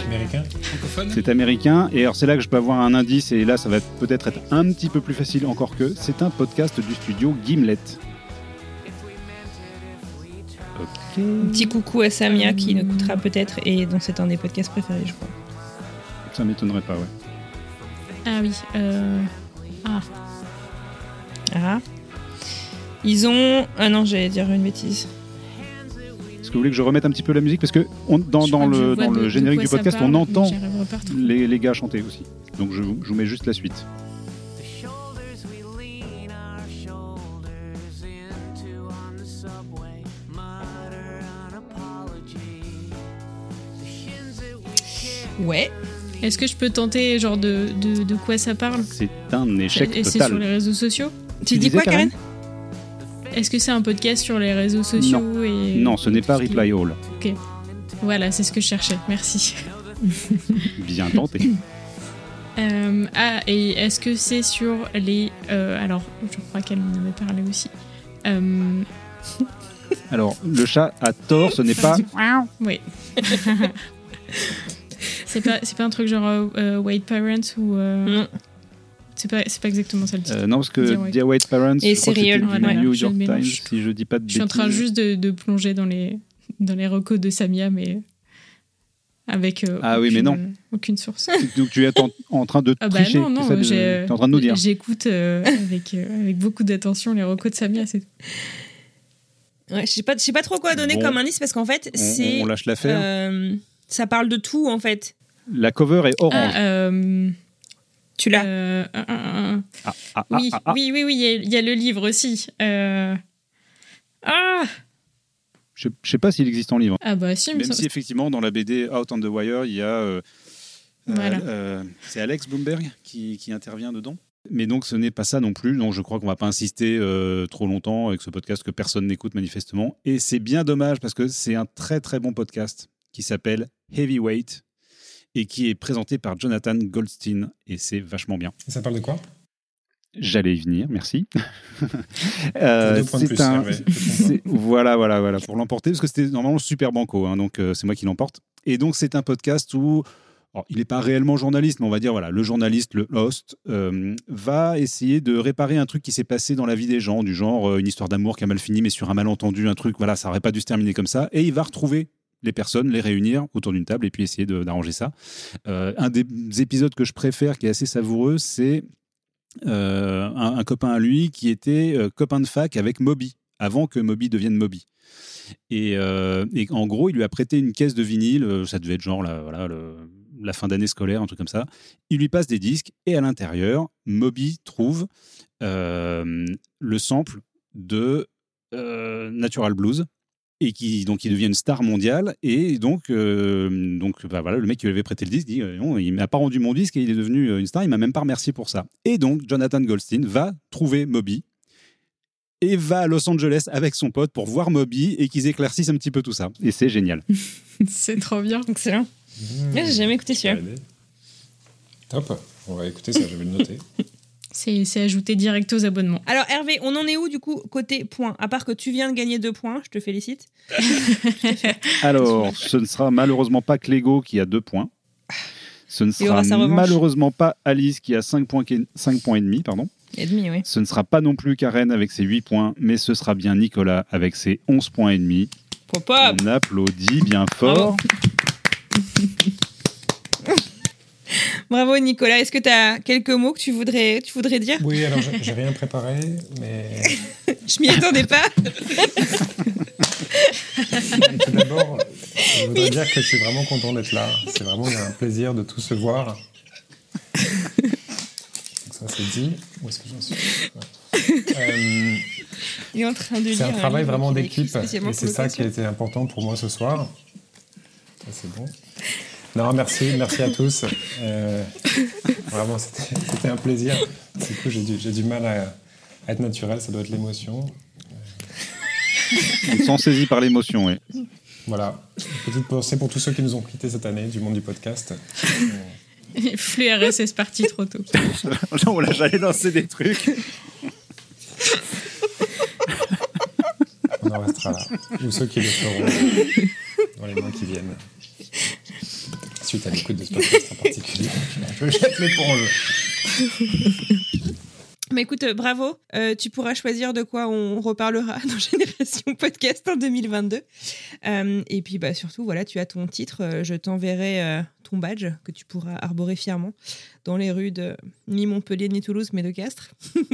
Speaker 8: Américain
Speaker 7: Francophone
Speaker 5: C'est américain. Et alors c'est là que je peux avoir un indice. Et là, ça va peut-être être un petit peu plus facile encore que. C'est un podcast du studio Gimlet. Ok.
Speaker 4: Un petit coucou à Samia qui nous coûtera peut-être et dont c'est un des podcasts préférés, je crois.
Speaker 5: Ça m'étonnerait pas, ouais.
Speaker 6: Ah oui. euh, Ah.
Speaker 4: Ah. Ils ont. Ah non, j'allais dire une bêtise.
Speaker 5: Est-ce que vous voulez que je remette un petit peu la musique Parce que on- dans,
Speaker 6: Je
Speaker 5: dans
Speaker 6: crois que je
Speaker 5: le,
Speaker 6: vois
Speaker 5: dans
Speaker 6: de-
Speaker 5: le
Speaker 6: de
Speaker 5: générique
Speaker 6: quoi
Speaker 5: du
Speaker 6: ça
Speaker 5: podcast,
Speaker 6: parle,
Speaker 5: on
Speaker 6: mais
Speaker 5: entend
Speaker 6: j'arriverai pas à retrouver.
Speaker 5: les, les gars chanter aussi. Donc je, vous- je vous mets juste la suite.
Speaker 4: Ouais.
Speaker 6: Est-ce que je peux tenter, genre, de, de, de quoi ça parle
Speaker 5: C'est un échec
Speaker 6: Et c'est sur
Speaker 5: total.
Speaker 6: les réseaux sociaux
Speaker 4: Tu dis
Speaker 5: disais,
Speaker 4: quoi, Karen
Speaker 6: Est-ce que c'est un podcast sur les réseaux sociaux et...
Speaker 5: Non, ce n'est pas
Speaker 6: tout ce qui-
Speaker 5: Reply All.
Speaker 6: Ok. Voilà, c'est ce que je cherchais. Merci.
Speaker 5: Bien tenté.
Speaker 6: Euh, ah, et est-ce que c'est sur les. euh, alors, je crois qu'elle en avait parlé aussi. Euh,
Speaker 5: Alors, le chat a tort, ce n'est pas.
Speaker 6: oui. c'est pas, c'est pas un truc genre euh, euh, White Parents ou. euh,
Speaker 4: Non.
Speaker 6: C'est pas, c'est pas exactement ça le titre.
Speaker 5: Euh, non, parce
Speaker 6: Dear
Speaker 5: que
Speaker 6: White-
Speaker 5: Dear White Parents,
Speaker 4: Et
Speaker 5: je crois que
Speaker 4: Serial,
Speaker 5: c'était du
Speaker 6: voilà,
Speaker 5: New
Speaker 6: je
Speaker 5: York
Speaker 6: mélange
Speaker 5: Times,
Speaker 6: tout.
Speaker 5: si je dis pas de
Speaker 6: Je suis en train
Speaker 5: bêtises.
Speaker 6: juste de, de plonger dans les, dans les recos de Samia, mais. Avec. euh,
Speaker 5: Ah oui, mais
Speaker 6: aucune-
Speaker 5: non.
Speaker 6: euh, Aucune source.
Speaker 5: Donc tu es en, en train de
Speaker 6: Ah bah
Speaker 5: tricher.
Speaker 6: non,
Speaker 5: c'est
Speaker 6: non,
Speaker 5: ça, de-
Speaker 6: j'ai-
Speaker 5: t'es en train de nous dire.
Speaker 6: j'écoute euh, avec, euh, avec beaucoup d'attention les recos de Samia, c'est
Speaker 4: Ouais, je sais pas, je sais pas trop quoi donner
Speaker 5: Bon.
Speaker 4: comme indice parce qu'en fait,
Speaker 5: On,
Speaker 4: c'est.
Speaker 5: on lâche l'affaire.
Speaker 4: euh, ça parle de tout en fait.
Speaker 5: La cover est orange.
Speaker 6: Ah, euh,
Speaker 4: Tu l'as
Speaker 6: euh, un, un, un.
Speaker 5: Ah, ah, ah,
Speaker 6: oui,
Speaker 5: ah, ah.
Speaker 6: oui, oui, oui, il y a- il y, a le livre aussi. Euh, Ah,
Speaker 5: Je je sais pas s'il existe en livre.
Speaker 6: ah bah si, il me
Speaker 5: Même
Speaker 6: semble-
Speaker 5: si effectivement dans la BD Out on the Wire, il y a. euh, euh,
Speaker 6: Voilà.
Speaker 5: euh, c'est Alex Bloomberg qui, qui intervient dedans. Mais donc ce n'est pas ça non plus. Donc je crois qu'on va pas insister euh, trop longtemps avec ce podcast que personne n'écoute manifestement. Et c'est bien dommage parce que c'est un très très bon podcast qui s'appelle Heavyweight et qui est présenté par Jonathan Goldstein et c'est vachement bien.
Speaker 8: Et ça parle de quoi
Speaker 5: J'allais y venir, merci. Euh,
Speaker 8: Deux points de
Speaker 5: c'est
Speaker 8: plus,
Speaker 5: un-
Speaker 8: ouais, ouais.
Speaker 5: c'est- voilà, voilà, voilà, pour l'emporter, parce que c'était normalement super banco, hein, donc euh, c'est moi qui l'emporte. Et donc c'est un podcast où, alors, il n'est pas réellement journaliste, mais on va dire, voilà, le journaliste, le host, euh, va essayer de réparer un truc qui s'est passé dans la vie des gens, du genre euh, une histoire d'amour qui a mal fini, mais sur un malentendu, un truc, voilà, ça n'aurait pas dû se terminer comme ça, et il va retrouver les personnes, les réunir autour d'une table et puis essayer de- d'arranger ça. Euh, un des épisodes que je préfère, qui est assez savoureux, c'est euh, un, un copain à lui qui était euh, copain de fac avec Moby, avant que Moby devienne Moby. Et, euh, et en gros, il lui a prêté une caisse de vinyle, euh, ça devait être genre la, voilà, le- la fin d'année scolaire, un truc comme ça. Il lui passe des disques et à l'intérieur, Moby trouve euh, le sample de euh, Natural Blues et qui donc il devient une star mondiale et donc euh, donc bah, voilà le mec qui lui avait prêté le disque dit euh, non il m'a pas rendu mon disque et il est devenu euh, une star il m'a même pas remercié pour ça et donc Jonathan Goldstein va trouver Moby et va à Los Angeles avec son pote pour voir Moby et qu'ils éclaircissent un petit peu tout ça et c'est génial
Speaker 6: C'est trop bien. Ah, Excellent.
Speaker 19: Ouais, j'ai jamais écouté celui-là.
Speaker 8: Top. On va écouter ça, je vais le noter.
Speaker 6: C'est c'est ajouté direct aux abonnements.
Speaker 4: Alors Hervé, on en est où du coup côté points À part que tu viens de gagner deux points, je te félicite.
Speaker 5: alors ce ne sera malheureusement pas Clégo qui a deux points ce ne
Speaker 4: Il aura
Speaker 5: sera
Speaker 4: sa revanche.
Speaker 5: malheureusement pas Alice qui a 5 points, cinq points et demi pardon
Speaker 4: Et demi, oui.
Speaker 5: Ce ne sera pas non plus Karen avec ses 8 points, mais ce sera bien Nicolas avec ses 11 points et demi. On applaudit bien fort.
Speaker 4: Bravo Nicolas, est-ce que tu as quelques mots que tu voudrais, tu voudrais dire
Speaker 8: Oui, alors j'ai j'ai rien préparé, mais
Speaker 4: Je m'y attendais pas.
Speaker 8: tout d'abord, je voudrais dire que je suis vraiment content d'être là. C'est vraiment un plaisir de tous se voir. Donc ça c'est dit. Où est-ce que j'en suis Ouais. Euh,
Speaker 4: Il est en train de
Speaker 8: C'est un
Speaker 4: lire
Speaker 8: travail
Speaker 4: livre
Speaker 8: vraiment
Speaker 4: qu'il a écrit
Speaker 8: d'équipe
Speaker 4: spécialement
Speaker 8: et
Speaker 4: pour
Speaker 8: c'est ça qui
Speaker 4: l'occasion.
Speaker 8: a été important pour moi ce soir. Ça, C'est bon. Non, merci, merci à tous. Euh, vraiment, c'était c'était un plaisir. Du coup, j'ai du, j'ai du mal à, à être naturel, ça doit être l'émotion.
Speaker 5: On s'en saisit par l'émotion, oui.
Speaker 8: Voilà. Petite pensée pour tous ceux qui nous ont quittés cette année du monde du podcast.
Speaker 6: Flux RSS parti trop tôt.
Speaker 5: Non, Oh là, j'allais lancer des trucs.
Speaker 8: On en restera là. Ou ceux qui le feront dans les mois qui viennent. Suite à l'écoute de ce podcast en particulier. Je jette l'éponge.
Speaker 4: Mais écoute, euh, bravo. Euh, tu pourras choisir de quoi on reparlera dans Génération Podcast en 2022. Euh, et puis bah, surtout, voilà, tu as ton titre. Euh, Je t'enverrai euh, ton badge que tu pourras arborer fièrement dans les rues de ni Montpellier, ni Toulouse, mais de Castres.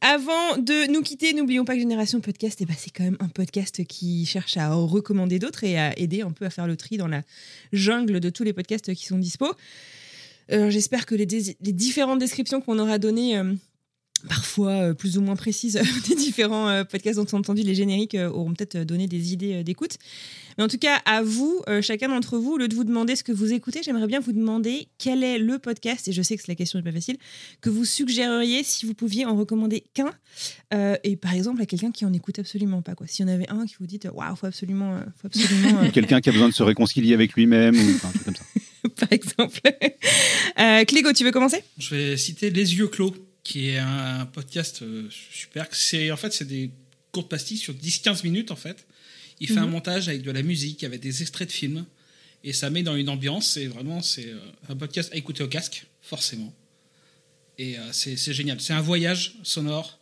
Speaker 4: Avant de nous quitter, n'oublions pas que Génération Podcast, eh ben, c'est quand même un podcast qui cherche à recommander d'autres et à aider un peu à faire le tri dans la jungle de tous les podcasts qui sont dispo. Euh, J'espère que les, dés- les différentes descriptions qu'on aura données, euh, parfois euh, plus ou moins précises, des différents euh, podcasts dont on a entendu les génériques, euh, auront peut-être donné des idées euh, d'écoute. Mais en tout cas, à vous, euh, chacun d'entre vous, au lieu de vous demander ce que vous écoutez, j'aimerais bien vous demander quel est le podcast, et je sais que la question n'est pas facile, que vous suggéreriez si vous pouviez en recommander qu'un, euh, et par exemple à quelqu'un qui en écoute absolument pas. Quoi. Si on avait un qui vous dit, waouh, faut absolument, euh, faut absolument euh,
Speaker 5: Quelqu'un qui a besoin de se réconcilier avec lui-même ou enfin, un truc comme ça.
Speaker 4: par exemple. Euh, Clégo, tu veux commencer
Speaker 7: Je vais citer Les Yeux Clos, qui est un podcast euh, super. C'est, en fait, c'est des courtes pastilles sur 10-15 minutes, en fait. Il fait un
Speaker 20: Mhm.
Speaker 7: montage avec de la musique, avec des extraits de films. Et ça met dans une ambiance. Et vraiment, c'est euh, un podcast à écouter au casque, forcément. Et euh, c'est c'est génial. C'est un voyage sonore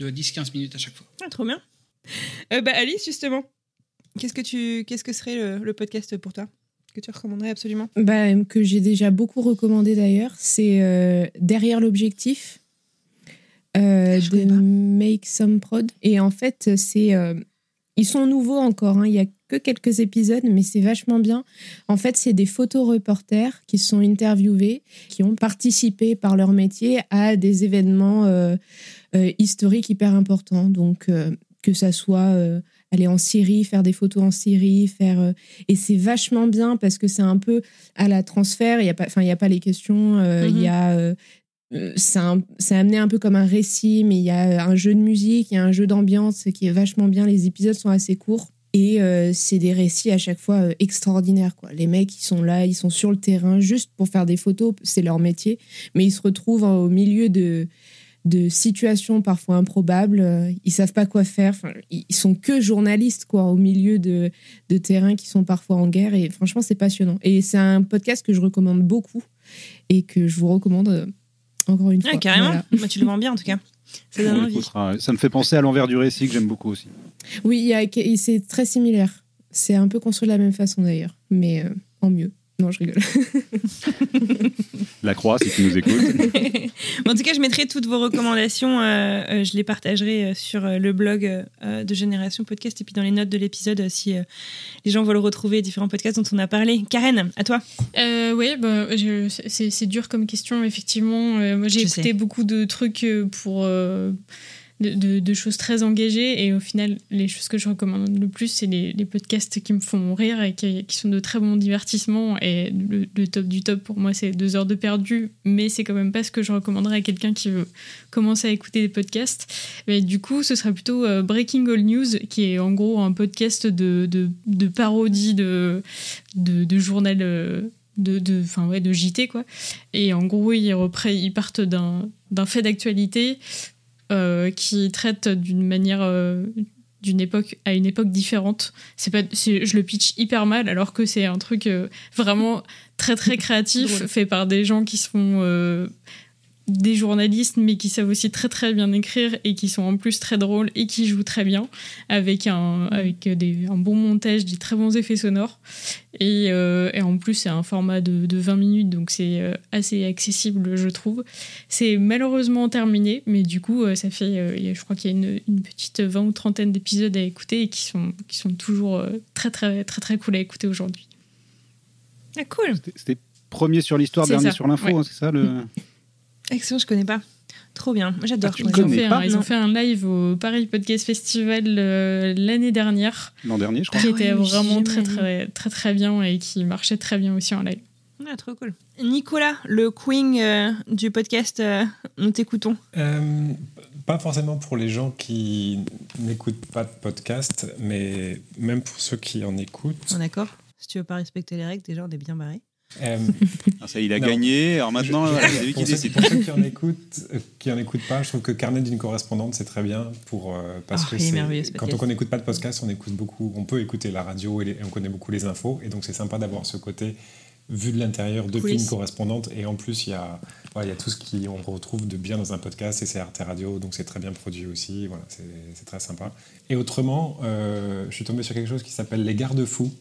Speaker 7: de 10-15 minutes à chaque fois.
Speaker 4: Ah, trop bien. Euh, bah, Alice, justement, qu'est-ce que tu, qu'est-ce que serait le, le podcast pour toi que tu recommanderais absolument
Speaker 9: Bah, euh, que j'ai déjà beaucoup recommandé d'ailleurs, c'est euh, Derrière l'objectif euh, de Make Some Prod. Et en fait, c'est euh, ils sont nouveaux encore. hein, Il y a que quelques épisodes, mais c'est vachement bien. En fait, c'est des photoreporters qui sont interviewés, qui ont participé par leur métier à des événements euh, euh, historiques hyper importants. Donc, euh, que ça soit euh, aller en Syrie, faire des photos en Syrie, faire euh, et c'est vachement bien parce que c'est un peu à la transfert. Il y a pas, enfin, il y a pas les questions. euh, Il y a euh, euh, c'est un- c'est amené un peu comme un euh, récit, mais il y a un jeu de musique, il y a un jeu d'ambiance qui est vachement bien. Les épisodes sont assez courts. Et euh, c'est des récits à chaque fois euh, extraordinaires. Quoi. Les mecs, ils sont là, ils sont sur le terrain juste pour faire des photos, c'est leur métier, mais ils se retrouvent euh, au milieu de, de situations parfois improbables. euh, Ils savent pas quoi faire. Enfin, ils ils sont que journalistes quoi, au milieu de, de terrains qui sont parfois en guerre. Et franchement, c'est passionnant. Et c'est un podcast que je recommande beaucoup et que je vous recommande euh, encore une fois.
Speaker 4: Ah, carrément.
Speaker 9: Voilà.
Speaker 4: Bah, tu le vends bien en tout cas. Ça donne
Speaker 5: On
Speaker 4: envie.
Speaker 5: écoutera. Ça me fait penser à l'envers du récit que j'aime beaucoup aussi.
Speaker 9: Oui, il y a- et c'est très similaire. C'est un peu construit de la même façon d'ailleurs, mais euh, en mieux. Non, je rigole.
Speaker 5: La croix, si tu nous écoutes.
Speaker 4: Bon, en tout cas, je mettrai toutes vos recommandations. euh, euh, je les partagerai euh, sur euh, le blog euh, euh, de Génération Podcast et puis dans les notes de l'épisode euh, si euh, les gens veulent retrouver différents podcasts dont on a parlé. Karen, à toi.
Speaker 6: Euh, oui, bah, je- c'est c'est dur comme question, effectivement. Euh, moi, j'ai
Speaker 4: Je
Speaker 6: écouté
Speaker 4: sais.
Speaker 6: beaucoup de trucs euh, pour. euh, de, de- de choses très engagées et au final les choses que je recommande le plus c'est les, les podcasts qui me font rire et qui, qui sont de très bons divertissements et le, le top du top pour moi c'est deux heures de perdu mais c'est quand même pas ce que je recommanderais à quelqu'un qui veut commencer à écouter des podcasts mais du coup ce serait plutôt euh, Breaking All News qui est en gros un podcast de, de, de parodie de, de, de journal euh, de, de, enfin, ouais, de JT quoi et en gros ils, reprennent- ils partent d'un d'un fait d'actualité euh, qui traite d'une manière euh, d'une époque à une époque différente. C'est pas, c'est- je le pitch hyper mal alors que c'est un truc euh, vraiment très très créatif
Speaker 21: Drôle.
Speaker 6: fait par des gens qui sont euh, des journalistes mais qui savent aussi très très bien écrire et qui sont en plus très drôles et qui jouent très bien avec un avec des, un bon montage, des très bons effets sonores et, euh, et en plus c'est un format de, de 20 minutes donc c'est euh, assez accessible je trouve. C'est malheureusement terminé mais du coup euh, ça fait euh, il y a- je crois qu'il y a une, une petite vingt ou trentaine d'épisodes à écouter et qui sont qui sont toujours euh, très très très très cool à écouter aujourd'hui.
Speaker 4: Ah, cool.
Speaker 5: C'était premier sur l'histoire,
Speaker 6: C'est
Speaker 5: dernier
Speaker 6: ça,
Speaker 5: sur l'info,
Speaker 6: ouais. Mm.
Speaker 5: hein, c'est ça le...
Speaker 4: Excellent, je connais pas. Trop bien. Moi, J'adore.
Speaker 5: Ah, tu
Speaker 4: quand
Speaker 5: connais
Speaker 4: ils
Speaker 6: Fait
Speaker 4: font-
Speaker 6: un-
Speaker 4: Non.
Speaker 6: ils ont fait un live au Paris Podcast Festival euh, l'année dernière
Speaker 5: L'an dernier, je crois.
Speaker 6: qui était
Speaker 4: Ah ouais, mais j'ai
Speaker 6: vraiment
Speaker 4: jamais
Speaker 6: très
Speaker 4: allé.
Speaker 6: très très très bien et qui marchait très bien aussi en live.
Speaker 4: Ah, trop cool. Nicolas, le queen euh, du podcast, euh, nous t'écoutons.
Speaker 8: Euh, pas forcément pour les gens qui n'écoutent pas de podcast, mais même pour ceux qui en écoutent.
Speaker 4: On est d'accord Si tu veux pas respecter les règles, déjà, on est bien barré.
Speaker 8: Euh,
Speaker 5: Ah, ça, il a
Speaker 8: Non.
Speaker 5: gagné, alors maintenant,
Speaker 8: Je- je-
Speaker 5: voilà, c'est lui qui
Speaker 8: pour, ceux,
Speaker 5: décide.
Speaker 8: pour ceux qui en écoutent, euh, qui en écoutent pas, je trouve que Carnet d'une correspondante c'est très bien pour euh, parce
Speaker 4: Oh,
Speaker 8: que
Speaker 4: il est
Speaker 8: c'est-
Speaker 4: merveilleux, ce
Speaker 8: quand
Speaker 4: podcast.
Speaker 8: on n'écoute pas de podcast, on écoute beaucoup, on peut écouter la radio et, les- et on connaît beaucoup les infos et donc c'est sympa d'avoir ce côté vu de l'intérieur depuis
Speaker 4: Coulisses.
Speaker 8: une correspondante et en plus il y a ouais, il y a tout ce qui on retrouve de bien dans un podcast et c'est Arte Radio donc c'est très bien produit aussi voilà c'est c'est très sympa et autrement euh, je suis tombé sur quelque chose qui s'appelle les garde-fous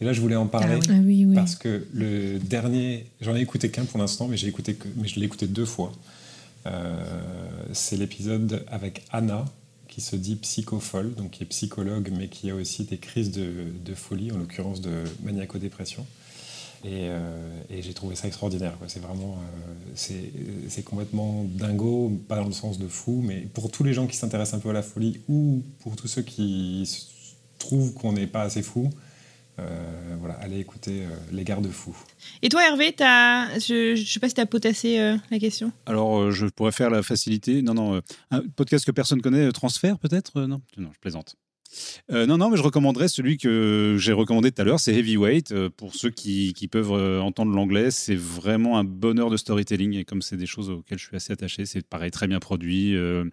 Speaker 8: et là je voulais en parler
Speaker 9: Ah oui, oui.
Speaker 8: parce que le dernier, j'en ai écouté qu'un pour l'instant, mais, j'ai écouté que- mais je l'ai écouté deux fois. Euh, c'est l'épisode avec Anna, qui se dit psychofolle, donc qui est psychologue, mais qui a aussi des crises de, de folie, en l'occurrence de maniaco-dépression. Et, euh, et j'ai trouvé ça extraordinaire. quoi. C'est vraiment, euh, c'est c'est complètement dingo, pas dans le sens de fou, mais pour tous les gens qui s'intéressent un peu à la folie ou pour tous ceux qui s- trouvent qu'on n'est pas assez fou, euh, voilà, allez écouter euh, Les Garde-Fous.
Speaker 4: Et toi, Hervé, t'as- je, je sais pas si t'as potassé euh, la question.
Speaker 5: Alors, euh, je pourrais faire la facilité. Non, non, euh, un podcast que personne connaît, euh, Transfert peut-être Euh, Non, non, je plaisante. Euh, non, non, mais je recommanderais celui que j'ai recommandé tout à l'heure, c'est Heavyweight. Euh, Pour ceux qui, qui peuvent euh, entendre l'anglais, c'est vraiment un bonheur de storytelling. Et comme c'est des choses auxquelles je suis assez attaché, c'est pareil, très bien produit. Euh,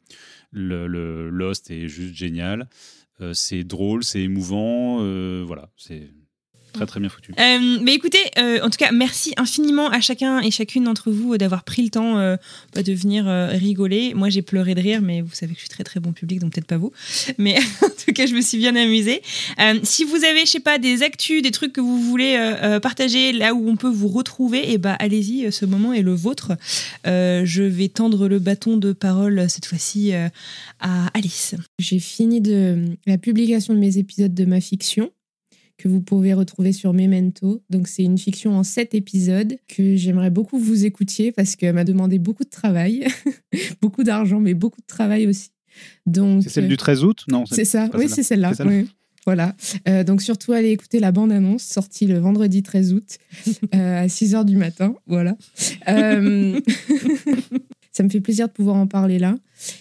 Speaker 5: le, le Lost est juste génial. Euh, c'est drôle, c'est émouvant. Euh, voilà, c'est très très bien foutu.
Speaker 4: Euh, mais écoutez, euh, en tout cas, merci infiniment à chacun et chacune d'entre vous euh, d'avoir pris le temps euh, bah, de venir euh, rigoler. Moi, j'ai pleuré de rire, mais vous savez que je suis très très bon public, donc peut-être pas vous. Mais en tout cas, je me suis bien amusée. Euh, si vous avez, je sais pas, des actus, des trucs que vous voulez euh, euh, partager, là où on peut vous retrouver, et bah allez-y, euh, ce moment est le vôtre. Euh, je vais tendre le bâton de parole euh, cette fois-ci euh, à Alice.
Speaker 9: J'ai fini de la publication de mes épisodes de ma fiction que vous pouvez retrouver sur Memento. Donc c'est une fiction en sept épisodes que j'aimerais beaucoup vous écoutiez parce qu'elle m'a demandé beaucoup de travail, beaucoup d'argent, mais beaucoup de travail aussi. Donc euh,
Speaker 5: C'est celle du 13 août Non,
Speaker 9: c'est ça,
Speaker 5: pas
Speaker 9: oui, c'est celle-là. oui. Voilà. Euh, donc surtout, allez écouter la bande-annonce sortie le vendredi 13 août euh, à 6 h du matin. Voilà. Euh, ça me fait plaisir de pouvoir en parler là.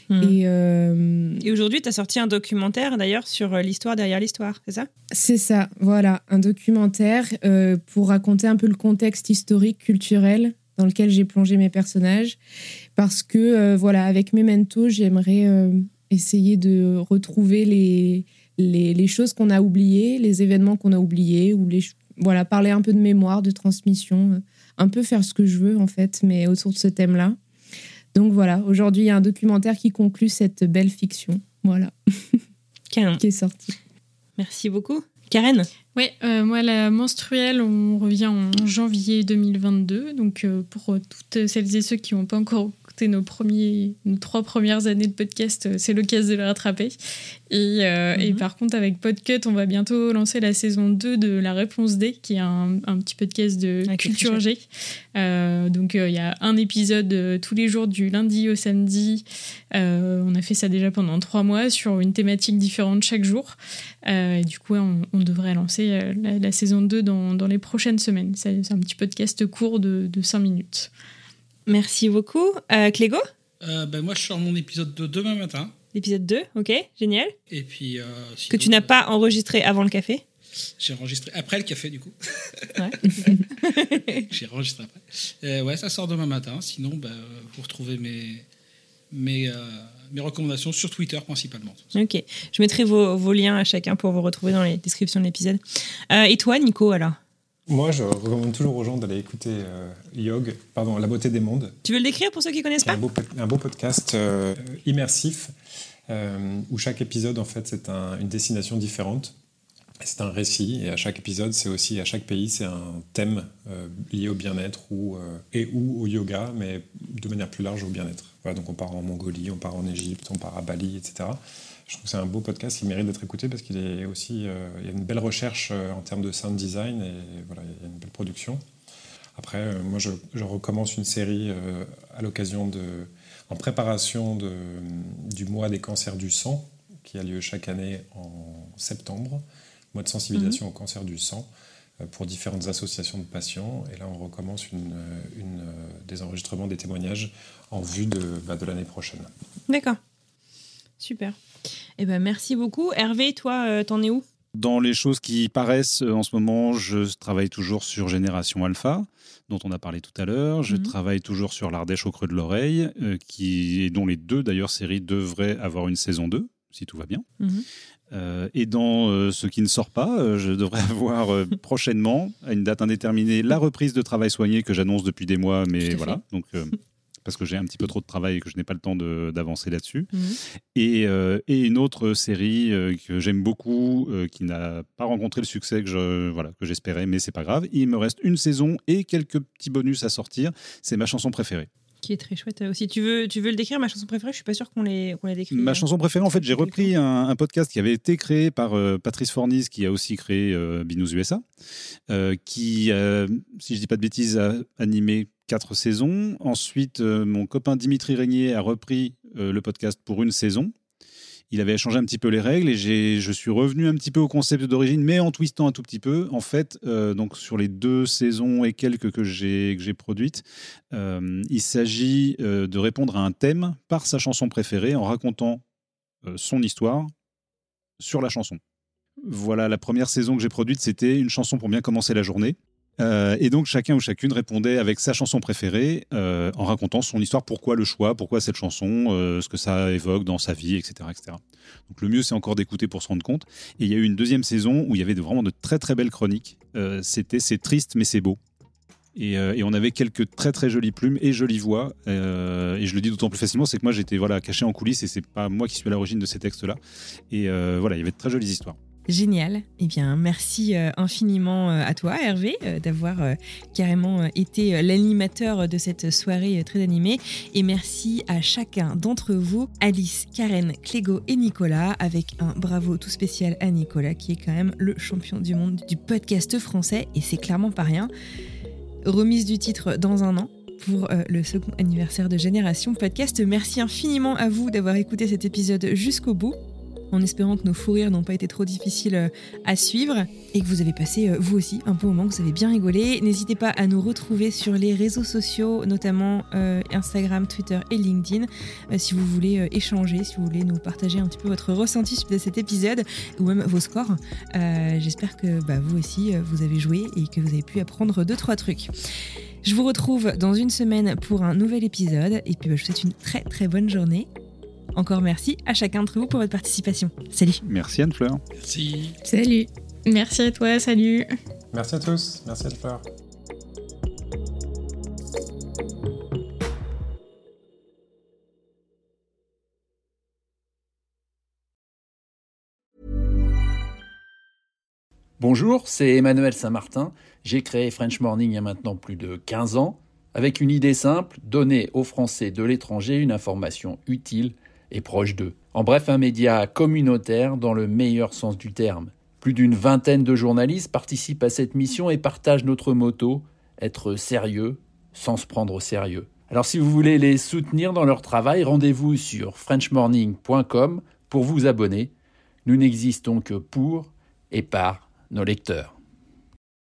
Speaker 4: Hmm.
Speaker 9: Et, euh,
Speaker 4: Et aujourd'hui, tu as sorti un documentaire d'ailleurs sur euh, l'histoire derrière l'histoire, c'est ça
Speaker 9: C'est ça, voilà, un documentaire euh, pour raconter un peu le contexte historique, culturel dans lequel j'ai plongé mes personnages. Parce que, euh, voilà, avec Memento, j'aimerais euh, essayer de retrouver les, les, les choses qu'on a oubliées, les événements qu'on a oubliés, ou les, ch- voilà, parler un peu de mémoire, de transmission, euh, un peu faire ce que je veux, en fait, mais autour de ce thème-là. Donc voilà, aujourd'hui, il y a un documentaire qui conclut cette belle fiction, voilà, qui est sorti.
Speaker 4: Merci beaucoup. Karen
Speaker 6: Ouais, euh, moi la menstruelle, on revient en janvier 2022. Donc euh, pour euh, toutes celles et ceux qui n'ont pas encore écouté nos, premiers, nos trois premières années de podcast, euh, c'est l'occasion de le rattraper. Et, euh,
Speaker 4: Mhm.
Speaker 6: et par contre, avec Podcut, on va bientôt lancer la saison 2 de La Réponse D, qui est un, un petit podcast de
Speaker 4: Ah,
Speaker 6: Culture G. Euh, donc euh, il y a un épisode euh, tous les jours du lundi au samedi. Euh, on a fait ça déjà pendant trois mois sur une thématique différente chaque jour. Euh, et du coup, ouais, on, on devrait lancer euh, la, la saison 2 dans, dans les prochaines semaines. C'est c'est un petit podcast court de, de 5 minutes.
Speaker 4: Merci beaucoup. Euh, Clégo
Speaker 7: Euh, ben moi, je sors mon épisode de demain matin.
Speaker 4: L'épisode 2, ok, génial.
Speaker 7: Et puis, euh,
Speaker 4: Que
Speaker 7: sinon,
Speaker 4: tu n'as pas enregistré avant le café.
Speaker 7: j'ai enregistré après le café, du coup. j'ai enregistré après. Euh, ouais, ça sort demain matin. Sinon, ben, euh, vous retrouvez mes, mes, euh, mes recommandations sur Twitter principalement.
Speaker 4: Ok, je mettrai vos, vos liens à chacun pour vous retrouver dans les descriptions de l'épisode. Euh, et toi, Nico, alors
Speaker 8: Moi, je recommande toujours aux gens d'aller écouter euh, Yog, pardon, La beauté des mondes.
Speaker 4: Tu veux le décrire pour ceux qui connaissent
Speaker 8: C'est un
Speaker 4: pas
Speaker 8: beau, pod- un beau podcast euh, immersif euh, où chaque épisode, en fait, c'est un- une destination différente. C'est un récit et à chaque épisode, c'est aussi à chaque pays, c'est un thème euh, lié au bien-être ou, euh, et ou au yoga, mais de manière plus large au bien-être. Voilà, donc on part en Mongolie, on part en Égypte, on part à Bali, etc. Je trouve que c'est un beau podcast qui mérite d'être écouté parce qu'il est aussi, euh, il y a une belle recherche euh, en termes de sound design et voilà, il y a une belle production. Après, euh, moi, je, je recommence une série euh, à l'occasion de, en préparation de, du mois des cancers du sang, qui a lieu chaque année en septembre, mois de sensibilisation au cancer du sang euh, pour différentes associations de patients. Et là, on recommence une, euh, une, euh, des enregistrements, des témoignages en vue de, bah, de l'année prochaine.
Speaker 4: D'accord. Super. Eh ben merci beaucoup. Hervé, toi, euh, t'en es où
Speaker 5: Dans les choses qui paraissent euh, en ce moment, je travaille toujours sur Génération Alpha, dont on a parlé tout à l'heure. Je
Speaker 18: Mhm.
Speaker 5: travaille toujours sur L'Ardèche au creux de l'oreille, euh, qui et dont les deux d'ailleurs séries devraient avoir une saison 2, si tout va bien. Euh, et dans euh, ce qui ne sort pas, euh, je devrais avoir euh, prochainement, à une date indéterminée, la reprise de Travail soigné que j'annonce depuis des mois, mais voilà. Donc, euh, parce que j'ai un petit peu trop de travail et que je n'ai pas le temps de- d'avancer là-dessus.
Speaker 18: Mhm.
Speaker 5: Et, euh, et une autre série euh, que j'aime beaucoup, euh, qui n'a pas rencontré le succès que je- voilà, que j'espérais, mais c'est pas grave. Il me reste une saison et quelques petits bonus à sortir. C'est ma chanson préférée.
Speaker 4: Qui est très chouette euh, aussi. Tu veux, tu veux le décrire, ma chanson préférée Je suis pas sûre qu'on l'ait qu'on l'ait décrit.
Speaker 5: Ma chanson préférée, en fait, j'ai repris un, un podcast qui avait été créé par euh, Patrice Fornis, qui a aussi créé euh, Binous USA, euh, qui, euh, si je dis pas de bêtises, a animé quatre saisons. Ensuite, euh, mon copain Dimitri Régnier a repris euh, le podcast pour une saison. Il avait changé un petit peu les règles et j'ai- je suis revenu un petit peu au concept d'origine, mais en twistant un tout petit peu. En fait, euh, donc sur les deux saisons et quelques que j'ai que j'ai produites, euh, il s'agit euh, de répondre à un thème par sa chanson préférée en racontant euh, son histoire sur la chanson. Voilà, la première saison que j'ai produite, c'était une chanson pour bien commencer la journée. Euh, et donc chacun ou chacune répondait avec sa chanson préférée euh, en racontant son histoire, pourquoi le choix, pourquoi cette chanson, euh, ce que ça évoque dans sa vie, etc. etc. Donc le mieux c'est encore d'écouter pour se rendre compte. Et il y a eu une deuxième saison où il y avait de- vraiment de très très belles chroniques. Euh, c'était c'est triste mais c'est beau. Et, euh, et on avait quelques très très jolies plumes et jolies voix. Euh, et je le dis d'autant plus facilement, c'est que moi j'étais voilà caché en coulisses et c'est pas moi qui suis à l'origine de ces textes-là. Et euh, voilà, il y avait de très jolies histoires.
Speaker 4: Génial. Eh bien, merci euh, infiniment euh, à toi, Hervé, euh, d'avoir euh, carrément euh, été euh, l'animateur de cette soirée euh, très animée. Et merci à chacun d'entre vous, Alice, Karen, Clégo et Nicolas, avec un bravo tout spécial à Nicolas, qui est quand même le champion du monde du podcast français, et c'est clairement pas rien. Remise du titre dans un an pour euh, le second anniversaire de Génération Podcast. Merci infiniment à vous d'avoir écouté cet épisode jusqu'au bout. en espérant que nos fous rires n'ont pas été trop difficiles euh, à suivre et que vous avez passé euh, vous aussi un bon moment, que vous avez bien rigolé. N'hésitez pas à nous retrouver sur les réseaux sociaux, notamment euh, Instagram, Twitter et LinkedIn, euh, si vous voulez euh, échanger, si vous voulez nous partager un petit peu votre ressenti suite à cet épisode ou même vos scores. Euh, J'espère que bah, vous aussi euh, vous avez joué et que vous avez pu apprendre deux trois trucs. Je vous retrouve dans une semaine pour un nouvel épisode et puis bah, je vous souhaite une très très bonne journée. Encore merci à chacun d'entre vous pour votre participation. Salut.
Speaker 5: Merci Anne-Fleur.
Speaker 7: Merci.
Speaker 6: Salut. Merci à toi, salut.
Speaker 8: Merci à tous, merci à Fleur.
Speaker 22: Bonjour, c'est Emmanuel Saint-Martin. J'ai créé French Morning il y a maintenant plus de 15 ans avec une idée simple, donner aux Français de l'étranger une information utile et proche d'eux. En bref, un média communautaire dans le meilleur sens du terme. Plus d'une vingtaine de journalistes participent à cette mission et partagent notre motto être sérieux sans se prendre au sérieux. Alors si vous voulez les soutenir dans leur travail, rendez-vous sur frenchmorning.com pour vous abonner. Nous n'existons que pour et par nos lecteurs.